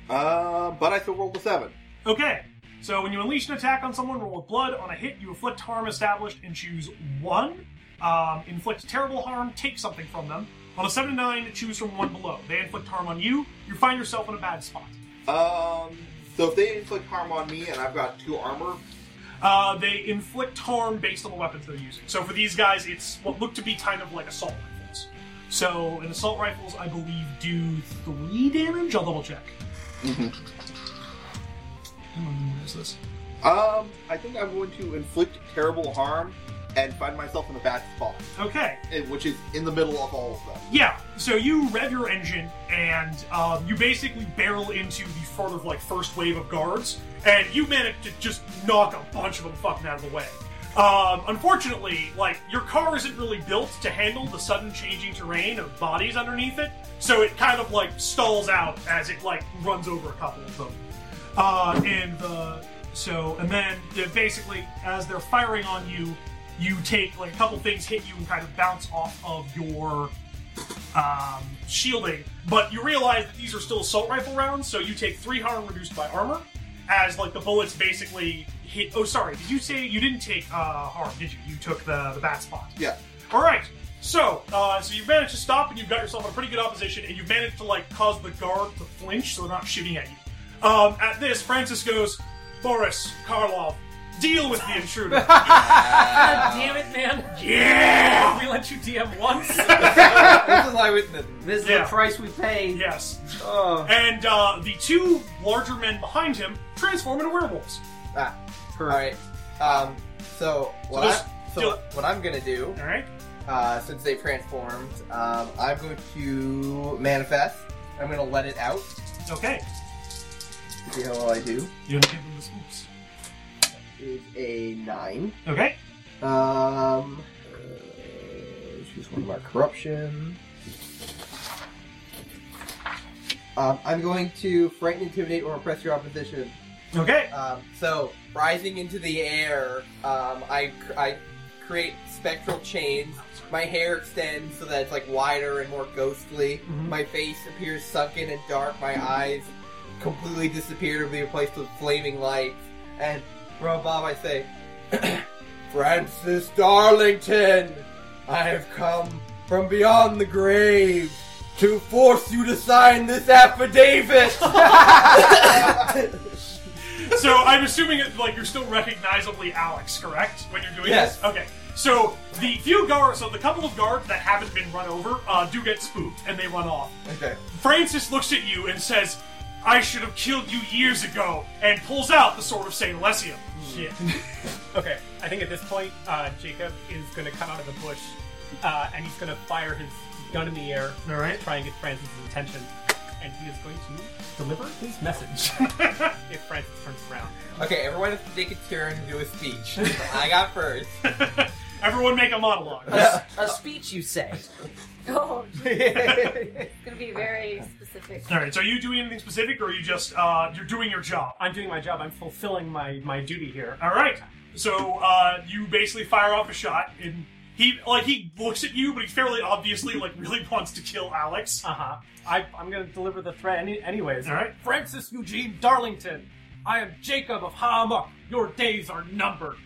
Speaker 4: Uh, but I still rolled a seven.
Speaker 1: Okay. So when you unleash an attack on someone, roll with blood. On a hit, you inflict harm established and choose one. Um, inflict terrible harm, take something from them. On a 7 to 9, choose from one below. They inflict harm on you, you find yourself in a bad spot.
Speaker 4: Um, so if they inflict harm on me and I've got two armor,
Speaker 1: Uh, they inflict harm based on the weapons they're using. So for these guys, it's what looked to be kind of like assault rifles. So an assault rifles, I believe, do three damage. I'll double check. Mm-hmm. Where is this?
Speaker 4: um, I think I'm going to inflict terrible harm and find myself in a bad spot,
Speaker 1: Okay.
Speaker 4: eh, which is in the middle of all of them.
Speaker 1: Yeah. So you rev your engine and um, you basically barrel into the sort of like first wave of guards, and you manage to just knock a bunch of them fucking out of the way. Um, unfortunately, like your car isn't really built to handle the sudden changing terrain of bodies underneath it, so it kind of like stalls out as it like runs over a couple of them. Uh, and the so and then yeah, basically as they're firing on you, you take like a couple things hit you and kind of bounce off of your um, shielding, but you realize that these are still assault rifle rounds, so you take three harm reduced by armor, as like the bullets basically hit. Oh, sorry, did you say you didn't take uh, harm? Did you? You took the the bat spot.
Speaker 4: Yeah.
Speaker 1: All right. So, uh, so you've managed to stop, and you've got yourself in a pretty good opposition, and you've managed to like cause the guard to flinch, so they're not shooting at you. Um, at this, Francis goes, Boris Karlov, deal with the intruder.
Speaker 5: uh,
Speaker 6: God damn it, man.
Speaker 1: yeah.
Speaker 6: We let you DM once.
Speaker 5: this is why we
Speaker 2: This is
Speaker 1: Yeah.
Speaker 2: the price we pay.
Speaker 1: Yes.
Speaker 2: Oh,
Speaker 1: And uh, the two larger men behind him transform into werewolves.
Speaker 5: Ah, all right. Um, so what?
Speaker 1: there's-
Speaker 5: I, so what, what I'm gonna do,
Speaker 1: All right.
Speaker 5: uh, since they transformed, um, I'm going to manifest. I'm gonna let it out.
Speaker 1: Okay.
Speaker 5: See how well I do.
Speaker 1: You want to give them the spoops.
Speaker 5: Is a nine.
Speaker 1: Okay.
Speaker 5: Um, uh, choose one of our corruption. Um, I'm going to frighten, intimidate, or oppress your opposition.
Speaker 1: Okay.
Speaker 5: Um, so, rising into the air, um, I, cr- I create spectral chains. My hair extends so that it's like wider and more ghostly.
Speaker 1: Mhm.
Speaker 5: My face appears sunken and dark. My eyes completely disappear to be replaced with flaming lights. And from above, I say, Francis Darlington, I have come from beyond the grave to force you to sign this affidavit.
Speaker 1: So I'm assuming it, like you're still recognizably Alex, correct? When you're doing
Speaker 5: Yes.
Speaker 1: this. Okay. So the few guards, so the couple of guards that haven't been run over, uh, do get spooked and they run off.
Speaker 5: okay.
Speaker 1: Francis looks at you and says, "I should have killed you years ago," and pulls out the sword of Saint Alessium. Shit.
Speaker 6: Okay, I think at this point, uh, Jacob is going to come out of the bush, uh, and he's going to fire his gun in the air,
Speaker 1: All right.
Speaker 6: try and get Francis' attention, and he is going to deliver his message if Francis turns around.
Speaker 5: Okay, everyone has to take a turn and do a speech. I got first.
Speaker 1: Everyone make a monologue.
Speaker 2: a speech you say.
Speaker 3: Oh,
Speaker 5: okay,
Speaker 3: it's gonna be very specific.
Speaker 1: All right. So are you doing anything specific, or are you just uh, you're doing your job?
Speaker 6: I'm doing my job. I'm fulfilling my my duty here.
Speaker 1: All right. So uh, you basically fire off a shot, and he like he looks at you, but he fairly obviously like really wants to kill Alex.
Speaker 6: Uh huh. I I'm going to deliver the threat any, anyways.
Speaker 1: All right.
Speaker 6: Francis Eugene Darlington, I am Jacob of Hamok. Your days are numbered.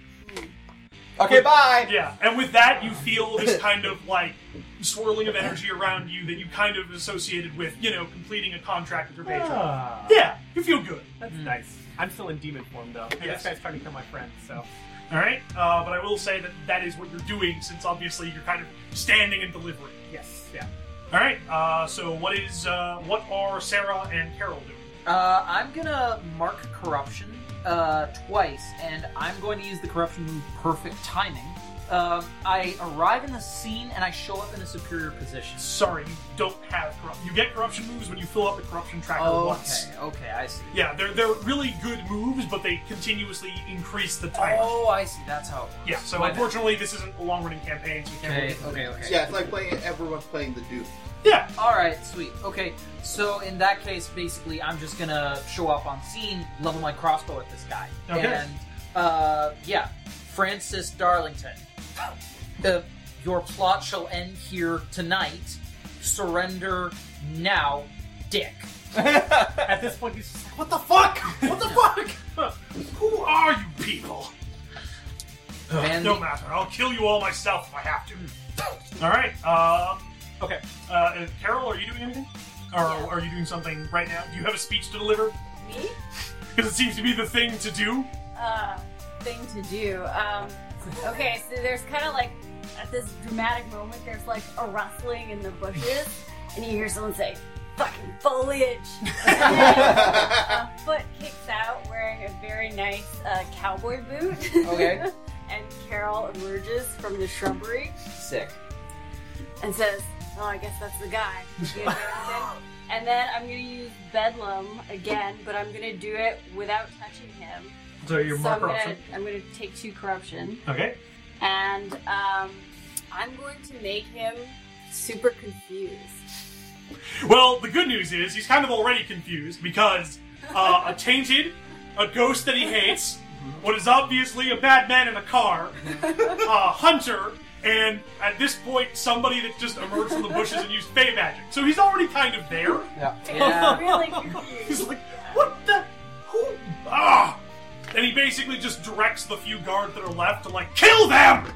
Speaker 5: bye.
Speaker 1: Yeah. And with that, you feel this kind of like swirling of energy around you that you kind of associated with you know completing a contract with your patron.
Speaker 6: Ah,
Speaker 1: Yeah. You feel good.
Speaker 6: that's
Speaker 2: Hmm.
Speaker 6: nice. I'm still in demon form though. And
Speaker 1: Yes.
Speaker 6: This guy's trying to kill my friend, so.
Speaker 1: All right. Uh, but I will say that that is what you're doing, since obviously you're kind of standing and delivering.
Speaker 6: Yes, yeah.
Speaker 1: All right. Uh, so what is uh, what are Sarah and Carol doing?
Speaker 2: Uh, I'm gonna mark corruption uh, twice, and I'm going to use the corruption move perfect timing. Um, I arrive in the scene and I show up in a superior position.
Speaker 1: Sorry, you don't have corruption. You get corruption moves when you fill up the corruption tracker once.
Speaker 2: Okay, okay, I see.
Speaker 1: Yeah, they're they're really good moves, but they continuously increase the time.
Speaker 2: Oh, I see. That's how it works.
Speaker 1: Yeah, so
Speaker 2: My bad.
Speaker 1: unfortunately, this isn't a long running campaign, so we can't.
Speaker 2: Okay,
Speaker 1: really-
Speaker 2: okay, okay.
Speaker 4: Yeah, it's like playing. Everyone's playing the Duke.
Speaker 1: Yeah.
Speaker 2: All right, sweet. Okay, Okay, so in that case, basically, I'm just gonna show up on scene, level my crossbow at this guy,
Speaker 1: Okay.
Speaker 2: and uh, yeah, Francis Darlington. Uh, your plot shall end here tonight. Surrender now, Dick.
Speaker 6: At this point, he's just like,
Speaker 1: What the fuck? What the fuck? Who are you people? Ugh,
Speaker 2: Man,
Speaker 1: no
Speaker 2: the-
Speaker 1: matter. I'll kill you all myself if I have to. all right. Um, okay. Uh, Uh, Carol, are you doing anything? Or
Speaker 3: Yeah.
Speaker 1: are you doing something right now? Do you have a speech to deliver?
Speaker 3: Me?
Speaker 1: Because it seems to be the thing to do.
Speaker 3: uh, thing to do. Um, okay, so there's kind of like at this dramatic moment, there's like a rustling in the bushes, and you hear someone say, "Fucking foliage!" And then a foot kicks out wearing a very nice uh, cowboy boot.
Speaker 5: Okay.
Speaker 3: and Carol emerges from the shrubbery
Speaker 2: Sick.
Speaker 3: and says, "Oh, I guess that's the guy." You know, and then I'm gonna use bedlam again, but I'm gonna do it without touching him.
Speaker 1: So your
Speaker 3: so
Speaker 1: marker
Speaker 3: I'm gonna,
Speaker 1: option.
Speaker 3: I'm gonna take two corruption,
Speaker 1: Okay.
Speaker 3: and um, I'm going to make him super confused.
Speaker 1: Well, the good news is he's kind of already confused because uh, a tainted, a ghost that he hates, what is obviously a bad man in a car, a hunter, and at this point somebody that just emerged from the bushes and used fey magic. So he's already kind of there.
Speaker 2: Yeah.
Speaker 3: really confused.
Speaker 1: He's like, what the? Who? Ah! And he basically just directs the few guards that are left to like kill them.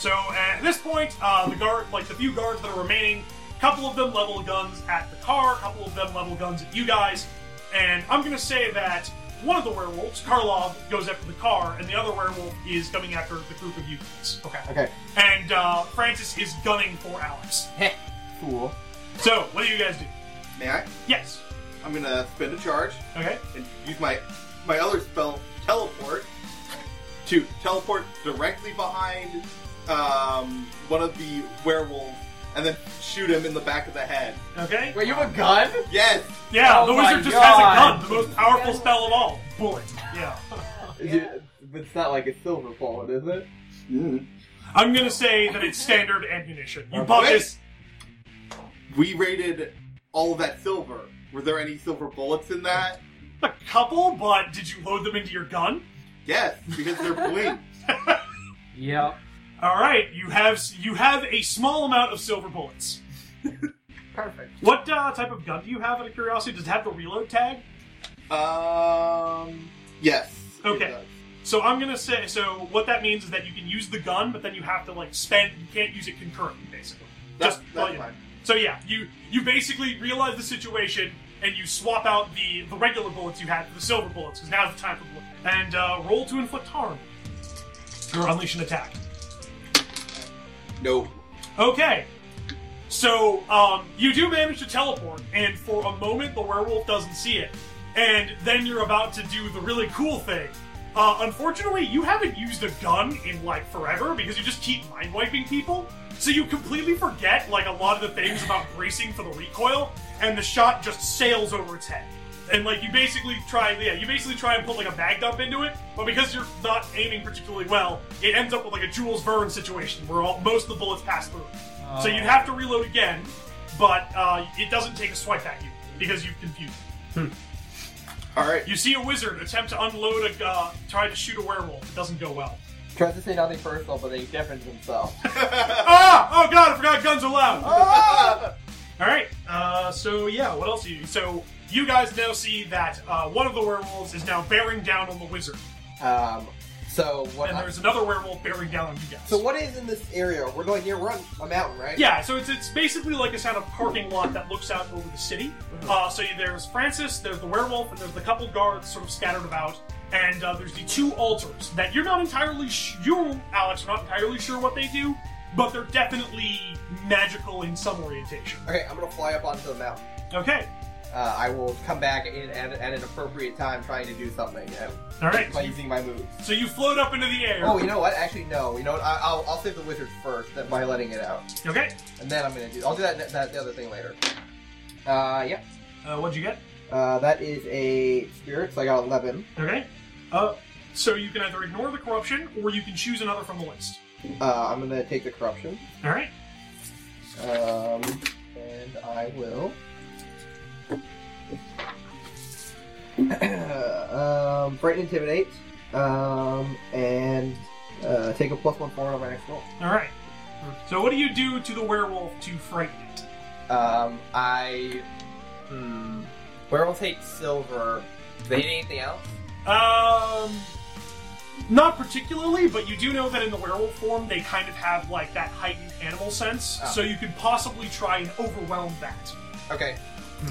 Speaker 1: So at this point, uh, the guard, like the few guards that are remaining, a couple of them level guns at the car, a couple of them level guns at you guys, and I'm gonna say that one of the werewolves, Karlov, goes after the car, and the other werewolf is coming after the group of you guys. Okay.
Speaker 5: Okay.
Speaker 1: And uh, Francis is gunning for Alex.
Speaker 5: Cool.
Speaker 1: So what do you guys do?
Speaker 4: May I?
Speaker 1: Yes.
Speaker 4: I'm gonna spend a charge
Speaker 1: Okay.
Speaker 4: and use my my other spell, teleport, to teleport directly behind um, one of the werewolves and then shoot him in the back of the head.
Speaker 1: Okay.
Speaker 5: Wait, you have a gun?
Speaker 4: Yes.
Speaker 1: Yeah,
Speaker 5: Oh
Speaker 1: the
Speaker 5: my
Speaker 1: wizard just
Speaker 5: God.
Speaker 1: has a gun, the most powerful spell of all. Bullet. Yeah.
Speaker 3: Yeah.
Speaker 5: But it's not like a silver bullet, is it?
Speaker 1: I'm gonna say that it's standard ammunition. You
Speaker 5: Okay.
Speaker 1: bought this.
Speaker 4: We raided all of that silver. Were there any silver bullets in that?
Speaker 1: A couple, but did you load them into your gun?
Speaker 4: Yes, because they're blink.
Speaker 6: yep.
Speaker 1: All right, you have you have a small amount of silver bullets.
Speaker 3: Perfect.
Speaker 1: What uh, type of gun do you have? Out of curiosity, does it have the reload tag?
Speaker 4: Um. Yes. it
Speaker 1: Okay.
Speaker 4: does.
Speaker 1: So I'm gonna say so. What that means is that you can use the gun, but then you have to like spend. You can't use it concurrently, basically.
Speaker 4: That's,
Speaker 1: Just while
Speaker 4: that's
Speaker 1: you-
Speaker 4: fine.
Speaker 1: So yeah, you you basically realize the situation and you swap out the the regular bullets you had for the silver bullets because now's the time for bullet. And uh, roll to inflict harm or unleash an attack.
Speaker 4: No.
Speaker 1: Okay. So um, you do manage to teleport, and for a moment the werewolf doesn't see it, and then you're about to do the really cool thing. Uh, unfortunately, you haven't used a gun in like forever because you just keep mind wiping people, so you completely forget like a lot of the things about bracing for the recoil, and the shot just sails over its head. And like you basically try, yeah, you basically try and put like a mag dump into it, but because you're not aiming particularly well, it ends up with like a Jules Verne situation where all, most of the bullets pass through. So you'd have to reload again, but uh, it doesn't take a swipe at you because you've confused.
Speaker 4: All right.
Speaker 1: You see a wizard attempt to unload a uh, try to shoot a werewolf. It doesn't go well.
Speaker 5: Tries to say nothing personal, but then he deafens himself.
Speaker 1: Ah! Oh god! I forgot guns are loud. All right. Uh, so yeah, what else? Are you, so you guys now see that uh, one of the werewolves is now bearing down on the wizard,
Speaker 5: Um, so what?
Speaker 1: and there's another werewolf bearing down on you guys.
Speaker 5: so what is in this area? We're going near one a mountain, right?
Speaker 1: Yeah, so it's it's basically like a kind of parking lot that looks out over the city. Uh, so there's Francis, there's the werewolf, and there's the couple guards sort of scattered about, and uh, there's the two altars that you're not entirely sh- you, Alex, are not entirely sure what they do, but they're definitely magical in some orientation.
Speaker 5: Okay, I'm gonna fly up onto the mountain.
Speaker 1: Okay,
Speaker 5: Uh, I will come back in at, at an appropriate time, trying to do something uh,
Speaker 1: all right.
Speaker 5: by using my moves.
Speaker 1: So you float up into the air.
Speaker 5: Oh, you know what? Actually, no. You know what? I, I'll, I'll save the wizard first that- by letting it out,
Speaker 1: Okay,
Speaker 5: and then I'm gonna do. I'll do that. That the other thing later. Uh, yeah.
Speaker 1: uh, what'd you get?
Speaker 5: Uh, that is a spirit, so I got eleven.
Speaker 1: Okay, uh, so you can either ignore the corruption or you can choose another from the list.
Speaker 5: Uh, I'm gonna take the corruption.
Speaker 1: All right.
Speaker 5: Um, and I will. um, frighten, intimidate, um, and uh, take a plus one forward on my next roll.
Speaker 1: All right. So what do you do to the werewolf to frighten it?
Speaker 5: Um, I. Hmm. Werewolf hate silver. Do they need anything else?
Speaker 1: Um, not particularly, but you do know that in the werewolf form they kind of have like that heightened animal sense,
Speaker 5: Oh.
Speaker 1: so you could possibly try and overwhelm that.
Speaker 5: Okay.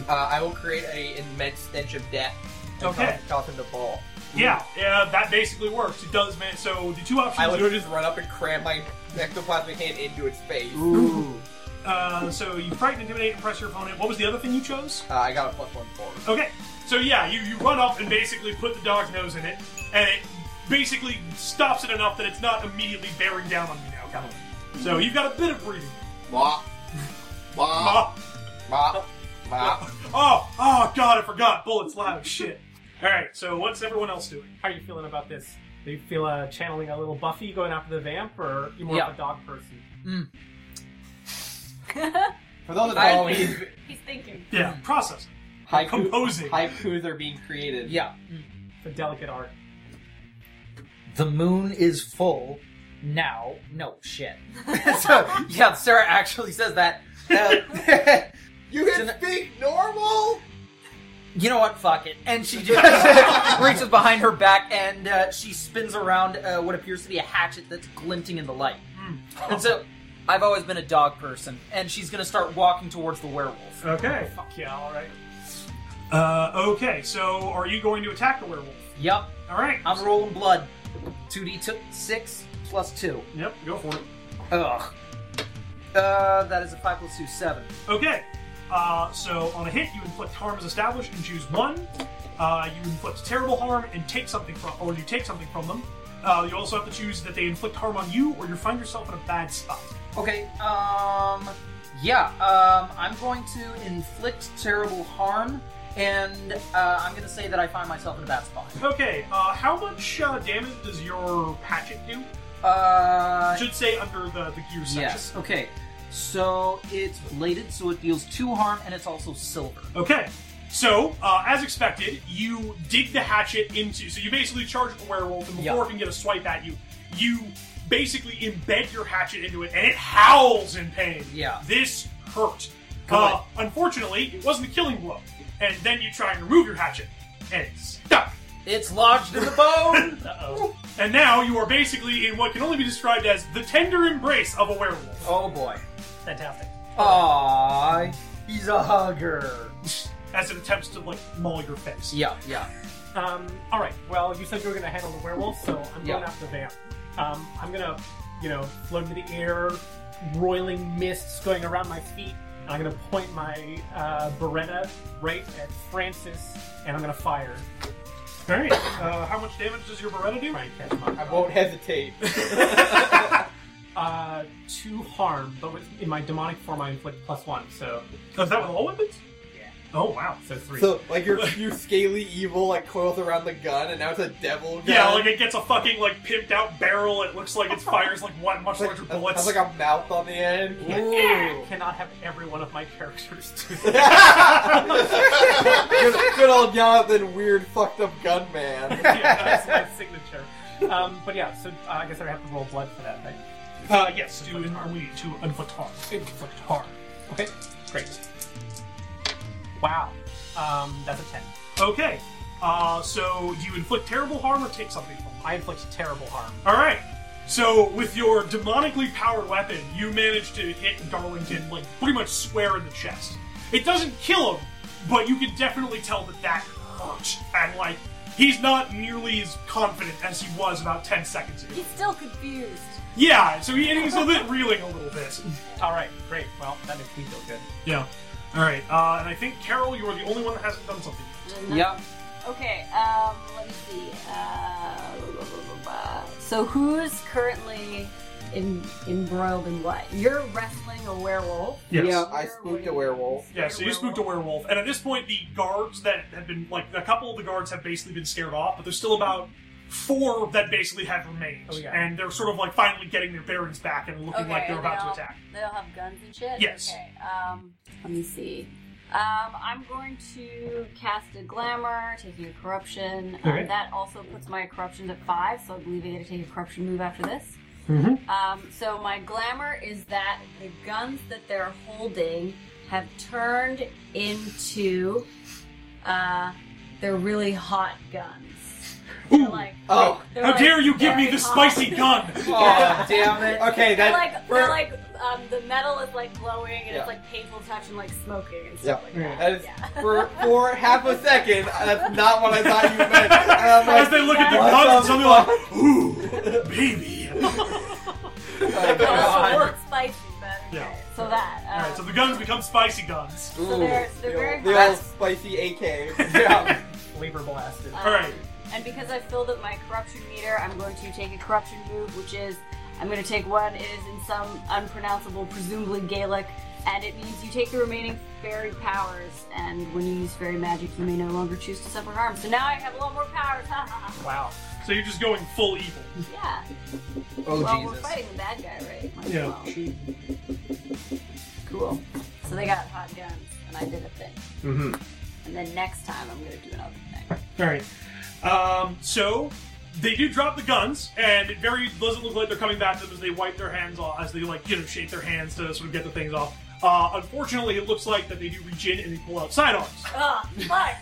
Speaker 5: Uh, I will create a immense stench of death. and
Speaker 1: Okay.
Speaker 5: Toss, toss him to fall.
Speaker 1: Yeah, yeah, that basically works. It does, man. So the two options.
Speaker 5: I would just run up and cram my ectoplasmic hand into its face.
Speaker 2: Ooh.
Speaker 1: Uh, so you frighten, intimidate, impress your opponent. What was the other thing you chose?
Speaker 5: Uh, I got a plus one forward.
Speaker 1: Okay. So yeah, you, you run up and basically put the dog's nose in it, and it basically stops it enough that it's not immediately bearing down on you now, Calvin. So you've got a bit of breathing.
Speaker 4: Blah. Blah.
Speaker 1: Ah,
Speaker 5: Ma, ma.
Speaker 1: oh, oh, God, I forgot. Bullets loud. Shit. All right. So what's everyone else doing?
Speaker 6: How are you feeling about this? Do you feel uh, channeling a little Buffy going after the vamp, or you more
Speaker 2: Yeah.
Speaker 6: of a dog person?
Speaker 5: For those that
Speaker 2: I-
Speaker 5: follow me,
Speaker 3: He's thinking.
Speaker 1: Yeah, processing,
Speaker 5: haiku,
Speaker 1: composing.
Speaker 5: haikus are being created.
Speaker 2: Yeah.
Speaker 6: It's a delicate art.
Speaker 2: The moon is full now. No shit. so yeah, Sarah actually says that. Uh,
Speaker 5: you
Speaker 2: It's an-
Speaker 5: speak normal?
Speaker 2: you know what? Fuck it. And she just reaches behind her back and uh, she spins around uh, what appears to be a hatchet that's glinting in the light. And so, I've always been a dog person, and she's gonna start walking towards the werewolf.
Speaker 1: Okay.
Speaker 6: Fuck yeah, alright.
Speaker 1: Uh, okay. So are you going to attack the werewolf?
Speaker 2: Yep,
Speaker 1: All right.
Speaker 2: I'm rolling blood. 2d6 plus 2.
Speaker 1: Yep. Go for it.
Speaker 2: Ugh. Uh, that is a 5 plus 2, 7.
Speaker 1: Okay. Uh, so on a hit, you inflict harm as established and choose one. Uh, you inflict terrible harm and take something from, or you take something from them. Uh, you also have to choose that they inflict harm on you, or you find yourself in a bad spot.
Speaker 2: Okay, um, yeah, um, I'm going to inflict terrible harm, and uh, I'm gonna say that I find myself in a bad spot.
Speaker 1: Okay. Uh, how much uh, damage does your hatchet do?
Speaker 2: Uh,
Speaker 1: I should say under the the gear section.
Speaker 2: yes, okay. So it's bladed, so it deals two harm, and it's also silver.
Speaker 1: Okay. So, uh, as expected, you dig the hatchet into. So you basically charge at the werewolf, and before
Speaker 2: Yeah.
Speaker 1: it can get a swipe at you, you basically embed your hatchet into it, and it howls in pain.
Speaker 2: Yeah.
Speaker 1: This hurt.
Speaker 2: Good.
Speaker 1: Uh, unfortunately, it wasn't a killing blow. And then you try and remove your hatchet, and it's stuck.
Speaker 2: It's lodged in the bone!
Speaker 1: And now you are basically in what can only be described as the tender embrace of a werewolf.
Speaker 2: oh boy.
Speaker 1: Fantastic.
Speaker 2: Aww, he's a hugger.
Speaker 1: As it attempts to like maul your face.
Speaker 2: Yeah, yeah.
Speaker 6: Um, alright, well, you said you were gonna handle the werewolf, so I'm
Speaker 2: Yeah.
Speaker 6: going after the vamp. Um, I'm gonna, you know, float into the air, roiling mists going around my feet, and I'm gonna point my uh, Beretta right at Francis, and I'm gonna fire.
Speaker 1: All right. Uh, how much damage does your Beretta do?
Speaker 6: Try and catch him
Speaker 5: I
Speaker 6: up.
Speaker 5: won't hesitate.
Speaker 6: Uh, to harm, but with, in my demonic form, I inflict plus one, so
Speaker 1: Is that with all weapons?
Speaker 6: Yeah.
Speaker 1: Oh wow.
Speaker 6: so three.
Speaker 5: so, like, your, your scaly evil, like, coils around the gun, and now it's a devil gun.
Speaker 1: Yeah, like it gets a fucking like pimped out barrel. It looks like it fires like one much
Speaker 5: It's like,
Speaker 1: larger
Speaker 5: it has,
Speaker 1: bullets.
Speaker 5: like a mouth on the end.
Speaker 2: Ooh.
Speaker 6: cannot have every one of my characters do that.
Speaker 5: good, good old Jonathan, weird, fucked up gun man.
Speaker 6: yeah, that's my signature. Um, but yeah, so uh, I guess I have to roll blood for that, right?
Speaker 1: uh, yes, to an army to unflict harm.
Speaker 6: Inflict harm. Okay, great. Wow, um, that's a ten.
Speaker 1: Okay. Uh, so do you inflict terrible harm or take something from them?
Speaker 6: I inflict terrible harm.
Speaker 1: All right. So with your demonically powered weapon, you manage to hit Darlington like pretty much square in the chest. It doesn't kill him, but you can definitely tell that that hurts, and like he's not nearly as confident as he was about ten seconds ago.
Speaker 3: He's still confused.
Speaker 1: Yeah, so he, and he's a bit reeling a little bit.
Speaker 6: All right, great. Well, that makes me feel good.
Speaker 1: Yeah. All right, uh, and I think Carol, you are the only one that hasn't done something.
Speaker 2: Yeah.
Speaker 3: Okay, um, let me see. Uh, blah, blah, blah, blah, blah. So who's currently in, embroiled in what? You're wrestling a werewolf.
Speaker 1: Yes.
Speaker 5: Yeah, I spooked a werewolf.
Speaker 1: Yeah, so you spooked a werewolf, and at this point, the guards that have been like a couple of the guards have basically been scared off, but there's still about four that basically have remained,
Speaker 6: Oh, yeah.
Speaker 1: and they're sort of like finally getting their bearings back and looking
Speaker 3: Okay,
Speaker 1: like they're
Speaker 3: and
Speaker 1: about
Speaker 3: they'll-
Speaker 1: to attack.
Speaker 3: They all have guns and shit?
Speaker 1: Yes.
Speaker 3: Okay, um, let me see. Um, I'm going to cast a glamour, taking a corruption. Um,
Speaker 6: Okay.
Speaker 3: that also puts my corruption to five, so I believe I get to take a corruption move after this.
Speaker 6: Mhm.
Speaker 1: Mm-hmm.
Speaker 3: Um, so my glamour is that the guns that they're holding have turned into uh, they're really hot guns. They're like,
Speaker 5: Oh.
Speaker 3: they're
Speaker 1: How
Speaker 3: like
Speaker 1: dare you give me
Speaker 3: very
Speaker 1: this
Speaker 3: hot.
Speaker 1: spicy gun!
Speaker 5: Aw,
Speaker 2: damn it.
Speaker 5: Okay,
Speaker 3: They're
Speaker 5: that
Speaker 3: like,
Speaker 5: we're-
Speaker 3: they're like um, the metal is like glowing and
Speaker 5: Yeah.
Speaker 3: it's like painful touch and like smoking and stuff
Speaker 6: Yeah.
Speaker 3: like that.
Speaker 5: that is-
Speaker 3: Yeah.
Speaker 5: for for half a second. That's not what I thought you meant. And I'm
Speaker 1: As
Speaker 5: like,
Speaker 1: they look at the
Speaker 5: what
Speaker 1: guns and
Speaker 5: the
Speaker 1: something like, ooh, baby.
Speaker 5: oh,
Speaker 3: Well, it's
Speaker 5: God.
Speaker 3: a little spicy, but
Speaker 1: Yeah.
Speaker 3: so that. Uh,
Speaker 1: Alright, so the guns become spicy guns.
Speaker 3: so they're, they're very
Speaker 5: "Oh, the
Speaker 3: hot.
Speaker 5: old spicy AK. Yeah.
Speaker 6: Labor blasted.
Speaker 3: Um,
Speaker 1: Alright.
Speaker 3: And because I filled up my corruption meter, I'm going to take a corruption move, which is I'm going to take one. It is in some unpronounceable, presumably Gaelic, and it means you take the remaining fairy powers, and when you use fairy magic, you may no longer choose to suffer harm. So now I have a lot more powers. Ha ha ha.
Speaker 6: Wow.
Speaker 1: So you're just going full evil.
Speaker 3: Yeah.
Speaker 5: Oh
Speaker 3: well, we're
Speaker 5: Jesus.
Speaker 3: fighting the bad guy, right? Might as
Speaker 1: Yeah.
Speaker 3: well. Cool. So they got hot guns, and I did a thing.
Speaker 5: Mhm.
Speaker 3: And then next time, I'm going to do another thing.
Speaker 1: Alright. Um, so they do drop the guns, and it very doesn't look like they're coming back to them as they wipe their hands off, as they like, you know, shake their hands to sort of get the things off. Uh, unfortunately, it looks like that they do reach in and they pull out sidearms.
Speaker 3: Ah, fuck!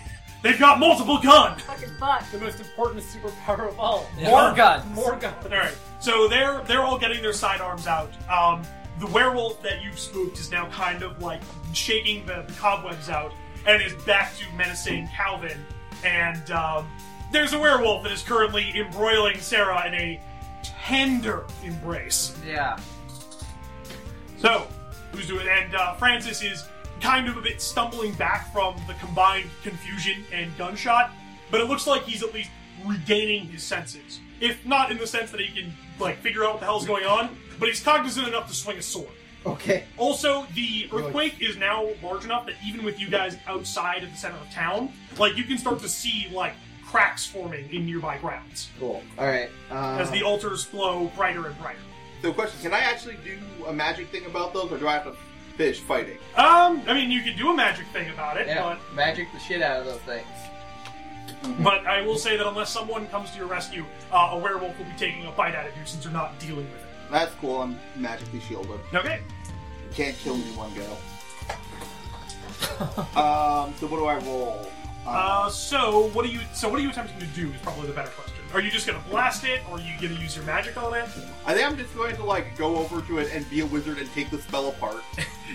Speaker 1: They've got multiple guns!
Speaker 3: Fucking fuck!
Speaker 6: The most important superpower of all.
Speaker 2: More guns.
Speaker 6: More guns.
Speaker 1: All right. So they're they're all getting their sidearms out. Um, the werewolf that you've spooked is now kind of like shaking the, the cobwebs out and is back to menacing Calvin. And um, there's a werewolf that is currently embroiling Sarah in a tender embrace.
Speaker 2: Yeah.
Speaker 1: So who's doing? And uh, Francis is kind of a bit stumbling back from the combined confusion and gunshot, but it looks like he's at least regaining his senses. If not in the sense that he can like figure out what the hell's going on, but he's cognizant enough to swing a sword.
Speaker 5: Okay.
Speaker 1: Also, the earthquake is now large enough that even with you guys outside of the center of town, like you can start to see like cracks forming in nearby grounds
Speaker 5: Cool. All right. Um,
Speaker 1: as the altars glow brighter and brighter.
Speaker 4: So, question: Can I actually do a magic thing about those, or do I have to finish fighting?
Speaker 1: Um, I mean, you could do a magic thing about it,
Speaker 5: yeah,
Speaker 1: but
Speaker 5: magic the shit out of those things.
Speaker 1: But I will say that unless someone comes to your rescue, uh, a werewolf will be taking a bite out of you since you're not dealing with it.
Speaker 4: That's cool. I'm magically shielded.
Speaker 1: Okay.
Speaker 4: You can't kill me in one go. um. So what do I roll? Um,
Speaker 1: Uh, so what are you? So what are you attempting to do? Is probably the better question. Are you just gonna blast it, or are you gonna use your magic on it?
Speaker 4: I think I'm just going to like go over to it and be a wizard and take the spell apart.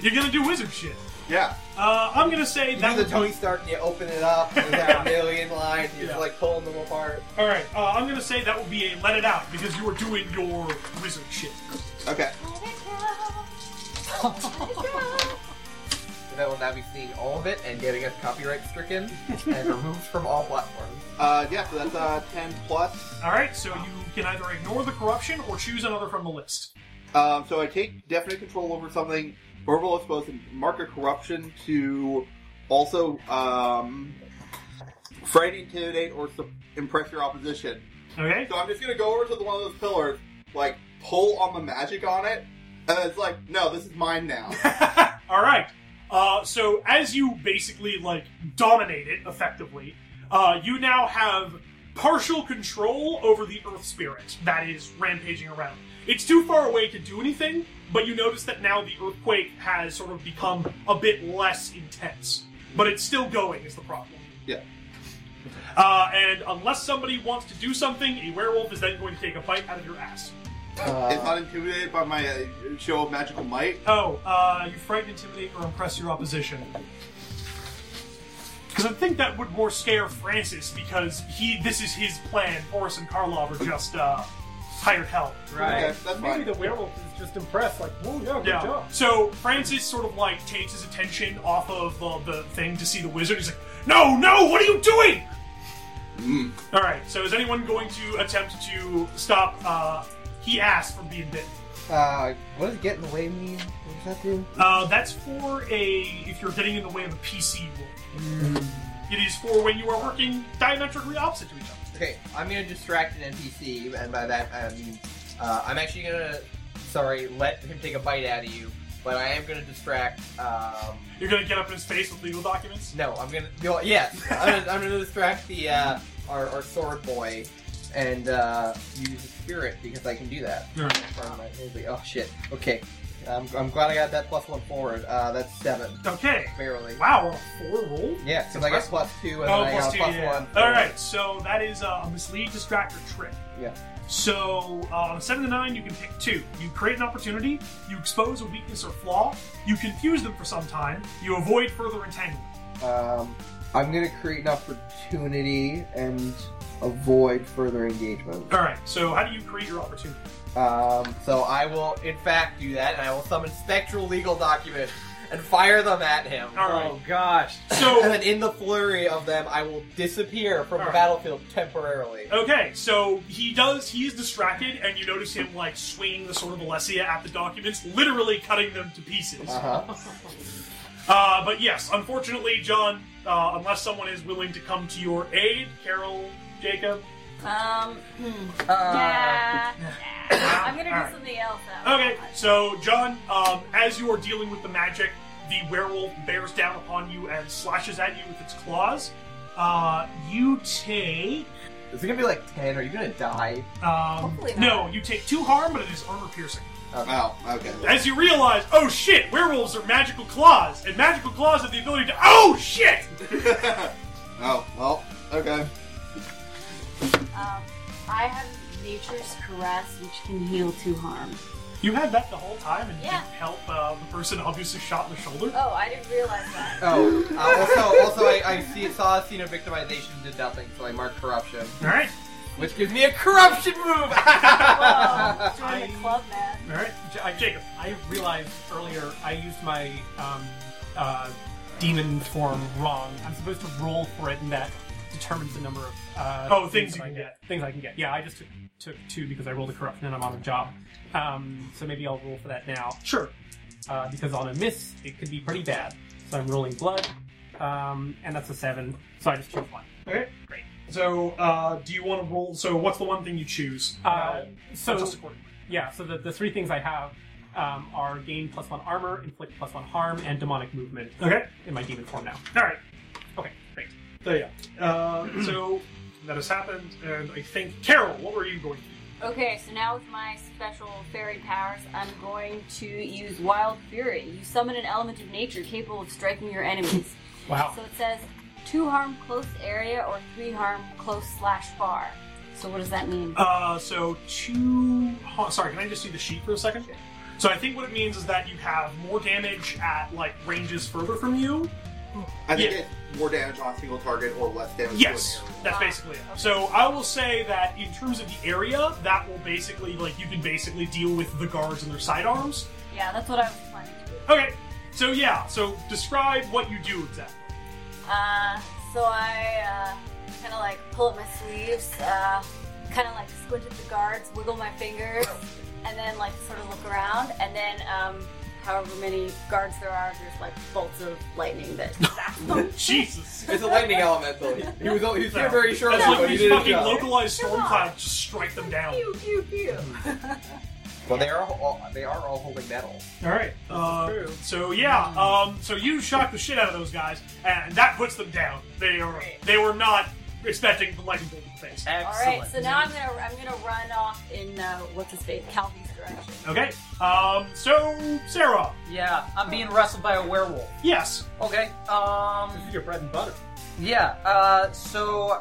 Speaker 1: You're gonna do wizard shit.
Speaker 4: Yeah.
Speaker 1: Uh, I'm gonna say
Speaker 5: You
Speaker 1: that.
Speaker 5: do
Speaker 1: would
Speaker 5: the
Speaker 1: be-
Speaker 5: Tony Stark, and you open it up, and you got a million lines, you're
Speaker 1: Yeah.
Speaker 5: just like pulling them apart.
Speaker 1: all right. Uh, I'm gonna say that would be a let it out because you were doing your wizard shit.
Speaker 4: Okay.
Speaker 3: Let it go. Let it go.
Speaker 5: And I will now be seeing all of it and getting us copyright stricken and removed from all platforms.
Speaker 4: Uh. Yeah. So that's uh ten plus.
Speaker 1: All right. So you can either ignore the corruption or choose another from the list.
Speaker 4: Um. So I take definite control over something. Verbal expose and mark a corruption to also um frighten, intimidate, or sup- impress your opposition.
Speaker 1: Okay.
Speaker 4: So I'm just gonna go over to the one of those pillars, like pull on the magic on it, and it's like, no, this is mine now.
Speaker 1: All right. Uh, so as you basically like dominate it effectively, uh, you now have partial control over the Earth Spirit that is rampaging around. It's too far away to do anything, but you notice that now the earthquake has sort of become a bit less intense, but it's still going is the problem.
Speaker 4: Yeah.
Speaker 1: Uh, and unless somebody wants to do something, a werewolf is then going to take a bite out of your ass. Uh.
Speaker 4: it's not intimidated by my uh, show of magical might.
Speaker 1: Oh, uh, you frighten, intimidate, or impress your opposition. Because I think that would more scare Francis because he. This is his plan. Boris and Karlov are just uh, hired help.
Speaker 4: Okay,
Speaker 6: Right.
Speaker 4: that's fine.
Speaker 6: Maybe the werewolf is just impressed, like, whoa, yeah, good
Speaker 1: Yeah.
Speaker 6: job.
Speaker 1: So Francis sort of like takes his attention off of uh, the, the thing to see the wizard. He's like, "No, no, what are you doing?" All right. So is anyone going to attempt to stop? Uh, he asked from being bitten.
Speaker 5: Uh, what does get in the way mean? What does that do?
Speaker 1: Uh, that's for a if you're getting in the way of a PC roll.
Speaker 5: Mm.
Speaker 1: It is for when you are working diametrically opposite to each other.
Speaker 5: Okay, I'm gonna distract an NPC, and by that I mean uh, I'm actually gonna, sorry, let him take a bite out of you, but I am going to distract. Um,
Speaker 1: You're gonna get up in his face with legal documents?
Speaker 5: no, I'm going to. No, yes, I'm going to, I'm going to distract the uh, our, our sword boy and uh, use a spirit because I can do that.
Speaker 1: Alright.
Speaker 5: From my- oh shit. Okay. I'm, I'm glad I got that plus one forward. Uh, that's seven,
Speaker 1: Okay.
Speaker 5: barely.
Speaker 1: Wow, a four roll?
Speaker 5: Yeah, because I got plus two and
Speaker 1: Oh,
Speaker 5: then I
Speaker 1: plus
Speaker 5: got
Speaker 1: two,
Speaker 5: plus
Speaker 1: yeah.
Speaker 5: one.
Speaker 1: All right, so that is uh, a mislead, distract, or trick.
Speaker 5: Yeah.
Speaker 1: So uh, on a seven to nine, you can pick two. You create an opportunity. You expose a weakness or flaw. You confuse them for some time. You avoid further entanglement.
Speaker 5: Um, I'm gonna create an opportunity and avoid further engagement.
Speaker 1: All right. So how do you create your opportunity?
Speaker 5: Um, so I will, in fact, do that, and I will summon spectral legal documents and fire them at him.
Speaker 1: All right.
Speaker 2: Oh gosh.
Speaker 5: And
Speaker 1: So
Speaker 5: then, in the flurry of them, I will disappear from
Speaker 1: All
Speaker 5: the
Speaker 1: right.
Speaker 5: battlefield temporarily.
Speaker 1: okay. So he does. He is distracted, and you notice him like swinging the sword of Alessia at the documents, literally cutting them to pieces.
Speaker 5: Uh huh.
Speaker 1: Uh, but yes, unfortunately, John, uh, unless someone is willing to come to your aid, Carol, Jacob.
Speaker 3: Um, hmm.
Speaker 2: Uh,
Speaker 3: Nah, nah. I'm gonna do
Speaker 1: Alright.
Speaker 3: something else. though.
Speaker 1: Okay, so John, um, as you are dealing with the magic, the werewolf bears down upon you and slashes at you with its claws. Uh, you take.
Speaker 5: Is it gonna be like ten? Are you gonna die?
Speaker 1: Um,
Speaker 3: Hopefully not.
Speaker 1: no, you take two harm, but it is armor piercing.
Speaker 4: Wow. Okay.
Speaker 1: As you realize, oh shit, werewolves are magical claws, and magical claws have the ability to. Oh shit!
Speaker 4: oh well. Okay.
Speaker 3: Um, I have nature's caress, which can heal to harm.
Speaker 1: You had that the whole time and
Speaker 3: Yeah.
Speaker 1: didn't help uh, the person obviously shot in the shoulder?
Speaker 3: Oh, I didn't realize that.
Speaker 5: Oh, uh, also, also, I, I see, saw a scene of victimization and did nothing, so I marked corruption,
Speaker 1: Alright,
Speaker 5: which gives me a corruption move.
Speaker 3: Whoa, Oh, join
Speaker 6: I-
Speaker 3: the club, man.
Speaker 1: alright. uh,
Speaker 6: J- I,
Speaker 1: Jacob.
Speaker 6: I realized earlier I used my um, uh, demon form wrong. I'm supposed to roll for it, and that determines the number of uh,
Speaker 1: Oh, things you
Speaker 6: that I
Speaker 1: can
Speaker 6: Things I can get. Yeah, I just took, took two because I rolled a corruption and I'm on a job. Um, so maybe I'll roll for that now
Speaker 1: Sure.
Speaker 6: uh, because on a miss it could be pretty bad. So I'm rolling blood, um, and that's a seven. So I just chose one.
Speaker 1: Okay, great. So, uh, do you want to roll? So, what's the one thing you choose?
Speaker 6: Uh, so
Speaker 1: Adjust accordingly.
Speaker 6: Yeah, so the, the three things I have um, are gain plus one armor, inflict plus one harm, and demonic movement
Speaker 1: Okay.
Speaker 6: in my demon form now.
Speaker 1: All right.
Speaker 6: Okay, great.
Speaker 1: So yeah. Uh, so that has happened, and I think Carol, what were you going to? do?
Speaker 3: Okay, so now with my special fairy powers, I'm going to use Wild Fury. You summon an element of nature capable of striking your enemies.
Speaker 6: Wow.
Speaker 3: So it says two harm close area or three harm close slash far. So what does that mean?
Speaker 1: Uh, so two. huh, sorry, can I just see the sheet for a second? So I think what it means is that you have more damage at like ranges further from you.
Speaker 4: I think
Speaker 1: Yeah.
Speaker 4: it's more damage on a single target or less damage.
Speaker 1: Yes,
Speaker 4: To an area.
Speaker 1: that's basically it. So I will say that in terms of the area, that will basically like you can basically deal with the guards and their sidearms.
Speaker 3: Yeah, that's what I was planning to do.
Speaker 1: Okay. So yeah. So describe what you do exactly.
Speaker 3: Uh, so I uh, kind of like pull up my sleeves, uh, kind of like squint at the guards, wiggle my fingers, and then like sort of look around, and then um, however many guards there are, there's like bolts of lightning that.
Speaker 1: Jesus.
Speaker 5: It's a lightning elemental. He was, he was here very shortly,
Speaker 1: That's like
Speaker 5: but he
Speaker 1: these
Speaker 5: did his
Speaker 1: fucking
Speaker 5: job.
Speaker 1: localized
Speaker 3: Come
Speaker 1: storm
Speaker 3: on.
Speaker 1: clouds just strike them down.
Speaker 3: Pew, pew, pew.
Speaker 5: Well, they are all, they are all holding metal.
Speaker 1: All right. Uh, so yeah,
Speaker 2: Hmm.
Speaker 1: um, so you shocked the shit out of those guys, and that puts them down. They are
Speaker 3: Great.
Speaker 1: they were not expecting the lightning bolt in the face.
Speaker 3: All
Speaker 2: Excellent.
Speaker 3: right, so now I'm gonna I'm gonna run off in uh, what's his face Calvi's direction.
Speaker 1: Okay. Um, so Sarah,
Speaker 2: Yeah, I'm being wrestled by a werewolf.
Speaker 1: yes.
Speaker 2: Okay. Um.
Speaker 6: your bread and butter.
Speaker 2: Yeah. Uh. So,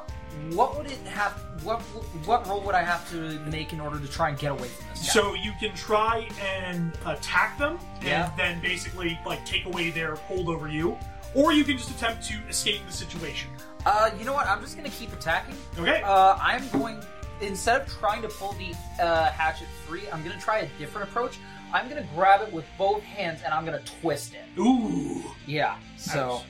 Speaker 2: what would it have? What What role would I have to make in order to try and get away from this? guy?
Speaker 1: So you can try and attack them, and
Speaker 2: Yeah.
Speaker 1: then basically like take away their hold over you, or you can just attempt to escape the situation.
Speaker 2: Uh. You know what? I'm just gonna keep attacking.
Speaker 1: Okay.
Speaker 2: Uh. I'm going instead of trying to pull the uh, hatchet free. I'm gonna try a different approach. I'm gonna grab it with both hands and I'm gonna twist it.
Speaker 1: Ooh.
Speaker 2: Yeah. So.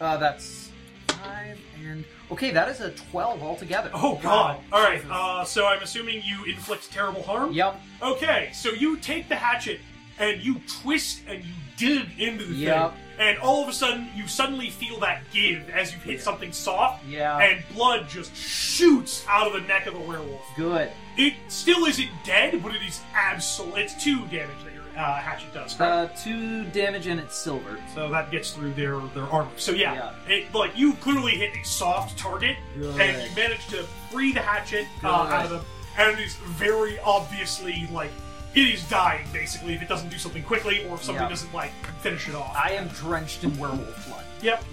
Speaker 2: Uh. That's five and okay. That is a twelve altogether.
Speaker 1: Oh God!
Speaker 6: Wow.
Speaker 1: All right.
Speaker 6: Jesus.
Speaker 1: Uh, so I'm assuming you inflict terrible harm.
Speaker 2: Yep.
Speaker 1: Okay, so you take the hatchet and you twist and you dig into the
Speaker 2: Yep.
Speaker 1: thing, and all of a sudden you suddenly feel that give as you hit something soft,
Speaker 2: Yeah.
Speaker 1: and blood just shoots out of the neck of the werewolf.
Speaker 2: Good.
Speaker 1: It still isn't dead, but it is absolute. It's two damage that you're uh, hatchet does. correct?
Speaker 2: Uh, two damage and it's silver.
Speaker 1: so that gets through their their armor. So yeah, it, like you clearly hit a soft target, and you manage to free the hatchet uh, out of them. And it's very obviously like it is dying basically if it doesn't do something quickly or if something
Speaker 2: Yeah.
Speaker 1: doesn't like finish it off.
Speaker 2: I am drenched in werewolf blood.
Speaker 1: yep.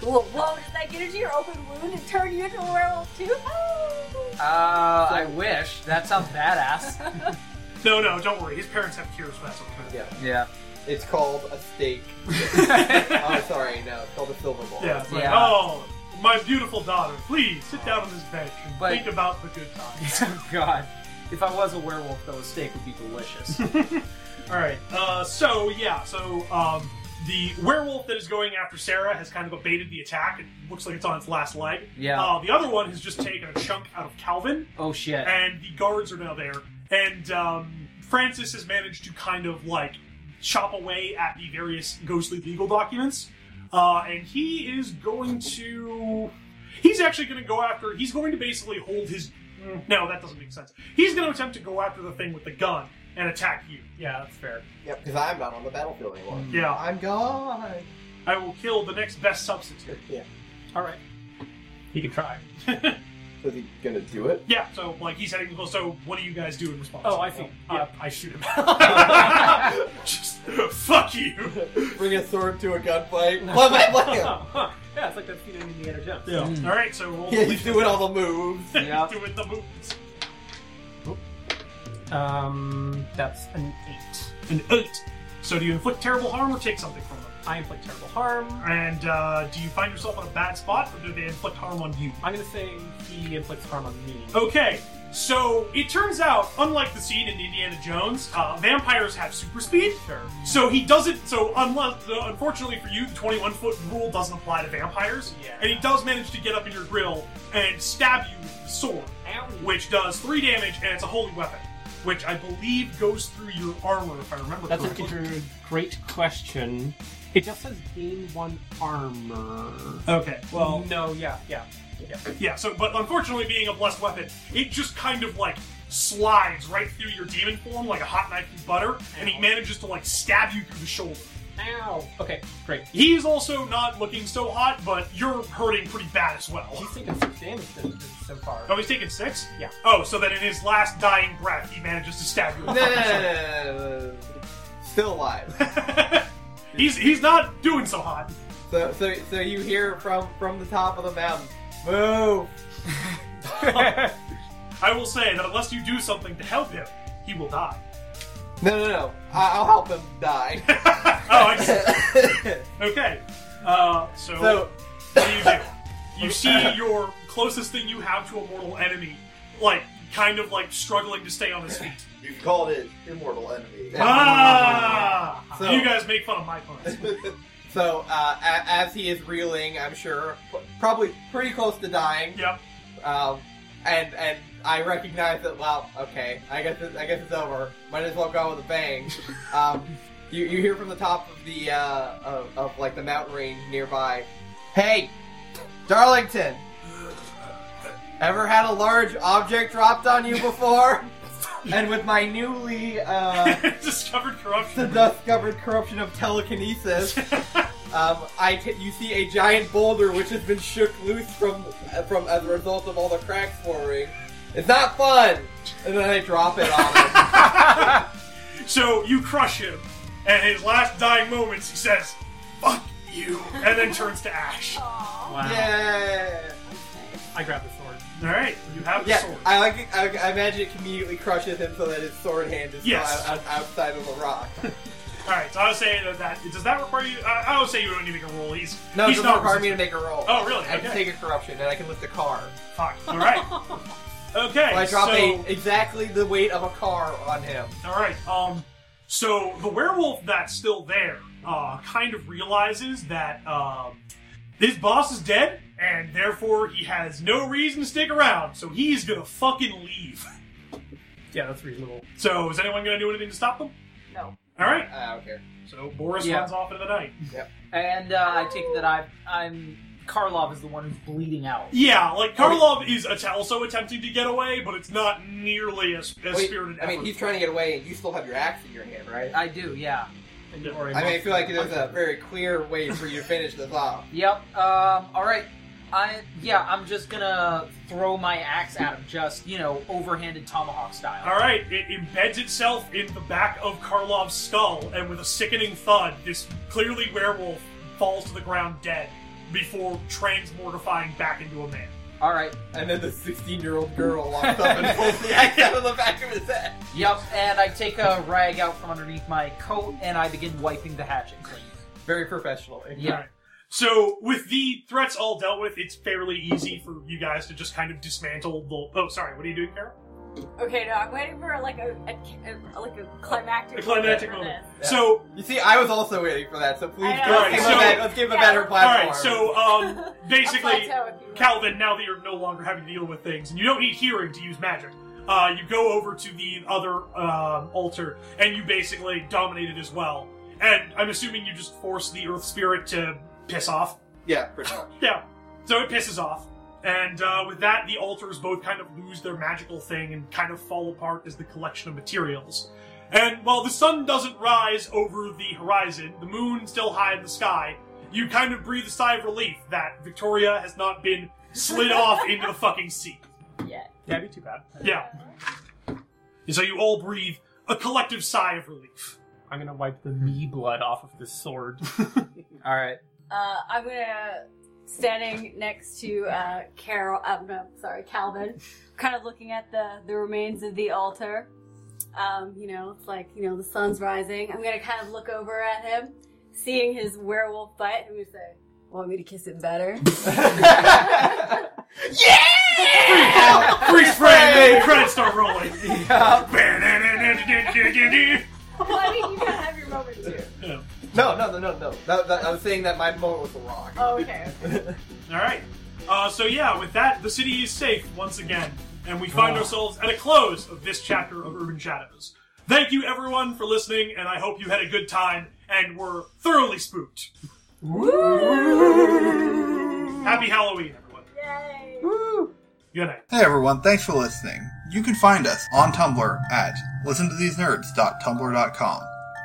Speaker 3: Cool. Whoa, does that get into your open wound and turn you into a werewolf too? Oh.
Speaker 2: Uh, I wish. That sounds badass.
Speaker 1: No, no, don't worry. His parents have cures for that sort of thing.
Speaker 5: Yeah.
Speaker 2: yeah.
Speaker 5: It's called a stake. oh, sorry, no, it's called a silver bowl.
Speaker 1: Yeah. It's like,
Speaker 2: Yeah.
Speaker 1: oh, my beautiful daughter, please sit down on this bench and
Speaker 2: But-
Speaker 1: think about the good times.
Speaker 2: oh god. If I was a werewolf, though, a steak would be delicious.
Speaker 1: All right. Uh, so yeah. So um, the werewolf that is going after Sarah has kind of abated the attack. It looks like it's on its last leg.
Speaker 2: Yeah.
Speaker 1: Uh, the other one has just taken a chunk out of Calvin,
Speaker 2: oh shit.
Speaker 1: and the guards are now there. And um, Francis has managed to kind of like chop away at the various ghostly legal documents, uh, and he is going to. He's actually going to go after. He's going to basically hold his. mm, No, that doesn't make sense. He's going to attempt to go after the thing with the gun and attack you. Yeah, that's fair.
Speaker 5: Yep, because I'm not on the battlefield anymore.
Speaker 1: Yeah,
Speaker 5: I'm gone.
Speaker 1: I will kill the next best substitute.
Speaker 5: Yeah.
Speaker 6: All right. He can try.
Speaker 5: So is he gonna do it?
Speaker 1: Yeah, so like he's heading close. So what do you guys do in response?
Speaker 6: Oh, I see.
Speaker 1: Yeah.
Speaker 6: Uh, I shoot him.
Speaker 1: Just fuck you.
Speaker 5: Bring a sword to a gunfight. Blah, blah, blah.
Speaker 6: yeah, it's like that scene in Indiana Jones.
Speaker 1: Yeah. All right, so we'll
Speaker 5: Yeah, he's doing all the moves.
Speaker 2: yeah.
Speaker 1: doing the moves.
Speaker 6: Um, that's an eight.
Speaker 1: An eight. So do you inflict terrible harm or take something from them?
Speaker 6: I inflict terrible harm.
Speaker 1: And uh, do you find yourself in a bad spot, or do they inflict harm on you?
Speaker 6: I'm gonna say he inflicts harm on me.
Speaker 1: Okay, so it turns out, unlike the scene in Indiana Jones, uh, vampires have super speed.
Speaker 6: Sure.
Speaker 1: So he doesn't. So unless, so unfortunately for you, the 21 foot rule doesn't apply to vampires.
Speaker 6: Yeah.
Speaker 1: And he does manage to get up in your grill and stab you with the sword, which does three damage, and it's a holy weapon, which I believe goes through your armor if I remember
Speaker 7: That's
Speaker 1: correctly.
Speaker 7: a great question. It just says gain one armor.
Speaker 1: Okay. Well,
Speaker 6: no, yeah, yeah.
Speaker 1: yeah. So, but unfortunately, being a blessed weapon, it just kind of like slides right through your demon form like a hot knife through butter, and he manages to like stab you through the shoulder.
Speaker 6: Ow. Okay, great.
Speaker 1: He's also not looking so hot, but you're hurting pretty bad as well.
Speaker 6: He's taken six damage then- so far.
Speaker 1: Oh, he's taking six?
Speaker 6: Yeah.
Speaker 1: Oh, so then in his last dying breath, he manages to stab you.
Speaker 5: No,
Speaker 1: with
Speaker 5: no,
Speaker 1: a
Speaker 5: no,
Speaker 1: fucking
Speaker 5: no, no, no, no. Still alive.
Speaker 1: sword. he's he's not doing so hot.
Speaker 5: So, so, so you hear from from the top of the mountain, move.
Speaker 1: I will say that unless you do something to help him, he will die.
Speaker 5: No, no, no. I- I'll help him die.
Speaker 1: oh, I see. Okay. Uh, so,
Speaker 5: so,
Speaker 1: what do you do? You see your closest thing you have to a mortal enemy, like kind of like struggling to stay on his feet.
Speaker 4: You can call it immortal enemy.
Speaker 1: Ah!
Speaker 5: So-
Speaker 1: you guys make fun of my puns.
Speaker 5: so uh, a- as he is reeling, I'm sure, probably pretty close to dying.
Speaker 1: yep.
Speaker 5: Um, and and I recognize that. Well, okay, I guess it, I guess it's over. Might as well go with a bang. Um, you, you hear from the top of the uh, of, of like the mountain range nearby. Hey, Darlington, ever had a large object dropped on you before? and with my newly uh,
Speaker 1: Discovered
Speaker 5: the
Speaker 1: corruption.
Speaker 5: discovered corruption of telekinesis. Um, I t- you see a giant boulder which has been shook loose from from as a result of all the cracks forming. It's not fun. And then I drop it on him.
Speaker 1: So you crush him, and his last dying moments, he says, "Fuck you," and then turns to ash. All
Speaker 7: Wow.
Speaker 5: yeah.
Speaker 6: I grab the sword.
Speaker 1: right, you have the
Speaker 5: Yeah,
Speaker 1: sword.
Speaker 5: I like. it- I, I imagine it immediately crushes him so that his sword hand is
Speaker 1: Yes.
Speaker 5: now out, outside of the rock.
Speaker 1: All right, so I would say that, that does that require you? I, I would say you don't need to make a roll. He's
Speaker 5: No, it
Speaker 1: he's
Speaker 5: doesn't
Speaker 1: not
Speaker 5: require me to
Speaker 1: resistant.
Speaker 5: make a roll.
Speaker 1: Oh, really?
Speaker 5: I can
Speaker 1: Okay.
Speaker 5: take a corruption and I can lift a car.
Speaker 1: Fuck. All right. Okay.
Speaker 5: So I drop
Speaker 1: so,
Speaker 5: a, exactly the weight of a car on him.
Speaker 1: All right. Um. So the werewolf that's still there, uh, kind of realizes that um, his boss is dead, and therefore he has no reason to stick around. So he's gonna fucking leave.
Speaker 6: Yeah, that's reasonable.
Speaker 1: So is anyone gonna do anything to stop them?
Speaker 3: No.
Speaker 1: All right.
Speaker 5: Ah, I don't care.
Speaker 1: So Boris
Speaker 2: Yeah.
Speaker 1: runs off into the night.
Speaker 2: And uh, I take it that I've, I'm Karlov is the one who's bleeding out.
Speaker 1: Yeah, like
Speaker 5: Oh,
Speaker 1: Karlov is att- also attempting to get away, but it's not nearly as, as
Speaker 5: Wait,
Speaker 1: spirited.
Speaker 5: I mean,
Speaker 1: effort.
Speaker 5: he's trying to get away, and you still have your axe in your hand, right?
Speaker 2: I do, yeah.
Speaker 6: And you are a
Speaker 5: I mean, I feel like there's
Speaker 6: monster.
Speaker 5: a very clear way for you to finish this off.
Speaker 2: Yep. Um, all right. I yeah, I'm just gonna throw my axe at him, just you know, overhanded tomahawk style.
Speaker 1: All right, it embeds itself in the back of Karlov's skull, and with a sickening thud, this clearly werewolf falls to the ground dead before transmortifying back into a man.
Speaker 2: All right.
Speaker 5: And then the 16 year old girl walks up and pulls the axe out of the back of his head.
Speaker 2: Yep. And I take a rag out from underneath my coat and I begin wiping the hatchet clean.
Speaker 5: Very professionally.
Speaker 2: Yeah.
Speaker 1: All right. So, with the threats all dealt with, it's fairly easy for you guys to just kind of dismantle the. Oh, sorry, what are you doing, Carol?
Speaker 3: Okay, no, I'm waiting for like a, a, a like a climactic
Speaker 1: A climactic
Speaker 3: moment. for
Speaker 1: moment.
Speaker 5: Yeah.
Speaker 1: So,
Speaker 5: You see, I was also waiting for that, so please
Speaker 3: I
Speaker 5: give,
Speaker 3: know.
Speaker 5: let's
Speaker 1: Alright,
Speaker 5: give him a
Speaker 1: so-
Speaker 5: bet- let's give him a
Speaker 3: Yeah.
Speaker 5: better
Speaker 1: all
Speaker 5: platform.
Speaker 1: right, so um,
Speaker 3: this. A
Speaker 1: basically,
Speaker 3: plateau, if you will.
Speaker 1: Calvin, now that you're no longer having to deal with things, and you don't need hearing to use magic, uh, you go over to the other um, altar and you basically dominate it as well. And I'm assuming you just force the Earth Spirit to piss off.
Speaker 4: Yeah, pretty much.
Speaker 1: Yeah. So it pisses off. And uh, with that, the altars both kind of lose their magical thing and kind of fall apart as the collection of materials. And while the sun doesn't rise over the horizon, the moon still high in the sky, you kind of breathe a sigh of relief that Victoria has not been slid off into the fucking sea.
Speaker 3: Yeah.
Speaker 6: That'd be too bad.
Speaker 1: Yeah. And so you all breathe a collective sigh of relief.
Speaker 7: I'm gonna wipe the me blood off of this sword.
Speaker 2: All right.
Speaker 3: Uh, I'm gonna standing next to uh, Carol. Uh, no, sorry, Calvin. kind of looking at the the remains of the altar. Um, you know, it's like you know the sun's rising. I'm gonna kind of look over at him, seeing his werewolf butt. I'm gonna say, "Want me to kiss it better?"
Speaker 1: Freeze frame! and the credits start rolling.
Speaker 3: well, I mean, you gotta have your moment too.
Speaker 5: no, no, no, no, no. That, that, I was saying that my moat was a rock.
Speaker 3: Oh, okay.
Speaker 1: All right. Uh, so yeah, with that, the city is safe once again, and we find ourselves at a close of this chapter of Urban Shadows. Thank you everyone for listening, and I hope you had a good time and were thoroughly spooked. Happy Halloween, everyone.
Speaker 3: Yay.
Speaker 1: Good night.
Speaker 4: Hey everyone, thanks for listening. You can find us on Tumblr at listentothesenerds.tumblr.com